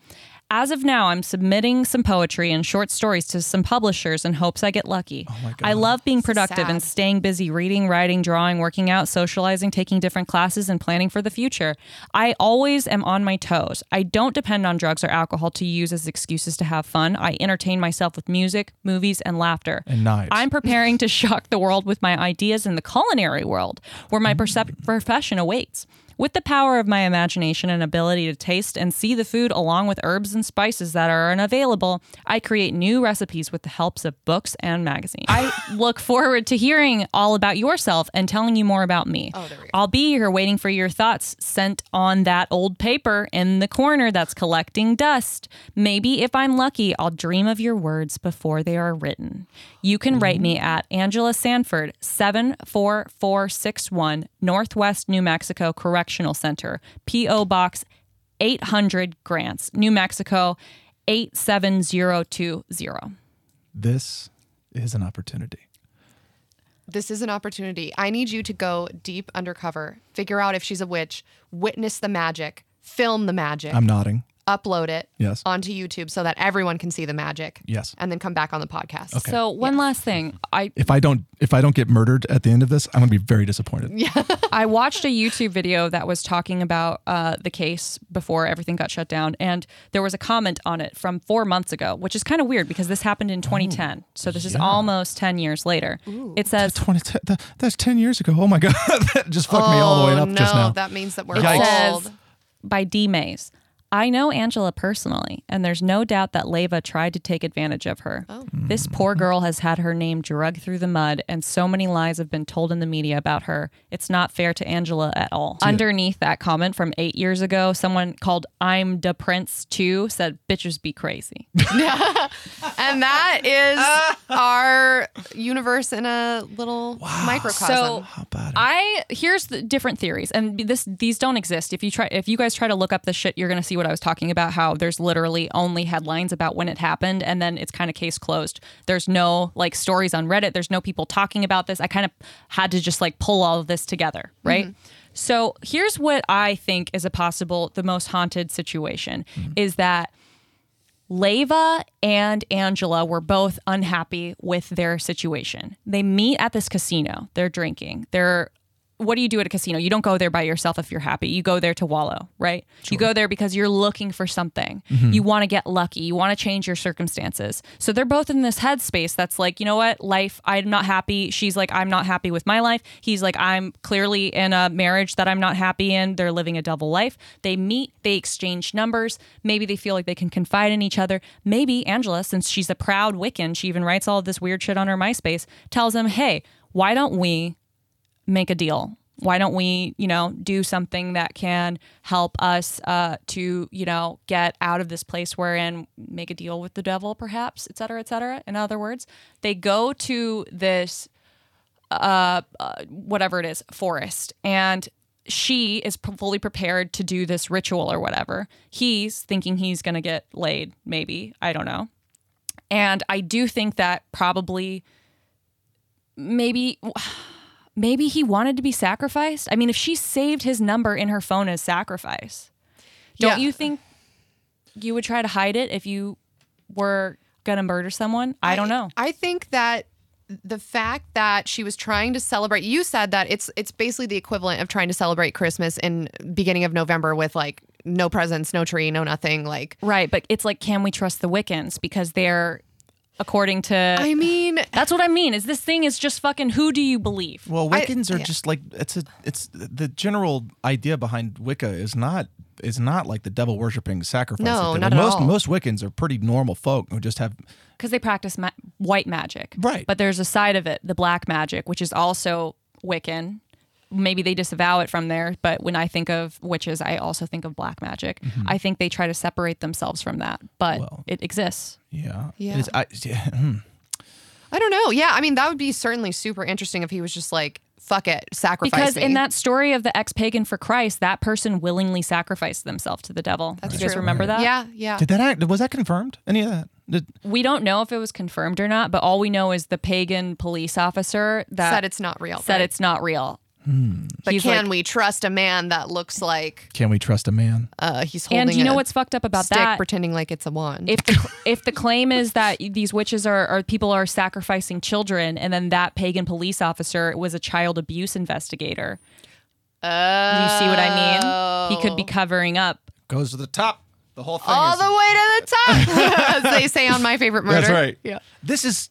B: As of now, I'm submitting some poetry and short stories to some publishers in hopes I get lucky. I love being productive and
A: sad.
B: staying busy reading, writing, drawing, working out, socializing, taking different classes, and planning for the future. I always am on my toes. I don't depend on drugs or alcohol to use as excuses to have fun. I entertain myself with music, movies, and laughter.
C: And knives.
B: I'm preparing to shock the world with my ideas in the culinary world, where my percep- profession awaits. With the power of my imagination and ability to taste and see the food along with herbs and spices that are unavailable, I create new recipes with the helps of books and magazines. I look forward to hearing all about yourself and telling you more about me.
A: Oh, there we go.
B: I'll be here waiting for your thoughts sent on that old paper in the corner that's collecting dust. Maybe if I'm lucky, I'll dream of your words before they are written. You can write me at Angela Sanford, 74461 Northwest New Mexico Correctional Center, P.O. Box 800 Grants, New Mexico 87020.
C: this is an opportunity.
A: This is an opportunity. I need you to go deep undercover, figure out if she's a witch, witness the magic, film the magic,
C: I'm nodding.
A: upload it
C: Yes.
A: onto YouTube so that everyone can see the magic.
C: Yes.
A: And then come back on the podcast.
B: So, one last thing. I
C: If I don't if I don't get murdered at the end of this, I'm gonna be very disappointed. Yeah.
B: I watched a YouTube video that was talking about uh, the case before everything got shut down, and there was a comment on it from four months ago, which is kind of weird because this happened in 2010. so this is almost 10 years later. It says,
C: Twenty ten that, that's ten years ago. Oh my god. that just fucked me all the way
A: Oh,
C: up
A: no,
C: just now.
A: that means that we're
C: Yikes.
A: old.
B: says by D Mays. I know Angela personally, and there's no doubt that Leva tried to take advantage of her. This poor girl has had her name dragged through the mud, and so many lies have been told in the media about her. It's not fair to Angela at all. Underneath that comment from eight years ago, someone called I'm the Prince too said, Bitches be crazy.
A: And that is our universe in a little microcosm.
B: So I here's the different theories, and this these don't exist. If you try, if you guys try to look up this shit, you're gonna see what I was talking about. How there's literally only headlines about when it happened, and then it's kind of case closed. There's no like stories on Reddit. There's no people talking about this. I kind of had to just like pull all of this together, right? So here's what I think is a possible the most haunted situation is that Leva and Angela were both unhappy with their situation. They meet at this casino. They're drinking. They're what do you do at a casino? You don't go there by yourself if you're happy. You go there to wallow, right? You go there because you're looking for something. You want to get lucky. You want to change your circumstances. So they're both in this headspace that's like, you know what? Life, I'm not happy. She's like, I'm not happy with my life. He's like, I'm clearly in a marriage that I'm not happy in. They're living a double life. They meet, they exchange numbers. Maybe they feel like they can confide in each other. Maybe Angela, since she's a proud Wiccan, she even writes all of this weird shit on her MySpace, tells him, hey, why don't we make a deal? Why don't we, you know, do something that can help us uh, to, you know, get out of this place we're in, make a deal with the devil, perhaps, et cetera, et cetera. In other words, they go to this uh, uh, whatever it is, forest. And she is p- fully prepared to do this ritual or whatever. He's thinking he's going to get laid, maybe. I don't know. And I do think that probably, maybe, maybe he wanted to be sacrificed. I mean, if she saved his number in her phone as sacrifice, don't
A: Yeah.
B: you think you would try to hide it if you were going to murder someone? I don't know.
A: I think that the fact that she was trying to celebrate you said that it's it's basically the equivalent of trying to celebrate Christmas in beginning of November with like no presents, no tree, no nothing like
B: Right, but it's like, can we trust the Wiccans because they're, according to,
A: I mean
B: that's what I mean. Is this thing is just fucking who do you believe?
C: Well,
A: I-
C: Wiccans are just like it's a it's the general idea behind Wicca is not is not like the devil worshipping sacrifice.
A: No,
C: that they
A: not
C: do.
A: at
C: most
A: all.
C: most Wiccans are pretty normal folk who just have
B: Because they practice ma- white magic,
C: Right.
B: But there's a side of it, the black magic, which is also Wiccan. Maybe they disavow it from there, but when I think of witches, I also think of black magic. I think they try to separate themselves from that, but
C: Mm-hmm. Well.
B: it exists.
C: yeah
A: Yeah.
C: It's, I, yeah,
A: I don't know. Yeah, I mean that would be certainly super interesting if he was just like fuck it, sacrifice
B: Because
A: me.
B: in that story of the ex pagan for Christ, that person willingly sacrificed themselves to the devil. Do you guys
A: true.
B: remember that?
A: yeah, yeah.
C: did that act, was that confirmed? Any of that? Did,
B: We don't know if it was confirmed or not, but all we know is the pagan police officer that
A: said it's not real.
B: said
A: right?
B: it's not real.
A: But
B: he's
A: can
B: like-
A: we trust a man that looks like
C: can we trust a man?
A: uh, he's holding
B: And you know
A: a
B: what's fucked up about
A: stick
B: that?
A: pretending like it's a wand?
B: If the, if the claim is that these witches are, are people are sacrificing children, and then that pagan police officer was a child abuse investigator, do you see what I mean? He could be
A: Oh.
B: covering up.
C: Goes to the top. The whole thing.
A: all
C: is-
A: the way to the top, as they say on My Favorite Murder.
C: That's right.
A: Yeah.
C: This is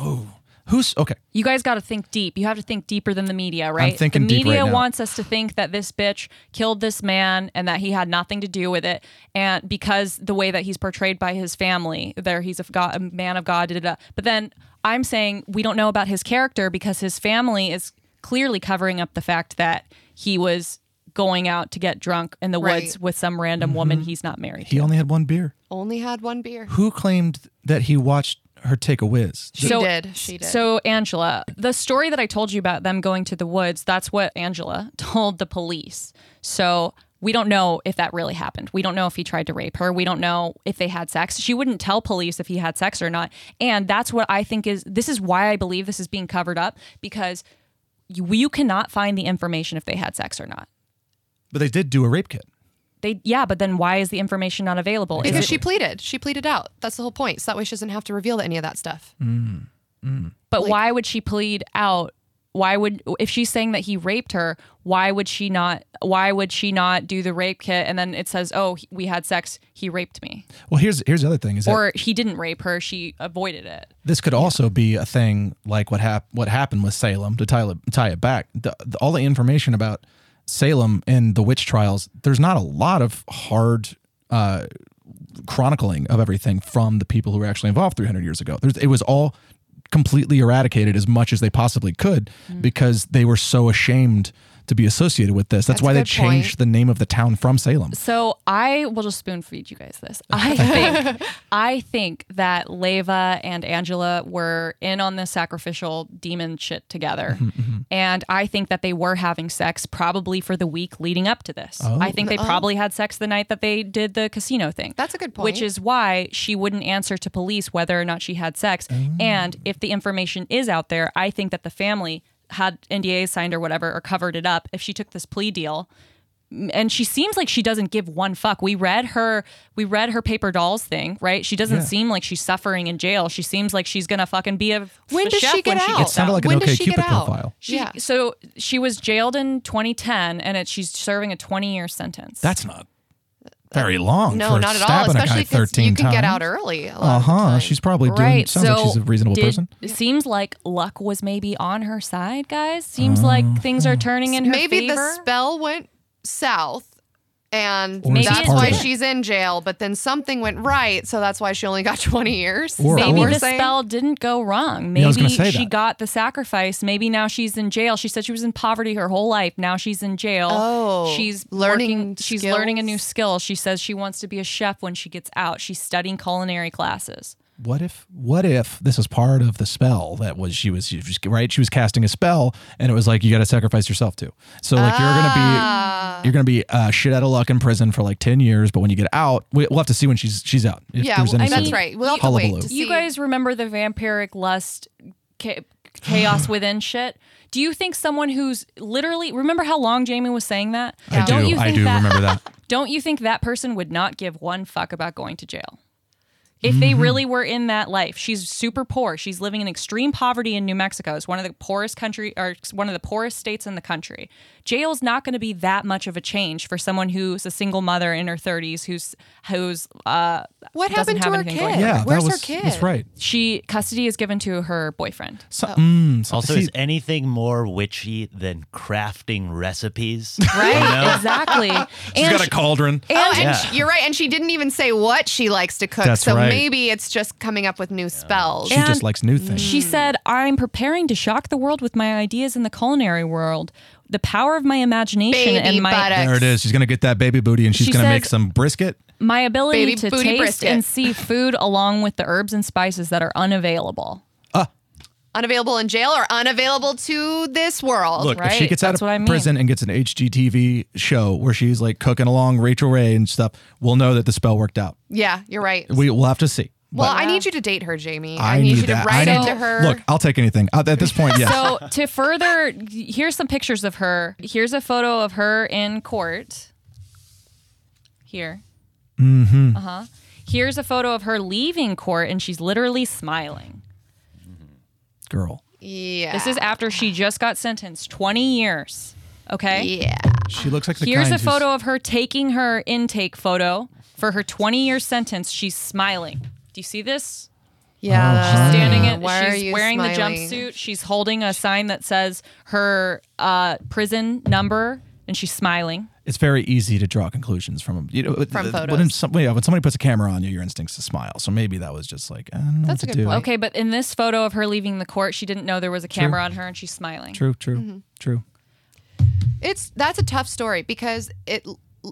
C: oh who's okay.
B: You guys got to think deep. You have to think deeper than the media, right?
C: thinking
B: the
C: deep
B: media
C: right now.
B: wants us to think that this bitch killed this man and that he had nothing to do with it, and because the way that he's portrayed by his family, there he's a, God, a man of God. Da, da, da. But then I'm saying we don't know about his character because his family is clearly covering up the fact that he was going out to get drunk in the
A: Right.
B: woods with some random woman
C: Mm-hmm.
B: he's not married.
C: He only had one beer.
A: Only had one beer.
C: Who claimed that he watched her take a whiz?
A: She did. She did.
B: So Angela, the story that I told you about them going to the woods, that's what Angela told the police. So we don't know if that really happened. We don't know if he tried to rape her. We don't know if they had sex. She wouldn't tell police if he had sex or not. And that's what I think is this is why I believe this is being covered up because you, you cannot find the information if they had sex or not.
C: But they did do a rape kit.
B: They yeah, but then why is the information not available? Is
A: Because
B: it-
A: she pleaded. She pleaded out. That's the whole point. So that way she doesn't have to reveal any of that stuff.
B: Mm. But why would she plead out? Why would if she's saying that he raped her? Why would she not? Why would she not do the rape kit? And then it says, "Oh, he- we had sex. He raped me,
C: Well, here's here's the other thing is that
B: or he didn't rape her. She avoided it."
C: this could also be a thing like what hap- what happened with Salem to tie it, tie it back. The, the, all the information about Salem and the witch trials, there's not a lot of hard uh, chronicling of everything from the people who were actually involved 300 years ago. There's, it was all completely eradicated as much as they possibly could
A: Mm.
C: because they were so ashamed to be associated with this.
A: That's
C: That's,
A: a
C: why they
A: good point.
C: changed the name of the town from Salem.
B: So I will just spoon feed you guys this. I think I think that Leva and Angela were in on this sacrificial demon shit together, and I think that they were having sex probably for the week leading up to this. I think they probably had sex the night that they did the casino thing.
A: Oh. That's a good point.
B: Which is why she wouldn't answer to police whether or not she had sex. And if the information is out there, I think that the family had NDAs signed or whatever or covered it up. If she took this plea deal, and she seems like she doesn't give one fuck. We read her we read her paper dolls thing, right? She doesn't seem like she's suffering in jail. She seems like she's gonna fucking be a
A: When
B: a
A: does
B: chef
A: she get
B: when
A: out?
B: She
A: It
B: gets
C: sounded
B: out.
C: like an
A: when does
C: OK
A: she
C: Cupid
A: get out?
C: profile.
B: She-
A: yeah.
B: So she was jailed in 2010, and it, she's serving a 20 year sentence.
C: That's not very long.
A: No,
C: for
A: not at all.
C: stabbing a guy
A: Especially because
C: 13
A: you can get
C: times.
A: out early.
C: Uh
B: Uh-huh,
C: huh. She's probably doing.
B: right.
C: Sounds
B: so
C: like she's a reasonable
B: did-
C: person.
B: It seems like luck was maybe on her side, guys. Seems
C: Oh.
B: like things are turning in her
A: Maybe
B: favor.
A: the spell went south. And
C: Or
B: it's
A: that's
B: part
A: why
B: of it.
A: she's in jail, but then something went right, so that's why she only got 20 years.
C: Or-
A: Is that what
B: Maybe
A: we're
B: the
A: saying?
B: spell didn't go wrong.
C: Yeah, I was
B: Maybe
C: gonna say
B: she
C: that.
B: got the sacrifice. Maybe now she's in jail. She said she was in poverty her whole life. Now she's in jail.
A: Oh,
B: she's
A: learning
B: working- she's learning a new
A: skills.
B: skill. She says she wants to be a chef when she gets out. She's studying culinary classes.
C: What if? What if this is part of the spell that was she was, she was- right? She was casting a spell, and it was like you got to sacrifice yourself too. So like
B: Ah.
C: you're gonna be you're gonna be uh, shit out of luck in prison for like ten years, but when you get out, we, we'll have to see when she's she's out. If
A: Yeah,
C: there's
A: well,
C: any
A: I mean,
C: sort
A: that's
C: of
A: right. We'll have to wait
C: hullabaloo.
A: to see.
B: You guys remember the vampiric lust cha- chaos within shit? Do you think someone who's literally remember how long Jamie was saying that?
C: I
B: Don't
C: do.
B: you
C: I
B: think
C: do
B: that
C: remember that.
B: don't you think that person would not give one fuck about going to jail? If they really were in that life, she's super poor. She's living in extreme poverty in New Mexico. It's one of the poorest country or one of the poorest states in the country. Jail's not going to be that much of a change for someone who's a single mother in her 30s who's who's uh
A: What
B: doesn't
A: happened to
B: have
A: her
B: anything
A: kid?
B: going on.
C: Yeah,
A: Where's
C: that
A: her
C: was,
A: kid?
C: That's right.
B: she custody is given to her boyfriend.
C: So, mm, so-
D: Also,
C: see,
D: is anything more witchy than crafting recipes?
B: Right?
D: You know?
B: Exactly.
C: she's
B: and
C: got a cauldron.
A: Oh, and
D: Yeah.
A: she- you're right. And she didn't even say what she likes to cook.
C: That's
A: so
C: right.
A: maybe it's just coming up with new spells.
C: She just
B: and-
C: likes new things.
B: She said, I'm preparing to shock the world with my ideas in the culinary world. The power of my imagination
A: Baby
B: and my
A: buttocks.
C: There it is. She's gonna get that baby booty, and she's
B: She
C: gonna
B: says-
C: make some brisket.
B: my ability
A: Baby
B: to
A: booty
B: taste
A: brisket.
B: and see food along with the herbs and spices that are unavailable.
A: Unavailable in jail or unavailable to this world.
C: Look, if she
B: right.
C: gets out
B: That's
C: of
B: what I mean.
C: prison and gets an HGTV show where she's like cooking along Rachel Ray and stuff, we'll know that the spell worked out.
A: Yeah, you're right.
C: We will have to see.
A: well,
C: But
A: I need you to date her, Jamie.
C: I,
A: I, need, you to
C: that.
A: write
C: I need-
A: into her.
C: Look, I'll take anything Uh, at this point. Yes.
B: So, to further, here's some pictures of her. Here's a photo of her in court. Here. Mm-hmm. Uh huh. Here's a photo of her leaving court, and she's literally smiling.
C: Girl,
A: yeah.
B: This is after she
A: Ah.
B: just got sentenced 20 years. Okay.
A: Yeah.
C: she looks like the
B: Here's
C: kind
B: a photo of her taking her intake photo for her 20 year sentence. She's smiling. Do you see this?
A: Yeah.
B: She's standing
A: Uh,
B: in,
A: why are
B: she's
A: you
B: wearing
A: smiling?
B: the jumpsuit. She's holding a sign that says her uh, prison number and she's smiling.
C: It's very easy to draw conclusions from you know
A: From
C: When,
A: photos.
C: some, yeah, when somebody puts a camera on you, your instincts to smile. So maybe that was just like I don't know
A: That's
C: what
A: a
C: to
A: good
C: do.
A: point.
B: Okay, but in this photo of her leaving the court, she didn't know there was a camera on her and she's smiling.
C: True. True.
A: Mm-hmm.
C: True.
A: It's that's a tough story because it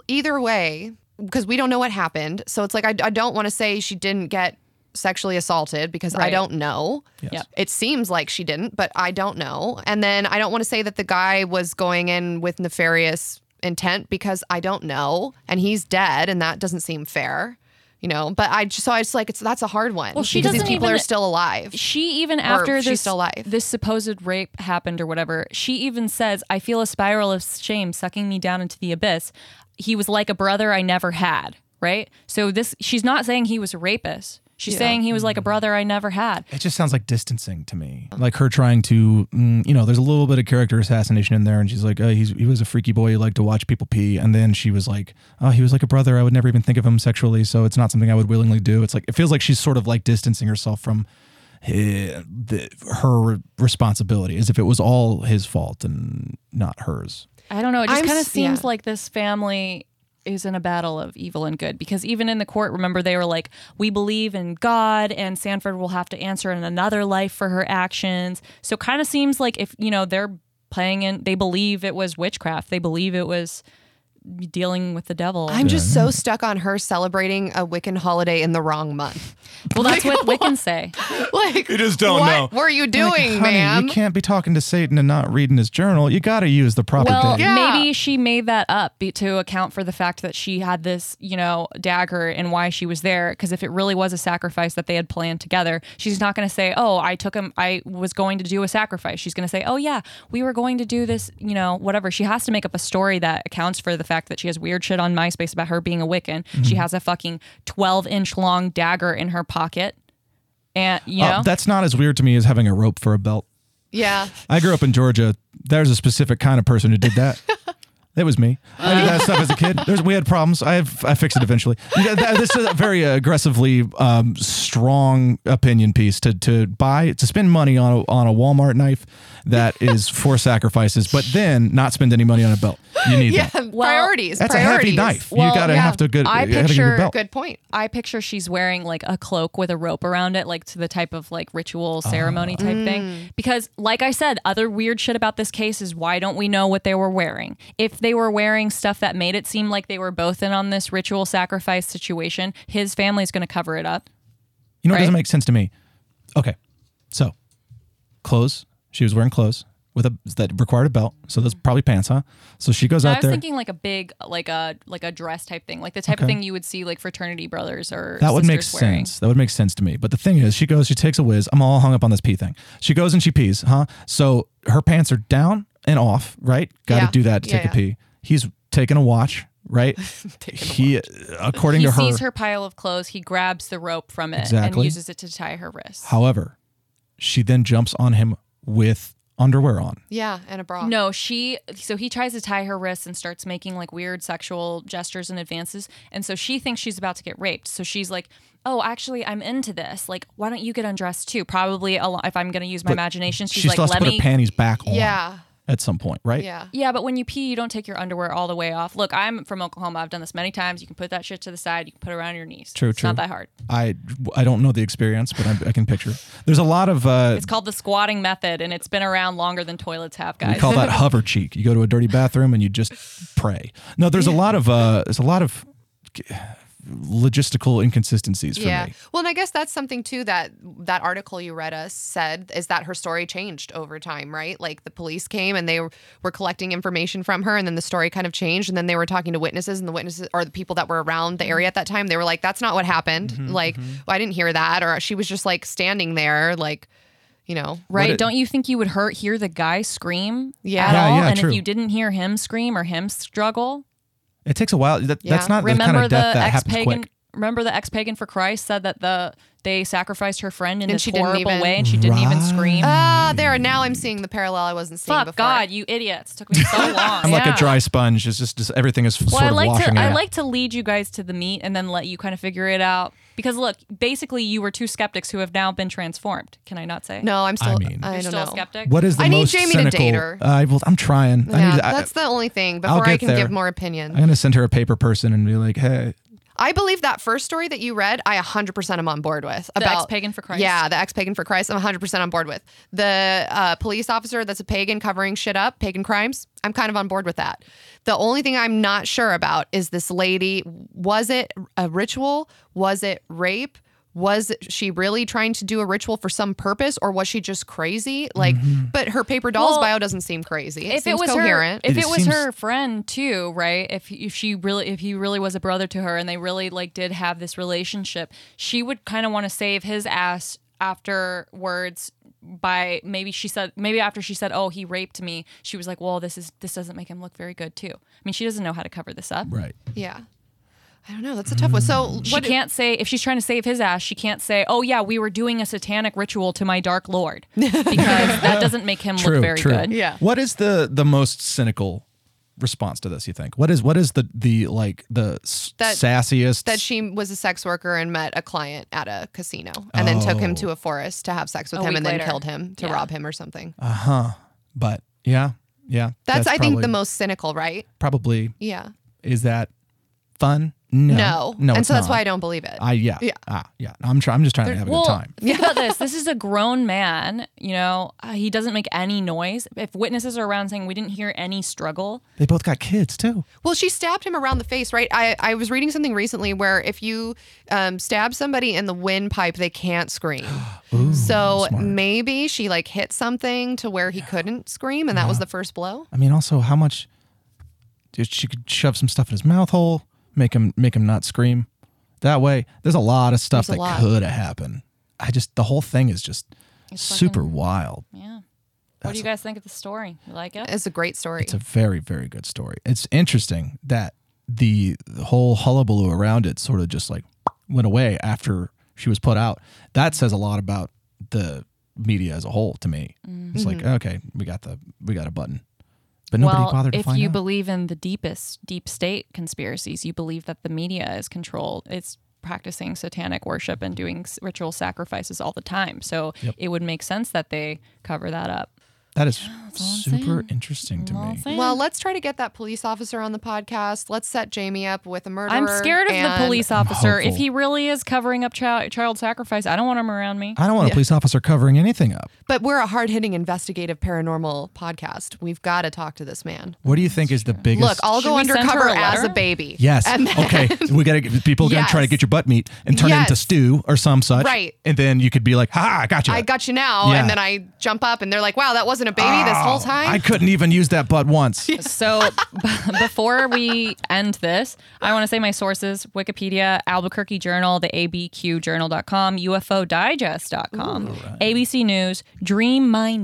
A: either way because we don't know what happened. So it's like I, I don't want to say she didn't get sexually assaulted because I
B: Right.
A: don't know.
B: Yep.
A: It seems like she didn't, but I don't know. And then I don't want to say that the guy was going in with nefarious intent because I don't know and he's dead and that doesn't seem fair. You know, but I just so I just like it's that's a hard one.
B: Well, she
A: because these
B: doesn't
A: people
B: even-
A: are still alive.
B: she even after
A: she's
B: this
A: still alive.
B: this supposed rape happened or whatever, she even says, "I feel a spiral of shame sucking me down into the abyss. He was like a brother I never had." Right? So this she's not saying he was a rapist. She's saying he was like a brother I never had.
C: It just sounds like distancing to me. Like her trying to, mm, you know, there's a little bit of character assassination in there, and she's like, oh, he's, he was a freaky boy who liked to watch people pee. And then she was like, oh, he was like a brother. I would never even think of him sexually, so it's not something I would willingly do. It's like, it feels like she's sort of like distancing herself from hi- the, her responsibility as if it was all his fault and not hers.
B: I don't know. It just
A: I'm
B: kind of
A: s-
B: seems
A: yeah.
B: like this family is in a battle of evil and good because even in the court remember they were like we believe in god and sanford will have to answer in another life for her actions so kind of seems like if you know they're playing in they believe it was witchcraft they believe it was dealing with the devil
A: I'm just so stuck on her celebrating a Wiccan holiday in the wrong month.
B: well that's what wiccans say
A: Like,
E: You just don't
A: what
E: know.
A: were you doing,
C: Like, honey,
A: ma'am?
C: you can't be talking to Satan and not reading his journal. You got to use the proper
B: Well,
C: day.
A: Yeah.
B: maybe she made that up be- to account for the fact that she had this, you know, dagger and why she was there. Because if it really was a sacrifice that they had planned together, she's not going to say, "Oh, I took him. I was going to do a sacrifice." She's going to say, "Oh yeah, we were going to do this. You know, whatever." She has to make up a story that accounts for the fact that she has weird shit on MySpace about her being a Wiccan. She has a fucking twelve-inch long dagger in her pocket, and you know,
C: Uh, that's not as weird to me as having a rope for a belt.
A: yeah.
C: I grew up in Georgia. There's a specific kind of person who did that. It was me. I did that stuff as a kid. There's, we had problems. I have, I fixed it eventually. Th- th- This is a very aggressively um, strong opinion piece to to buy to spend money on a, on a Walmart knife that is for sacrifices, but then not spend any money on a belt. You need
A: Yeah.
C: that.
A: priorities.
C: That's
A: priorities.
C: a heavy knife.
B: Well,
C: you gotta
B: yeah.
C: have to good.
B: I
C: you gotta get
B: picture
C: your belt.
A: Good point.
B: I picture she's wearing like a cloak with a rope around it, like to the type of like ritual
C: Ah.
B: ceremony type thing. Because, like I said, other weird shit about this case is why don't we know what they were wearing? If they were wearing stuff that made it seem like they were both in on this ritual sacrifice situation, his family's going to cover it up.
C: You know what doesn't
B: Right?
C: make sense to me? Okay. So, clothes. She was wearing clothes with a that required a belt. So that's probably pants, huh? So she goes
B: Mm-hmm. I
C: out
B: was
C: there.
B: thinking like a big, like a like a dress type thing, like the type of thing you would see like fraternity brothers or
C: that would make
B: sisters wearing.
C: sense. That would make sense to me. But the thing is, she goes, she takes a whiz. I'm all hung up on this pee thing. She goes and she pees, huh? So her pants are down and off, right? Got to
A: Yeah.
C: do that to
A: Yeah,
C: take
A: yeah.
C: a pee. He's taking a watch, right? he, according
B: He
C: to her,
B: sees her pile of clothes. He grabs the rope from it and
C: Exactly.
B: uses it to tie her wrist.
C: however, she then jumps on him with underwear on.
A: Yeah, and a bra.
B: No, she. So he tries to tie her wrists and starts making like weird sexual gestures and advances, and so she thinks she's about to get raped. So she's like, "Oh, actually, I'm into this. Like, why don't you get undressed too? Probably, a lo- if I'm going to use my imagination, she's
C: she
B: like,
C: still has
B: let
C: to put
B: me."
C: her panties back on.
A: Yeah.
C: at some point, right?
A: Yeah.
B: yeah, but when you pee, you don't take your underwear all the way off. Look, I'm from Oklahoma. I've done this many times. You can put that shit to the side. You can put it around your knees.
C: True,
B: It's Not
C: true.
B: that hard.
C: I I don't know the experience, but I, I can picture. There's a lot of uh,
B: It's called the squatting method, and it's been around longer than toilets have,
C: we
B: guys.
C: call that hover cheek. You go to a dirty bathroom and you just pray. No, there's a lot of uh, there's a lot of logistical inconsistencies for
A: Yeah.
C: me.
A: Well, and I guess that's something too that that article you read us said is that her story changed over time, right? Like the police came and they were collecting information from her, and then the story kind of changed, and then they were talking to witnesses, and the witnesses or the people that were around the area at that time, they were like, "That's not what happened.
C: Mm-hmm,
A: like, well, I didn't hear that," or she was just like standing there, like, you know,
B: Right?
C: it-
B: Don't you think you would hurt hear the guy scream
A: Yeah.
B: at
A: Yeah,
B: all?
C: yeah,
B: and
C: true.
B: if you didn't hear him scream or him struggle,
C: It takes a while. That, That's
A: Yeah.
C: not the
B: remember
C: kind of death
B: the
C: that
B: ex
C: happens
B: pagan
C: quick.
B: remember the ex pagan for Christ said that the they sacrificed her friend in
A: And
B: this
A: she didn't
B: horrible
A: even-
B: way and she didn't even
C: Right.
B: scream.
A: ah, there. Now I'm seeing the parallel I wasn't seeing
B: Fuck
A: before.
B: God, you idiots. Took me so long.
C: I'm like a dry sponge. It's just, just everything is
B: well,
C: sort
B: I
C: of
B: like
C: washing
B: to I
C: out.
B: like to lead you guys to the meat and then let you kind of figure it out. Because look, basically you were two skeptics who have now been transformed. Can I not say?
A: No, I'm still. I,
C: mean-
B: You're
A: don't
B: still a
A: know.
B: skeptic?
C: what is the
A: I need
C: most
A: Jamie to
C: cynical? Uh,
A: date her.
C: I will, I'm trying. I
A: Yeah,
C: need, I,
A: that's the only thing. Before I
C: get
A: can
C: there.
A: give more opinion.
C: I'm gonna send her a paper person and be like, hey,
A: I believe that first story that you read, I 100% am on board with. About,
B: ex-pagan for Christ?
A: Yeah, the ex pagan for Christ, I'm 100% on board with. The uh, police officer that's a pagan covering shit up, pagan crimes, I'm kind of on board with that. The only thing I'm not sure about is this lady was it a ritual? Was it rape? Was she really trying to do a ritual for some purpose or was she just crazy? Like, but her paper doll's
B: Well,
A: bio doesn't seem crazy. It
B: if
A: seems
B: it was
A: coherent.
B: her, if
C: It
B: it, was
C: seems-
B: her friend too, right? If if she really, if he really was a brother to her, and they really like did have this relationship, she would kind of want to save his ass afterwards. By maybe she said, maybe after she said, "Oh, he raped me," she was like, "Well, this is this doesn't make him look very good too." I mean, she doesn't know how to cover this up.
C: right.
A: yeah. I don't know. That's a tough one. So,
B: She
A: what,
B: can't say if she's trying to save his ass. She can't say, "Oh yeah, we were doing a satanic ritual to my dark lord," because that doesn't make him look very good.
A: Yeah.
C: What is the the most cynical response to this? You think? What is what is the the like the s
A: That-
C: sassiest?
A: that she was a sex worker and met a client at a casino and then took
C: Oh.
A: him to a forest to have sex with
B: A
A: him
B: week
A: and
B: later.
A: then killed him to rob him or something.
C: Uh, but yeah, yeah.
A: that's, I think
C: probably-
A: the most cynical, right?
C: probably
A: Yeah.
C: is that fun? No.
A: No.
C: No.
A: and
C: it's
A: so that's
C: not.
A: why I don't believe it.
C: I yeah.
A: Yeah.
C: Ah, yeah. I'm try, I'm just trying to have a
B: well,
C: good time.
B: think about this. This is a grown man. You know, uh, he doesn't make any noise. If witnesses are around saying we didn't hear any struggle,
C: They both got kids too.
A: Well, she stabbed him around the face, right? I, I was reading something recently where if you um, stab somebody in the windpipe, they can't scream. so maybe she like hit something to where he couldn't scream, and that was the first blow.
C: I mean, also how much? Dude, she could shove some stuff in his mouth hole, make him make him not scream. That way, there's a lot of stuff
A: There's a
C: that
A: lot.
C: could have happened. I just the whole thing is just super wild.
B: yeah. What do you guys think of the story? You like it?
A: It's a great story.
C: It's a very very good story. It's interesting that the, the whole hullabaloo around it sort of just like went away after she was put out. That says a lot about the media as a whole to me. It's like okay, we got the we got a button, but nobody
B: well,
C: bothered to
B: if
C: find
B: you
C: out.
B: believe in the deepest deep state conspiracies, you believe that the media is controlled. It's practicing satanic worship and doing s- ritual sacrifices all the time. So it would make sense that they cover that up.
C: that is
B: all I'm
C: super
B: saying.
C: interesting to me.
A: well, let's try to get that police officer on the podcast. Let's set Jamie up with a murderer.
B: I'm scared of the
A: and-
B: police officer. If
C: hopeful.
B: he really is covering up child, child sacrifice, I don't want him around me.
C: I don't want a police officer covering anything up.
A: But we're a hard hitting investigative paranormal podcast. We've got to talk to this man.
C: What do you think is the biggest?
A: Look, I'll
B: Should
A: go
B: we send her
A: undercover
B: a
A: as a
B: letter?
A: baby.
C: Yes.
A: And then-
C: okay. We gotta get people gonna try to
A: Yes.
C: get your butt meat and turn it into
A: Yes.
C: stew or some such.
A: Right.
C: And then you could be like, "Ha, I got you.
A: I got you now.
C: Yeah.
A: And then I jump up and they're like, wow, that wasn't a baby this whole time.
C: Oh, I couldn't even use that butt once.
B: So b- before we end this, I want to say my sources Wikipedia, Albuquerque Journal, the abqjournal.com, ufodigest.com, ABC News,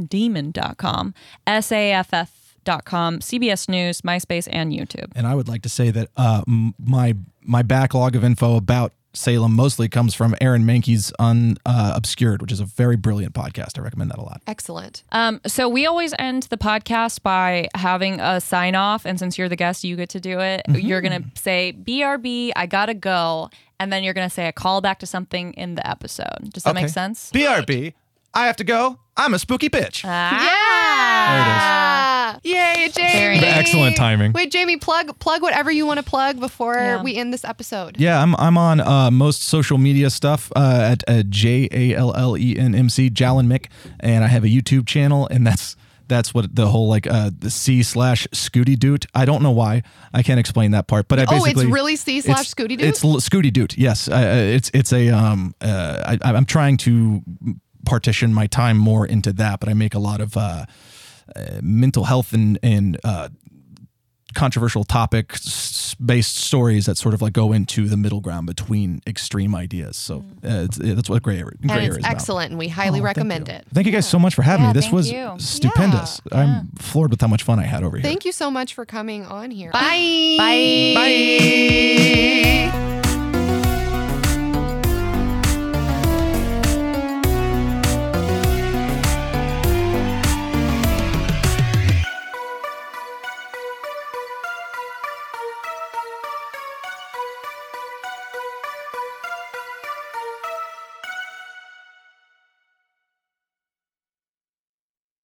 B: dreamminddemon.com, saff.com, CBS News, MySpace, and YouTube.
C: And I would like to say that uh, m- my my backlog of info about Salem mostly comes from Aaron Mankey's Un uh, Obscured, which is a very brilliant podcast. I recommend that a lot.
A: Excellent.
B: Um, so we always end the podcast by having a sign off, and since you're the guest, you get to do it. You're gonna say "BRB, I gotta go," and then you're gonna say a call back to something in the episode. Does that make
C: Okay.
B: sense?
C: BRB, I have to go. I'm a spooky bitch.
A: Uh,
B: Ah.
A: Yay,
B: Very
A: Jamie.
B: nice.
C: Excellent timing.
A: Wait, Jamie, plug plug whatever you want to plug before
B: Yeah.
A: we end this episode.
C: Yeah, I'm I'm on uh, most social media stuff uh, at uh, J A L L E N M C Jalen Mick, and I have a YouTube channel, and that's that's what the whole like uh, the C slash Scooty Doot. I don't know why I can't explain that part, but I
A: Oh, it's
C: basically
A: really C slash
C: it's-
A: Scooty Doot?
C: It's l- Scooty Doot. Yes, uh, uh, it's it's a um uh, I, I'm trying to partition my time more into that, but I make a lot of uh, uh, mental health and and uh, controversial topic s- based stories that sort of like go into the middle ground between extreme ideas. So uh, it's, yeah, that's what gray area, gray
A: Mm. And
C: area
A: it's
C: is about.
A: excellent and we highly recommend it.
C: Oh, Thank you guys so much for having
B: Yeah,
C: me. This
B: thank
C: was
B: you.
C: stupendous. I'm floored with how much fun I had over here.
A: Thank you so much for coming on here. Bye.
B: Bye.
A: Bye.